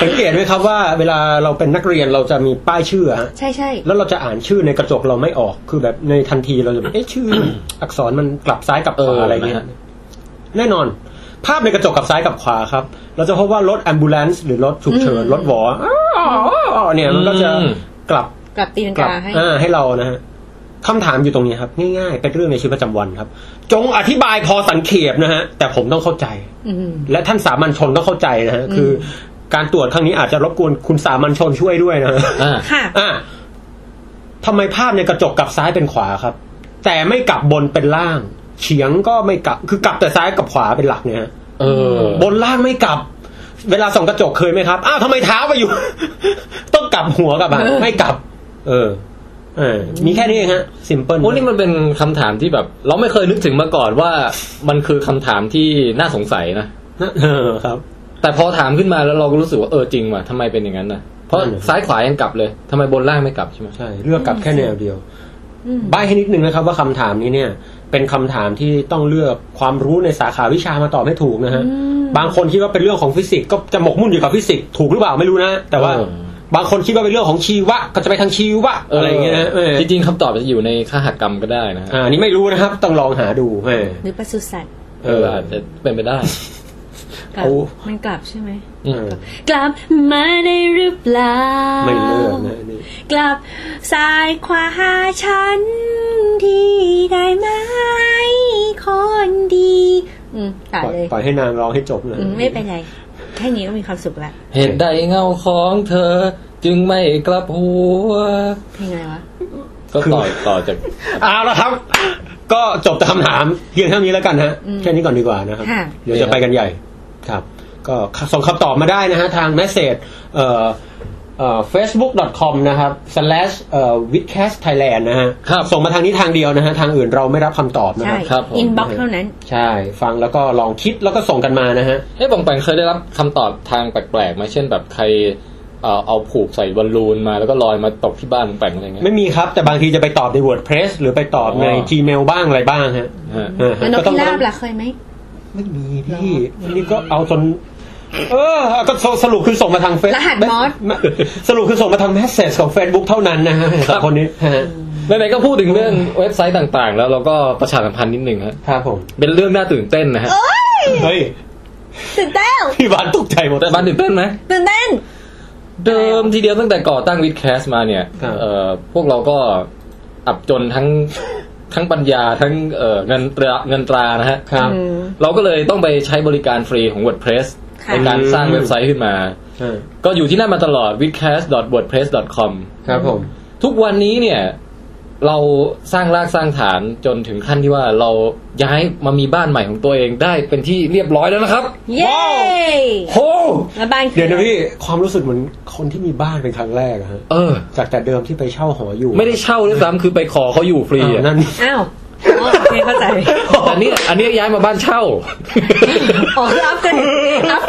Speaker 2: สังเกตไหมครับว่า เวลาเราเป็นนักเรียนเราจะมีป้ายชื่อฮะ
Speaker 3: ใช่ใช่
Speaker 2: แล้วเราจะอ่านชื่อในกระจกเราไม่ออกคือแบบในทันทีเราจะแบบเอ๊ะ (coughs) ชื่อ อักษรมันกลับซ้ายกลับขวา
Speaker 1: เอออ
Speaker 2: อะไรเงี้ย
Speaker 1: นะฮะ
Speaker 2: แน่นอน ภาพในกระจกกลับซ้ายกลับขวาครับ เราจะพบว่ารถ ambulance หรือรถฉุกเฉินรถหวออ้าวอ้าวอ้าวเนี่ยมันก็จะกลับ
Speaker 3: กลับตีน
Speaker 2: กลับ
Speaker 3: กาให้
Speaker 2: เออให้เรานะฮะคำถามอยู่ตรงนี้ครับ ง่ายๆ เป็นเรื่องในชีวิตประจำวันครับ จงอธิบายพอสังเขปนะฮะ แต่ผมต้องเข้าใจ
Speaker 3: อืม
Speaker 2: และท่านสามัญชนต้องเข้าใจนะฮะ คือ การตรวจครั้งนี้อาจจะรบกวนคุณสามัญชนช่วยด้วยนะฮะ
Speaker 1: อ่า
Speaker 3: ค่ะ
Speaker 2: อ่ะทำไมภาพในกระจกกลับซ้ายเป็นขวาครับ แต่ไม่กลับบนเป็นล่าง เฉียงก็ไม่กลับ คือกลับแต่ซ้ายกับขวาเป็นหลักเนี่ยฮะ
Speaker 1: เออ
Speaker 2: บนล่างไม่กลับ เวลาส่องกระจกเคยไหมครับ อ้าวทำไมเท้าไปอยู่ (laughs) ต้องกลับหัวกลับอ่ะ ไม่กลับ เออ เออ มีแค่นี้เองฮะ s ิมเ l ิล
Speaker 1: โอ้นี่มันเป็นคำถามที่แบบ เราไม่เคยนึกถึงมาก่อนว่ามันคือคำถามที่น่าสงสัยนะ
Speaker 2: (laughs) เออครับ
Speaker 1: แต่พอถามขึ้นมาแล้วเราก็รู้สึกว่าเออจริงว่ะทำไมเป็นอย่างนั้นนะเพราะ
Speaker 2: นั่นน่ะ
Speaker 1: ซ้ายขวายังกลับเลยทำไมบนล่างไม่กลับใช่ไหม
Speaker 2: ใช่ เลือกกลับแค่แนวเดียว ใบให้นิดนึงนะครับว่าคำถามนี้เนี่ย เป็นคำถามที่ต้องเลือกความรู้ในสาขาวิชามาตอบให้ถูกนะฮะ บางคนคิดว่าเป็นเรื่องของฟิสิกส์ก็จะหมกมุ่นอยู่กับฟิสิกส์ถูกหรือเปล่าไม่รู้นะ แต่ว่า
Speaker 1: เออ
Speaker 2: บางคนคิดว่าเป็นเรื่องของชีวะก็จะไปทางชีวะอะไรอย่างเงี้ยนะเออ
Speaker 1: จริงๆคำตอบจะอยู่ในคหกรรมก็ได้นะฮะ
Speaker 2: อ่าอันนี่ไม่รู้นะครับ ต้องลองหาดูเออ
Speaker 3: หรือปศุสัตว์
Speaker 1: เอออาจจะเป็น (laughs) ไปได้
Speaker 3: กลับ
Speaker 2: เอา
Speaker 3: มันกลับใช่ไหม
Speaker 2: เออก
Speaker 3: ลับมาได้หรือเปล่า
Speaker 2: ไม่เลือกนะอันนี่
Speaker 3: กลับซ้ายขวาหาฉันที่ได้ไหมคนดี อืมตัด
Speaker 2: ปล่อย
Speaker 3: เลย
Speaker 2: ปล่อยให้นางร้องให้จบเลย
Speaker 3: อืมไม่เป็นไร แค่นี้ก็มีความสุขละ
Speaker 1: เหตุใดเงาของเธอ จึงไม่กลับหัว
Speaker 3: เพลงอะไรวะ
Speaker 1: ก็ต่อต่อจาก (laughs)
Speaker 2: เอาละครับ ก็จบแต่คำถามเพียงเท่านี้แล้วกันฮะ
Speaker 3: อืม
Speaker 2: แค่นี้ก่อนดีกว่านะครับ
Speaker 3: ค่ะ
Speaker 2: เดี๋ยวจะไปกันใหญ่ครับ ก็ส่งคำตอบมาได้นะฮะ ทาง message เอ่อเอ่อ facebook.com นะครับ slash เอ่อ withcast thailand นะฮะ
Speaker 1: ครับ
Speaker 2: ส่งมาทางนี้ทางเดียวนะฮะ ทางอื่นเราไม่รับคำตอบนะ
Speaker 3: ใช่
Speaker 2: ครับ
Speaker 1: ครับผม
Speaker 3: อินบ็อกซ์เท่านั้น
Speaker 2: ใช่ ฟังแล้วก็ลองคิดแล้วก็ส่งกันมานะฮะ
Speaker 1: เอ๊ะบองแปงเคยได้รับคำตอบทางแปลกๆไหมเช่นแบบใครเอ่อเอาผูกใส่บอลลูนมาแล้วก็ลอยมาตกที่บ้านบองแปงอะไรเงี้ย
Speaker 2: ไม่มีครับ แต่บางทีจะไปตอบใน wordpress หรือไปตอบใน
Speaker 1: อ๋อ
Speaker 2: gmail บ้างอะไรบ้างฮะ
Speaker 1: ฮะ
Speaker 2: เออ
Speaker 3: แล้วนก
Speaker 2: ก็ต้อ
Speaker 3: พิ
Speaker 2: ง
Speaker 3: ราบล่ะเคยไหม
Speaker 2: ไม่มีพี่นี่ก็เอาจน เออ ก็สรุปคือส่งมาทางเฟซ
Speaker 3: รหัสมอส
Speaker 2: สรุปคือส่งมาทางแมสเซจของ Facebook เท่านั้นนะฮะสองคนนี้ฮะ
Speaker 1: (laughs) ไหนๆก็พูดถึงเรื่อง (laughs) เว็บไซต์ต่างๆ แล้วเราก็ประชาสัมพันธ์นิดหนึ่งฮะ
Speaker 2: ครับผม
Speaker 1: เป็นเรื่องน่าตื่นเต้นนะฮะ
Speaker 2: เฮ้ย
Speaker 3: ตื่นเต้น
Speaker 2: พี่บานตกใจหมด
Speaker 1: แต่บ้านตื่นเต้นไหม
Speaker 3: ตื่นเต้น
Speaker 1: เดิมทีเดียวตั้งแต่ก่อตั้งวิดแคสมาเนี่ย
Speaker 2: ครับ
Speaker 1: เอ่อพวกเราก็อับจนทั้ง (laughs) ทั้งปัญญาทั้งเอ่อเงินตราเงินตรานะฮะ
Speaker 2: ครับ
Speaker 3: อืม
Speaker 1: เราก็เลยต้องไปใช้บริการฟรีของ WordPress
Speaker 3: ค่ะ
Speaker 1: ในการสร้างเว็บไซต์ขึ้นมา
Speaker 2: อ่า
Speaker 1: ก็อยู่ที่นั่นมาตลอด w i d c a s t w o r d p r e s s c o m
Speaker 2: ครับผม
Speaker 1: ทุกวันนี้เนี่ย เราสร้างรากสร้างฐานจนถึงขั้นที่ว่าเราย้ายมามีบ้านใหม่ของตัวเองได้เป็นที่เรียบร้อยแล้วนะครับ
Speaker 3: เย้
Speaker 1: โอ้
Speaker 3: แล้วบ้าน
Speaker 2: เดี๋ยวนะพี่ ความรู้สึกเหมือนคนที่มีบ้านเป็นครั้งแรกอะฮะ
Speaker 1: เออ
Speaker 2: จากแต่เดิมที่ไปเช่าหออยู่
Speaker 1: ไม่ได้เช่าด้วยซ้ำคือไปขอเขาอยู่ฟรี
Speaker 2: อ่า
Speaker 1: อะ
Speaker 2: นั่น
Speaker 3: อ้าวอ๋อโอเค
Speaker 2: (laughs)
Speaker 3: เข้าใจ
Speaker 1: แต่เนี่ยอันเนี้ยย้ายมาบ้านเช่า
Speaker 3: อ๋อคืออัพเกรดอัพ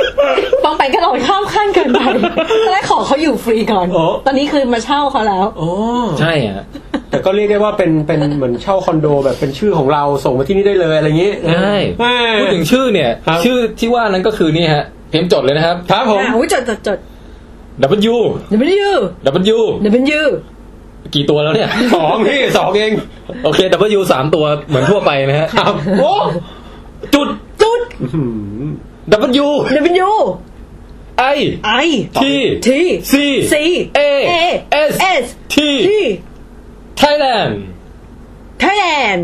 Speaker 3: ปองไปกระโดดข้ามขั้นเกินไปตอนแรกขอเขาอยู่ฟรีก่อน
Speaker 2: โอ้
Speaker 3: ตอนนี้คือมาเช่าเขาแล้ว
Speaker 2: โอ้
Speaker 1: ใช่ฮะ
Speaker 2: แต่ก็เรียกได้ว่าเป็น เป็นเหมือนเช่าคอนโดแบบเป็นชื่อของเราส่งมาที่นี่ได้เลยอะไรอย่างงี้นะ
Speaker 1: ใช่
Speaker 2: แม่
Speaker 1: พูดถึงชื่อเนี่ย
Speaker 2: ครับ
Speaker 1: ชื่อที่ว่านั้นก็คือนี่ฮะเตรียมจดเลยนะครับ
Speaker 2: ครับผม
Speaker 3: อ่ะอุ้ยจดจดจด
Speaker 1: W
Speaker 3: W
Speaker 1: W
Speaker 3: W
Speaker 1: กี่ตัวแล้วเนี่ย
Speaker 2: สองพี่สองเอง
Speaker 1: โอเค W สามตัวเหมือนทั่วไปนะฮะ
Speaker 2: ครับ
Speaker 1: โอ้จุด
Speaker 3: จุด
Speaker 1: W
Speaker 3: W
Speaker 1: I
Speaker 3: I
Speaker 1: T
Speaker 3: T
Speaker 1: C
Speaker 3: C
Speaker 1: A
Speaker 3: A
Speaker 1: S
Speaker 3: S
Speaker 1: T
Speaker 3: T
Speaker 1: Thailand
Speaker 3: Thailand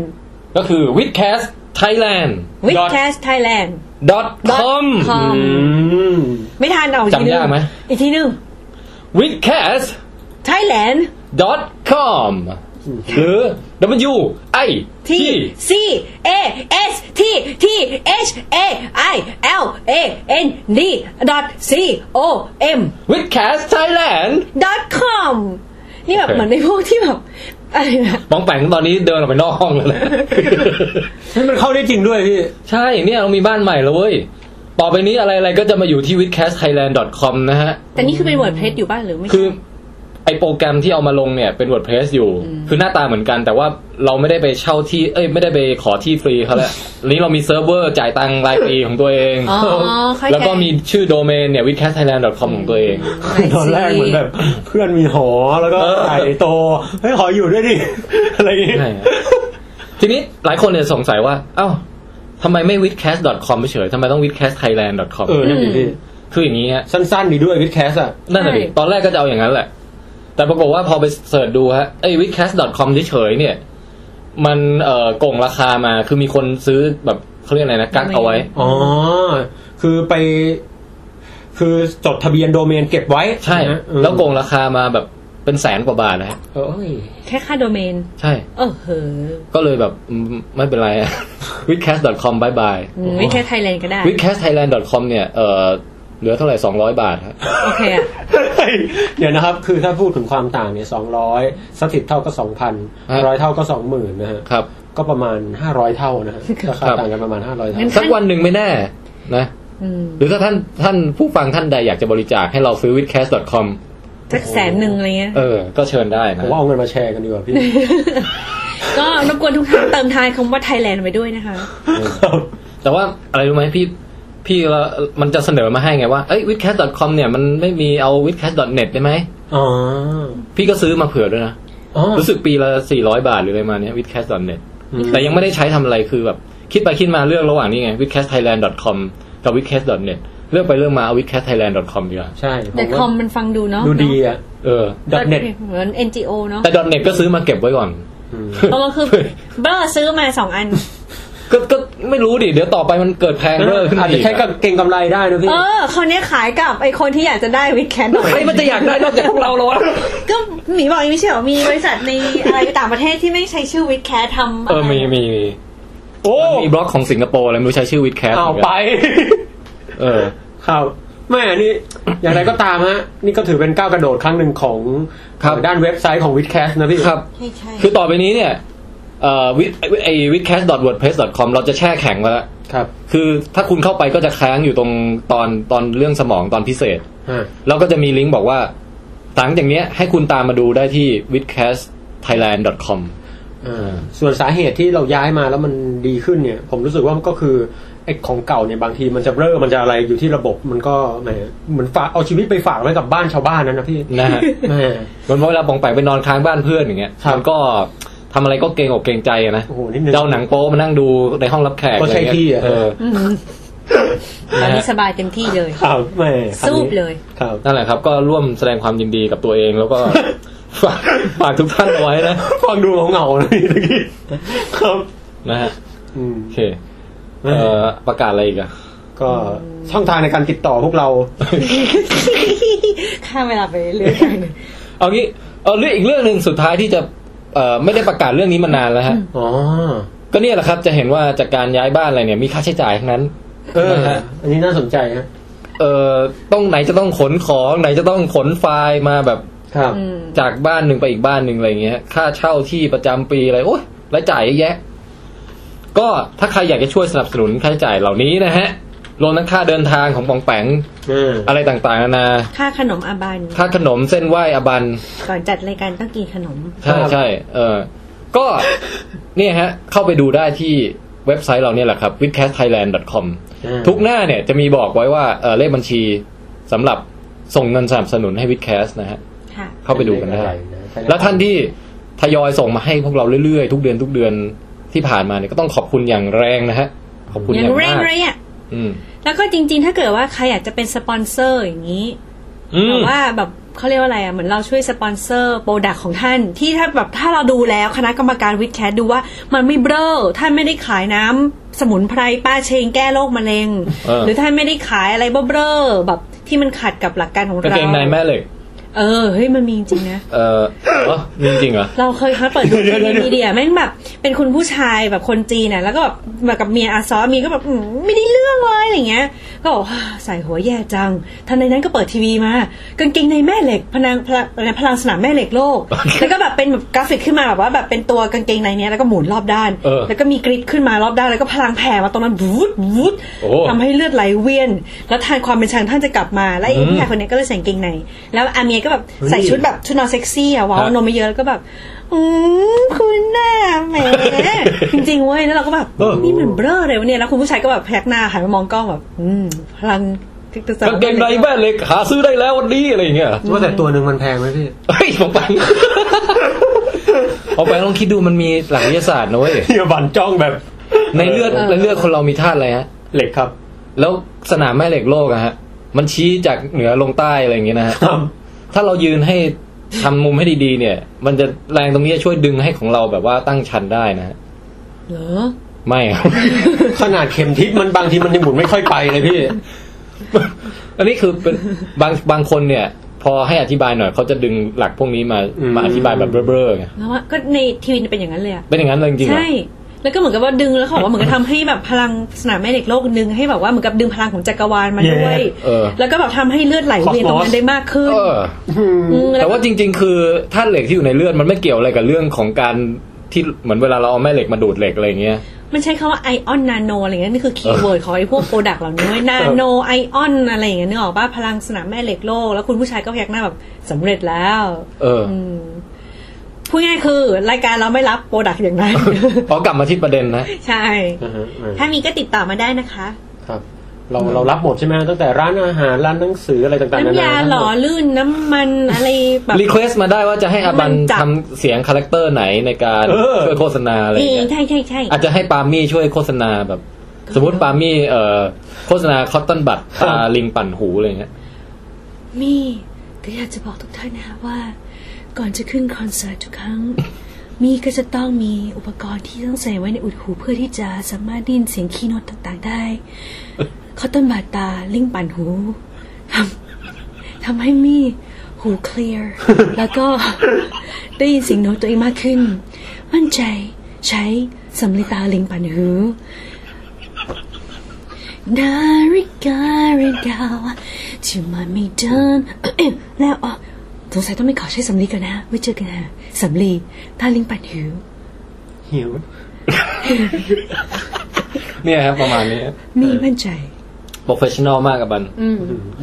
Speaker 1: ก็คือ withcast Thailand
Speaker 3: Witcast Thailand
Speaker 1: dot com
Speaker 3: com ไม่ทันเอาอีกทีนึ
Speaker 1: จำยากไหม
Speaker 3: อีกทีนึง
Speaker 1: withcast
Speaker 3: Thailand
Speaker 1: dot com หรือ W I
Speaker 3: T C A S T T H A I L A N D dot C O M
Speaker 1: withcast Thailand
Speaker 3: dot com นี่แบบ
Speaker 1: โอเค
Speaker 3: เหมือนในพวกที่แบบ อะไรนะ
Speaker 1: ป้องแปงตอนนี้เดินออกไปนอกห้องแล้วนะ
Speaker 2: ให้มันเข้าได้จริงด้วยพี่
Speaker 1: ใช่เนี่ยเรามีบ้านใหม่แล้วเว้ย ต่อไปนี้อะไรอะไรก็จะมาอยู่ที่ withcastthailand.com นะฮะ
Speaker 3: แต่นี่คือเป็นเวิร์ดเพจอยู่บ้านหรือไม่ใช่
Speaker 1: คือไอโปรแกรมที่เอามาลงเนี่ยเป็น WordPress อยู่ คือหน้าตาเหมือนกันแต่ว่าเราไม่ได้ไปเช่าที่ เอ้ยไม่ได้ไปขอที่ฟรีเขาแล้วนี้เรามีเซิร์ฟเวอร์จ่ายตังค์รายปีของตัวเอง
Speaker 3: อ๋อเข้าใจ
Speaker 1: แล้วก็มีชื่อโดเมนเนี่ย withcastthailand.com ของตัวเอง
Speaker 2: ตอนแรกเหมือนแบบ เพื่อนมีหอแล้วก็
Speaker 1: เออ
Speaker 2: ไก่โตเฮ้ยขออยู่ด้วยดิ (laughs) อะไรอย่างงี้
Speaker 1: ใช่ฮะทีนี้หลายคนเนี่ยสงสัยว่า เอ้าทำไมไม่ withcast.com เฉยๆทำไมต้อง withcastthailand.com
Speaker 2: เออนั่นดิพี่
Speaker 1: คืออย่างนี้ฮะ
Speaker 2: สั้นๆดีด้วยวิดแคสอ่ะ
Speaker 1: นั่นแหละ
Speaker 3: ใช่
Speaker 1: ดิตอนแรกก็จะเอาอย่างนั้นแหละ แต่ปรากฏว่าพอไปเสิร์ชดูฮะไอ้ withcast.com เฉยๆเนี่ย มันเอ่อโก่งราคามาคือมีคนซื้อแบบเขาเรียกอะไรนะ กักเอาไว้
Speaker 2: อ๋อ คือไป คือจดทะเบียนโดเมนเก็บไว้
Speaker 1: ใช่
Speaker 2: นะเออ
Speaker 1: แล้วโกงราคามาแบบเป็นแสนกว่าบาทนะฮะ
Speaker 2: โอ้ย
Speaker 3: แค่ค่าโดเมน
Speaker 1: ใช่
Speaker 3: เออเหอะ
Speaker 1: ก็เลยแบบอืมไม่เป็นไรอะ withcast.com บายบาย
Speaker 3: อืมไม่ใช่ไทยแลนด์ก็ได้
Speaker 1: withcastthailand.com เนี่ยเอ่อเหลือเท่าไหร่ 200 บาทฮะ
Speaker 3: โอเคอะ
Speaker 2: เฮ้ยเดี๋ยวนะครับ คือถ้าพูดถึงความต่างเนี่ยสองร้อยสถิตเท่าก็สองพัน
Speaker 1: ฮะ
Speaker 2: ร้อยเท่าก็สองหมื่นนะฮะ
Speaker 1: ครับ
Speaker 2: ก็ประมาณห้าร้อยเท่านะฮะราคา
Speaker 1: ครับ
Speaker 2: ต่างกันประมาณห้าร้อยเท่า
Speaker 3: งั้น
Speaker 1: สักวันหนึ่งไม่แน่นะ
Speaker 3: อืม
Speaker 1: หรือถ้าท่านท่านผู้ฟังท่านใดอยากจะบริจาคให้เราซื้อ withcast.com
Speaker 3: สักแสนหนึ่งอะไรเงี้ย
Speaker 1: เออ ก็เชิญได้
Speaker 2: ผ
Speaker 1: นะ
Speaker 2: มว่าเอาเงินมาแชร์กันดีกว่าพี่
Speaker 3: ก็รบกวนทุกท่านเติมทายคำว่าไทยแลนด์ไปด้วยนะคะ
Speaker 1: แต่ว่าอะไรรู้ไหมพี่พี่เรามันจะเสนอมาให้ไงว่าเอ้ย withcast.com เนี่ยมันไม่มีเอา withcast.net ได้ไหม
Speaker 2: อ๋อ
Speaker 1: พี่ก็ซื้อมาเผื่อด้วยนะ
Speaker 2: อ๋อ
Speaker 1: รู้สึกปีละ 400 บาทหรืออะไรมาเนี้ย withcast.net
Speaker 2: อืม
Speaker 1: แต่ยังไม่ได้ใช้ทำอะไรคือแบบ คิดไปคิดมาเลือกระหว่างนี้ไง withcastthailand.com กับ withcast.net เลือกไปเลือกมาเอา withcastthailand.com ดีกว่า
Speaker 2: ใช่ผ
Speaker 3: แต่
Speaker 2: ม
Speaker 3: คอม
Speaker 2: ว่า
Speaker 3: มันฟังดูเนาะ
Speaker 2: ดูดีอะ
Speaker 1: เออ
Speaker 2: ดอทเน็ต
Speaker 3: เหมือน NGO เนาะ
Speaker 1: แต่ .net ก็ซื้อมาเก็บไว้ก่อน
Speaker 3: เพราะว่าคือเบอร์ซื้อมาสองอัน
Speaker 1: ก็ก็ไม่รู้ดิเดี๋ยวต่อไปมันเกิดแพงเริ่มขึ้น
Speaker 2: อาจ
Speaker 1: อี
Speaker 2: จะ
Speaker 1: ก
Speaker 2: ใช้กับเก่งกำไรได้นะพี่
Speaker 3: เออคนเนี้ยขายกับไอคนที่อยากจะได้วิดแคน
Speaker 1: ใครมันจะอยากได้นอกจากพวกเราหรอวะ
Speaker 3: ก็หมีบอกเองไม่ใช่เหรอมีบริษัทในอะไรต่างประเทศที่ไม่ใช้ชื่อวิดแคททำะ
Speaker 1: เอ
Speaker 3: ไร
Speaker 1: อมีมีมี
Speaker 2: โอ้
Speaker 1: มันมีบล็อกของสิงคโปร์อะไรไม่รู้ใช้ชื่อวิดแคส
Speaker 2: เอาไป
Speaker 1: เออ
Speaker 2: ครับแม่นี่ อย่างไรก็ตามฮะ นี่ก็ถือเป็นก้าวกระโดดครั้งหนึ่งของ
Speaker 1: ครับ
Speaker 2: ด้านเว็บไซต์ของวิดแคสนะพี่
Speaker 1: ครับ
Speaker 3: ใช่ใช่
Speaker 1: คือต่อไปนี้เนี่ยเอ่อวิดไอวิดแคส .wordpress.com เราจะแช่แข็งไว้แล้ว
Speaker 2: ครับ
Speaker 1: คือถ้าคุณเข้าไปก็จะค้างอยู่ตรงตอนตอนเรื่องสมองตอนพิเศษ
Speaker 2: ฮะ
Speaker 1: แล้วก็จะมีลิงก์บอกว่าหลังจากเนี้ยให้คุณตามมาดูได้ที่ withcastthailand.com
Speaker 2: อ่าส่วนสาเหตุที่เราย้ายมาแล้วมันดีขึ้นเนี่ย ผมรู้สึกว่ามันก็คือไอ้ของเก่าเนี่ยบางทีมันจะเริ่มมันจะอะไรอยู่ที่ระบบมันก็แหมเหมือนฝากเอาชีวิตไปฝากไว้กับบ้านชาวบ้านนั้นนะพี่
Speaker 1: นะ
Speaker 2: (laughs)
Speaker 1: ฮะ
Speaker 2: แหม
Speaker 1: มันเวลาปองแปงไปนอนค้างบ้านเพื่อนอย่างเงี้ย
Speaker 2: ครับ
Speaker 1: มันก็ทำอะไรก็เกรงอกเกรงใจอะนะ
Speaker 2: โอ้โหนิดนึง
Speaker 1: เจ้าหนังโป๊มานั่งดูในห้องรับแขก
Speaker 2: ก็ใช่ที่อะ
Speaker 1: เออ
Speaker 3: ตอน
Speaker 1: นะ
Speaker 3: นี้
Speaker 1: ฮะ
Speaker 3: สบายเต็มที่เลย (laughs)
Speaker 2: ครับแหมครั้ง
Speaker 3: สู้
Speaker 2: นี้
Speaker 3: เลย
Speaker 2: ครับ (laughs)
Speaker 1: นั่นแหละครับก็ร่วมแสดงความยินดีกับตัวเองแล้วก็ (laughs) ฝากฝากทุกท่านเอาไว้นะ
Speaker 2: ฟังดูเหงาๆนะพี่ต (laughs) ะกี้ครับ
Speaker 1: นะฮะ
Speaker 2: อืม
Speaker 1: โอเคเอ่อประกาศอะไรอีกอะ
Speaker 2: ก็ช่องทางในการติดต่อพวกเรา
Speaker 3: ข้ามเวลาไปเรื่อยๆ
Speaker 1: เอางี้เอาเรื่องอีกเรื่องหนึ่งสุดท้ายที่จะเอ่อไม่ได้ประกาศเรื่องนี้มานานแล้วฮะ
Speaker 2: อ๋อ
Speaker 1: ก็เนี่ยแหละครับจะเห็นว่าจากการย้ายบ้านอะไรเนี่ยมีค่าใช้จ่ายทั้งนั้น
Speaker 2: เออ
Speaker 1: นะฮะ
Speaker 2: อันนี้น่าสนใจนะ
Speaker 1: เอ่อต้องไหนจะต้องขนของไหนจะต้องขนไฟล์มาแบบ
Speaker 2: ครับ
Speaker 3: อืม
Speaker 1: จากบ้านหนึ่งไปอีกบ้านหนึ่งอะไรอย่างเงี้ยค่าเช่าที่ประจำปีอะไรโอ้ยรายจ่ายเยอะแยะ ก็ถ้าใครอยากจะช่วยสนับสนุนค่าใช้จ่ายเหล่านี้นะฮะรวมทั้งค่าเดินทางของปองแปง
Speaker 2: เออ
Speaker 1: อะไรต่างๆนานา
Speaker 3: ค่าขนมอาบัน
Speaker 1: ค่าขนมเส้นไหวอบัน
Speaker 3: ก่อนจัดรายการต้องกินขนม
Speaker 1: ใช่
Speaker 2: ครับ
Speaker 1: ใช่เออ ก็ เนี่ยฮะ เข้าไปดูได้ที่เว็บไซต์เราเนี่ยแหละครับ withcastthailand.com ทุกหน้าเนี่ยจะมีบอกไว้ว่าเออเลขบัญชีสำหรับส่งเงินสนับสนุนให้ withcast นะฮะ
Speaker 3: ค่ะ
Speaker 1: เข้าไปดูกันได้ แล้วท่านที่ทยอยส่งมาให้พวกเราเรื่อยๆ ทุกเดือนทุกเดือนที่ผ่านมาเนี่ยก็ต้องขอบคุณอย่างแรงนะฮะ ขอบคุณอ
Speaker 3: ยัง
Speaker 1: ย่าง
Speaker 3: เร่
Speaker 1: มาง ก
Speaker 3: เลยอ่ะ
Speaker 1: อืม
Speaker 3: แล้วก็จริงๆ ถ้าเกิดว่าใครอยากจะเป็นสปอนเซอร์อย่างนี้
Speaker 1: อื
Speaker 3: แต่
Speaker 1: ม
Speaker 3: ว่าแบบเขาเรียกว่าอะไรอ่ะ เหมือนเราช่วยสปอนเซอร์โปรดักของท่าน ที่ถ้าแบบถ้าเราดูแล้วคณะกรรมการวิดแคสดูว่ามันไม่เบ้อท่านไม่ได้ขายน้ำสมุนไพรป้าเชงแก้โรคมะเร็ง หรือท่านไม่ได้ขายอะไรเบ้อๆแบบที่มันขัดกับหลักการของ
Speaker 1: กาง
Speaker 3: เรา
Speaker 1: เกงในแม่เหล็ก
Speaker 3: เออเฮ้ยมันมีจริงนะ
Speaker 1: เออเหรอมีจริงเหรอ
Speaker 3: เราเคยเขาเปิดดูในมีเดียแม่งแบบเป็นคุณผู้ชายแบบคนจีนน่ะแล้วก็แบบมากับเมียอาซอมีก็แบบอืมไม่ได้เรื่องเลยอะไรเงี้ย ก็บอกว่าใส่หัวแย่จังทันในนั้นก็เปิดทีวีมากางเกงในแม่เหล็กพลังพลังพลังสนามแม่เหล็กโลก แล้วก็แบบเป็นแบบกราฟิกขึ้นมาแบบว่าแบบเป็นตัวกางเกงในเนี้ยแล้วก็หมุนรอบด้าน
Speaker 1: เออ
Speaker 3: แล้วก็มีกริดขึ้นมารอบด้านแล้วก็พลังแผ่มาตรงนั้นวูดวูด
Speaker 1: โอ้
Speaker 3: ทำให้เลือดไหลเวียน แล้วทานความเป็นชางท่านจะกลับมาแล้วไอ้ผู้ชายคนเนี้ยก็เลยใส่กางเกงใน แล้วอาเมียก็แบบใส่ชุดแบบชุดนอนเซ็กซี่อะว้าว
Speaker 1: ฮะ
Speaker 3: นมไม่เยอะแล้วก็แบบ อืมคุณน่าแหม
Speaker 1: (laughs)
Speaker 3: จริงๆเว้ยแล้วเราก็แบบ
Speaker 1: เออ
Speaker 3: นี่มันเบ้อเลยวะเนี่ยแล้วคุณผู้ชายก็แบบพยักหน้าหันมามองกล้องแบบ อืมพลัง
Speaker 1: กางเกงในแม่เหล็กหาซื้อได้แล้ววันนี้อะไรอย่างเงี้ย
Speaker 2: ว่าแต่ตัวหนึ่งมันแพงไหมพี่
Speaker 1: เฮ้ยปองแปงปองแปงลองคิดดูมันมีหลักวิทยาศาสตร์นะเว้ย
Speaker 2: เฮียบันจ้องแบบ
Speaker 1: ในเลือดในเลือดคนเรามีธาตุอะไรฮะ
Speaker 2: เหล็กครับ
Speaker 1: แล้วสนามแม่เหล็กโลกอะฮะ มันชี้จากเหนือลงใต้อะไรอย่างเงี้ยนะฮะ
Speaker 2: ครับ
Speaker 1: ถ้าเรายืนให้ทำมุมให้ดีๆเนี่ย มันจะแรงตรงนี้จะช่วยดึงให้ของเราแบบว่าตั้งชันได้นะฮะ
Speaker 3: เหรอ
Speaker 1: ไม่ครับ (laughs)
Speaker 2: ขนาดเข็มทิศมันบางทีมันยังหมุนไม่ค่อยไปเลยพี่
Speaker 1: อันนี้คือเป็นบางบางคนเนี่ย พอให้อธิบายหน่อยเขาจะดึงหลักพวกนี้มา
Speaker 2: อืม
Speaker 1: มาอธิบายแบบเบ้อๆไง
Speaker 3: แล้วว่าก็ในทีวีเป็นอย่างนั้นเลยอะ
Speaker 1: เป็นอย่างนั้นเลยจริงๆเหรอ
Speaker 3: ใช่ แล้วก็เหมือนกับว่าดึงแล้วเขาบอกว่าเหมือนกับทำให้แบบพลังสนามแม่เหล็กโลกดึงให้แบบว่าเหมือนกับดึงพลังของจักรวาลมาด้วย
Speaker 1: เออ
Speaker 3: แล้วก็แบบทำให้เลือดไหลเวียนตรงนั้นได้มากขึ้น
Speaker 1: เออ
Speaker 3: มล้
Speaker 1: แต่
Speaker 3: ก็
Speaker 1: ว่าจริง ๆ คือธาตุเหล็กที่อยู่ในเลือดมันไม่เกี่ยวอะไรกับเรื่องของการที่เหมือนเวลาเราเอาแม่เหล็กมาดูดเหล็กอะไรอย่างเงี้ย
Speaker 3: มันใช้คำว่าไอออนนาโนอะไรเงี้ยนี่คือคีย์เวิร์ดของไอพวกโปรดักต์เหล่านี้เว้ยนาโนไอออนอะไรอย่างเงี้ยนึกออกป่ะพลังสนามแม่เหล็กโลก แล้วคุณผู้ชายก็พยักหน้าแบบสำเร็จแล้ว
Speaker 1: เอออ
Speaker 3: มพูดง่ายๆคือ รายการเราไม่รับโปรดักต์อย่างนั้น (laughs)
Speaker 1: พอกลับมาที่ประเด็นนะ
Speaker 3: ใช่
Speaker 2: นะฮะอ่า
Speaker 3: ถ้ามีก็ติดต่อมาได้นะคะ
Speaker 2: ครับ เราเรารับหมดใช่ไหมตั้งแต่ร้านอาหารร้านหนังสืออะไรต่างๆนานาย
Speaker 3: น้ำาหล่อลื่นน้ำมันอะไรแบบ
Speaker 1: รีเควสต์มาได้ว่าจะให้อาบัน
Speaker 3: มันจับ
Speaker 1: ทำเสียงคาแรคเตอร์ไหนในการช่วยโฆษณาอะไรอ
Speaker 3: เอย่าง อ
Speaker 1: เงี้ย
Speaker 3: ใช่ใช่ใช่
Speaker 1: (laughs) อาจจะให้ปาล์มี่ช่วยโฆษณาแบบ สมมติปาล์มี่เอ่อโฆษณา (laughs) คอตตอนบัตตาลิงปั่นหูอะไรเงี้ย
Speaker 3: มีก็อยากจะบอกทุกท่านนะคะว่า ก่อนจะขึ้นคอนเสิร์ตทุกครั้ง มีก็จะต้องมีอุปกรณ์ที่ต้องใส่ไว้ในอุดหูเพื่อที่จะสามารถไดยินเสียงคีย์โน้ตต่างๆได้ เขาต้นบาดตาลิงปั่นหูทำทำให้มี่หูเคลียร์ แล้วก็ได้ยินเสียงโน้ตตัวเองมากขึ้น มั่นใจใช้สำลีตาลิงปั่นหูนาฬิการิดาวที่มันไม่เดินเอ้ยเอ้ยแล้วอ๋อสงสัยต้องไม่ขอใช้สำลีก่อนนะ ไว้เจอกันนะสำลีตาลิงปั่นหู
Speaker 2: หิว
Speaker 1: เนี่ยครับประมาณนี้
Speaker 3: มีมั่นใจ
Speaker 1: โปรเฟชชั่นอลมากอาบัน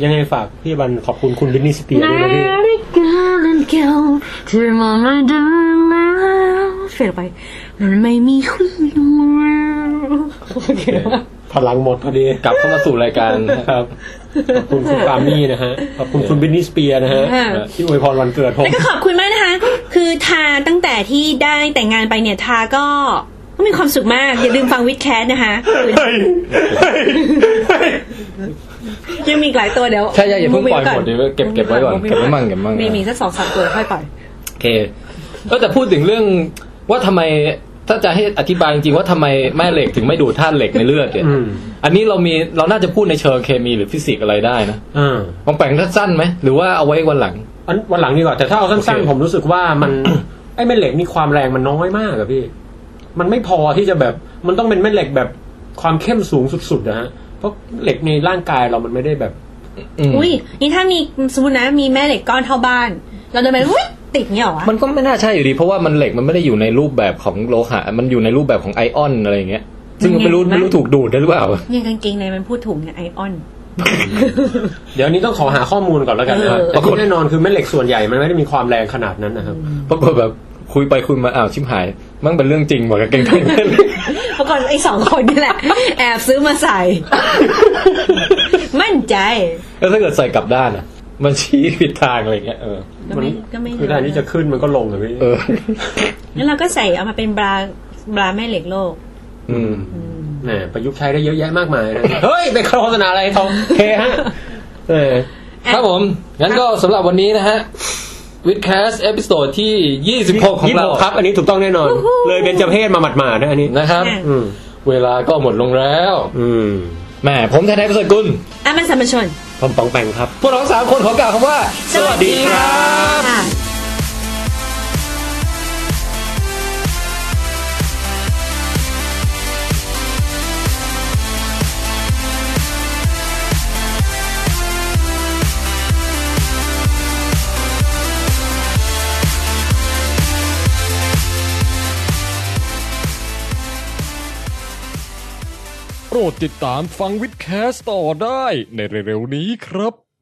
Speaker 2: ยังไงฝากพี่บันขอบคุณคุณวินนี่สเปียร์ด้วยนะพี่
Speaker 3: นาฬิกาเรือนเก่าที่มันไม่เดินแล้วเฟดไป มันไม่มีคุณแล้วโอเค
Speaker 2: พลังหมดพอดี
Speaker 1: กลับเข้ามาสู่ราย (laughs) การ
Speaker 2: ครับ ขอบคุณคุณปามี่นะฮะ ขอบคุณคุณวินนี่สเปียร์นะฮะ ที่อวยพรวันเกิดผม
Speaker 3: แล้วก็ขอบคุณมากนะคะ คือทาตั้งแต่ที่ได้แต่งงานไปเนี่ยทาก็ก็มีความสุขมาก อย่าลืมฟังวิดแคสนะคะยังมีอีกหลายตัวเดี๋ยว
Speaker 1: ใช่ๆอย่าเพิ่งปล่อยหมดเดี๋ยวเก็บเก็บไว้ก่อน
Speaker 3: มี
Speaker 1: เก็บไว้มั่งเก็บไว้มั่ง
Speaker 3: มีมีสักสองสามตัวค่อยปล่อย
Speaker 1: โอเคเออแต่พูดถึงเรื่องว่าทำไมถ้าจะให้อธิบายจริงๆว่าทำไมแม่เหล็กถึงไม่ดูดธาตุเหล็กในเลือดเนี่ย
Speaker 2: อืม
Speaker 1: อันนี้เรามีเราน่าจะพูดในเชิงเคมีหรือฟิสิกส์อะไรได้นะ
Speaker 2: อ่า
Speaker 1: ลองแปลงสั้นๆไหมหรือว่าเอาไว้วันหลัง
Speaker 2: อันวันหลังดีกว่าแต่ถ้าเอาสั้น
Speaker 1: โอเค
Speaker 2: ๆผมรู้สึกว่ามัน (coughs) ไอ้แม่เหล็กนี่ความแรงมันน้อยมากอะพี่ มันไม่พอที่จะแบบมันต้องเป็นแม่เหล็กแบบความเข้มสูงสุดๆนะฮะเพราะเหล็กในร่างกายเรามันไม่ได้แบบ
Speaker 1: อืม
Speaker 3: อุ้ยนี่ถ้ามีสมมตินะมีแม่เหล็กก้อนเท่าบ้าน เราเดินไปอุ้ยติดเงี้ยเหรอวะ
Speaker 1: มันก็ไม่น่าใช่อยู่ดีเพราะว่ามันเหล็กมันไม่ได้อยู่ในรูปแบบของโลหะมันอยู่ในรูปแบบของไอออนอะไรอย่างเงี้ยซึ่งมันไม่รู้ไม่รู้ถูกดูดได้หรือเปล่า
Speaker 3: เนี่ยกางเกงในมันพูดถูกเนี่ยไอออน
Speaker 2: เดี๋ยวนี้ต้องขอหาข้อมูลก่อนแล้วกันนะครับ
Speaker 3: เออ
Speaker 2: แต่ที่แน่นอนคือแม่เหล็กส่วนใหญ่มันไม่ได้มีความแรงขนาดนั้นนะครับ
Speaker 1: ปรากฏแบบคุยไปคุยมาอ้าวชิบหาย มันเป็นเรื่องจริงบอกกับเก่งทั้งนั้น
Speaker 3: ปรากฏไอสองคนนี่แหละ (laughs) แอบซื้อมาใส่ (laughs) มั่นใจ
Speaker 1: (laughs) แล้วถ้าเกิดใส่กลับด้านอ่ะ มันชี้ผิดทางอะไรเงี้ยเออ
Speaker 3: ก็ไม่ก็ไม่
Speaker 2: คือแทนที่จะขึ้นมันก็ลงอะพี่
Speaker 1: เออ
Speaker 3: งั้นเราก็ใส่เอามาเป็นบราบราแม่เหล็กโลก
Speaker 1: อืม
Speaker 2: แหมประยุกต์ใช้ได้เยอะแยะมากมายนะ เฮ้ยไปโฆษณาอะไร
Speaker 1: (laughs)
Speaker 2: ทองเคฮะเออ
Speaker 1: ครับผม งั้นก็สำหรับวันนี้นะฮะวิดแคสเอพิโซดที่ 26 ของเรา
Speaker 2: ยี่สิบหกครับ อันนี้ถูกต้องแน่นอน เลยเป็นจำเพศมาหมาดๆนะอันนี้
Speaker 1: นะครับ
Speaker 3: อ่ะ
Speaker 2: อืม
Speaker 1: เวลาก็หมดลงแล้ว
Speaker 2: อืม
Speaker 1: แหมผมแทนไทยประเสริฐกุล
Speaker 3: อ่ะมันสามัญชน
Speaker 2: พอมปองแปงครับ
Speaker 1: พวกเราทั้งสามคนขอกล่าวคำว่า
Speaker 3: สวัสดีครับ
Speaker 8: โปรดติดตามฟังวิดแคสต์ต่อได้ในเร็วๆนี้ครับ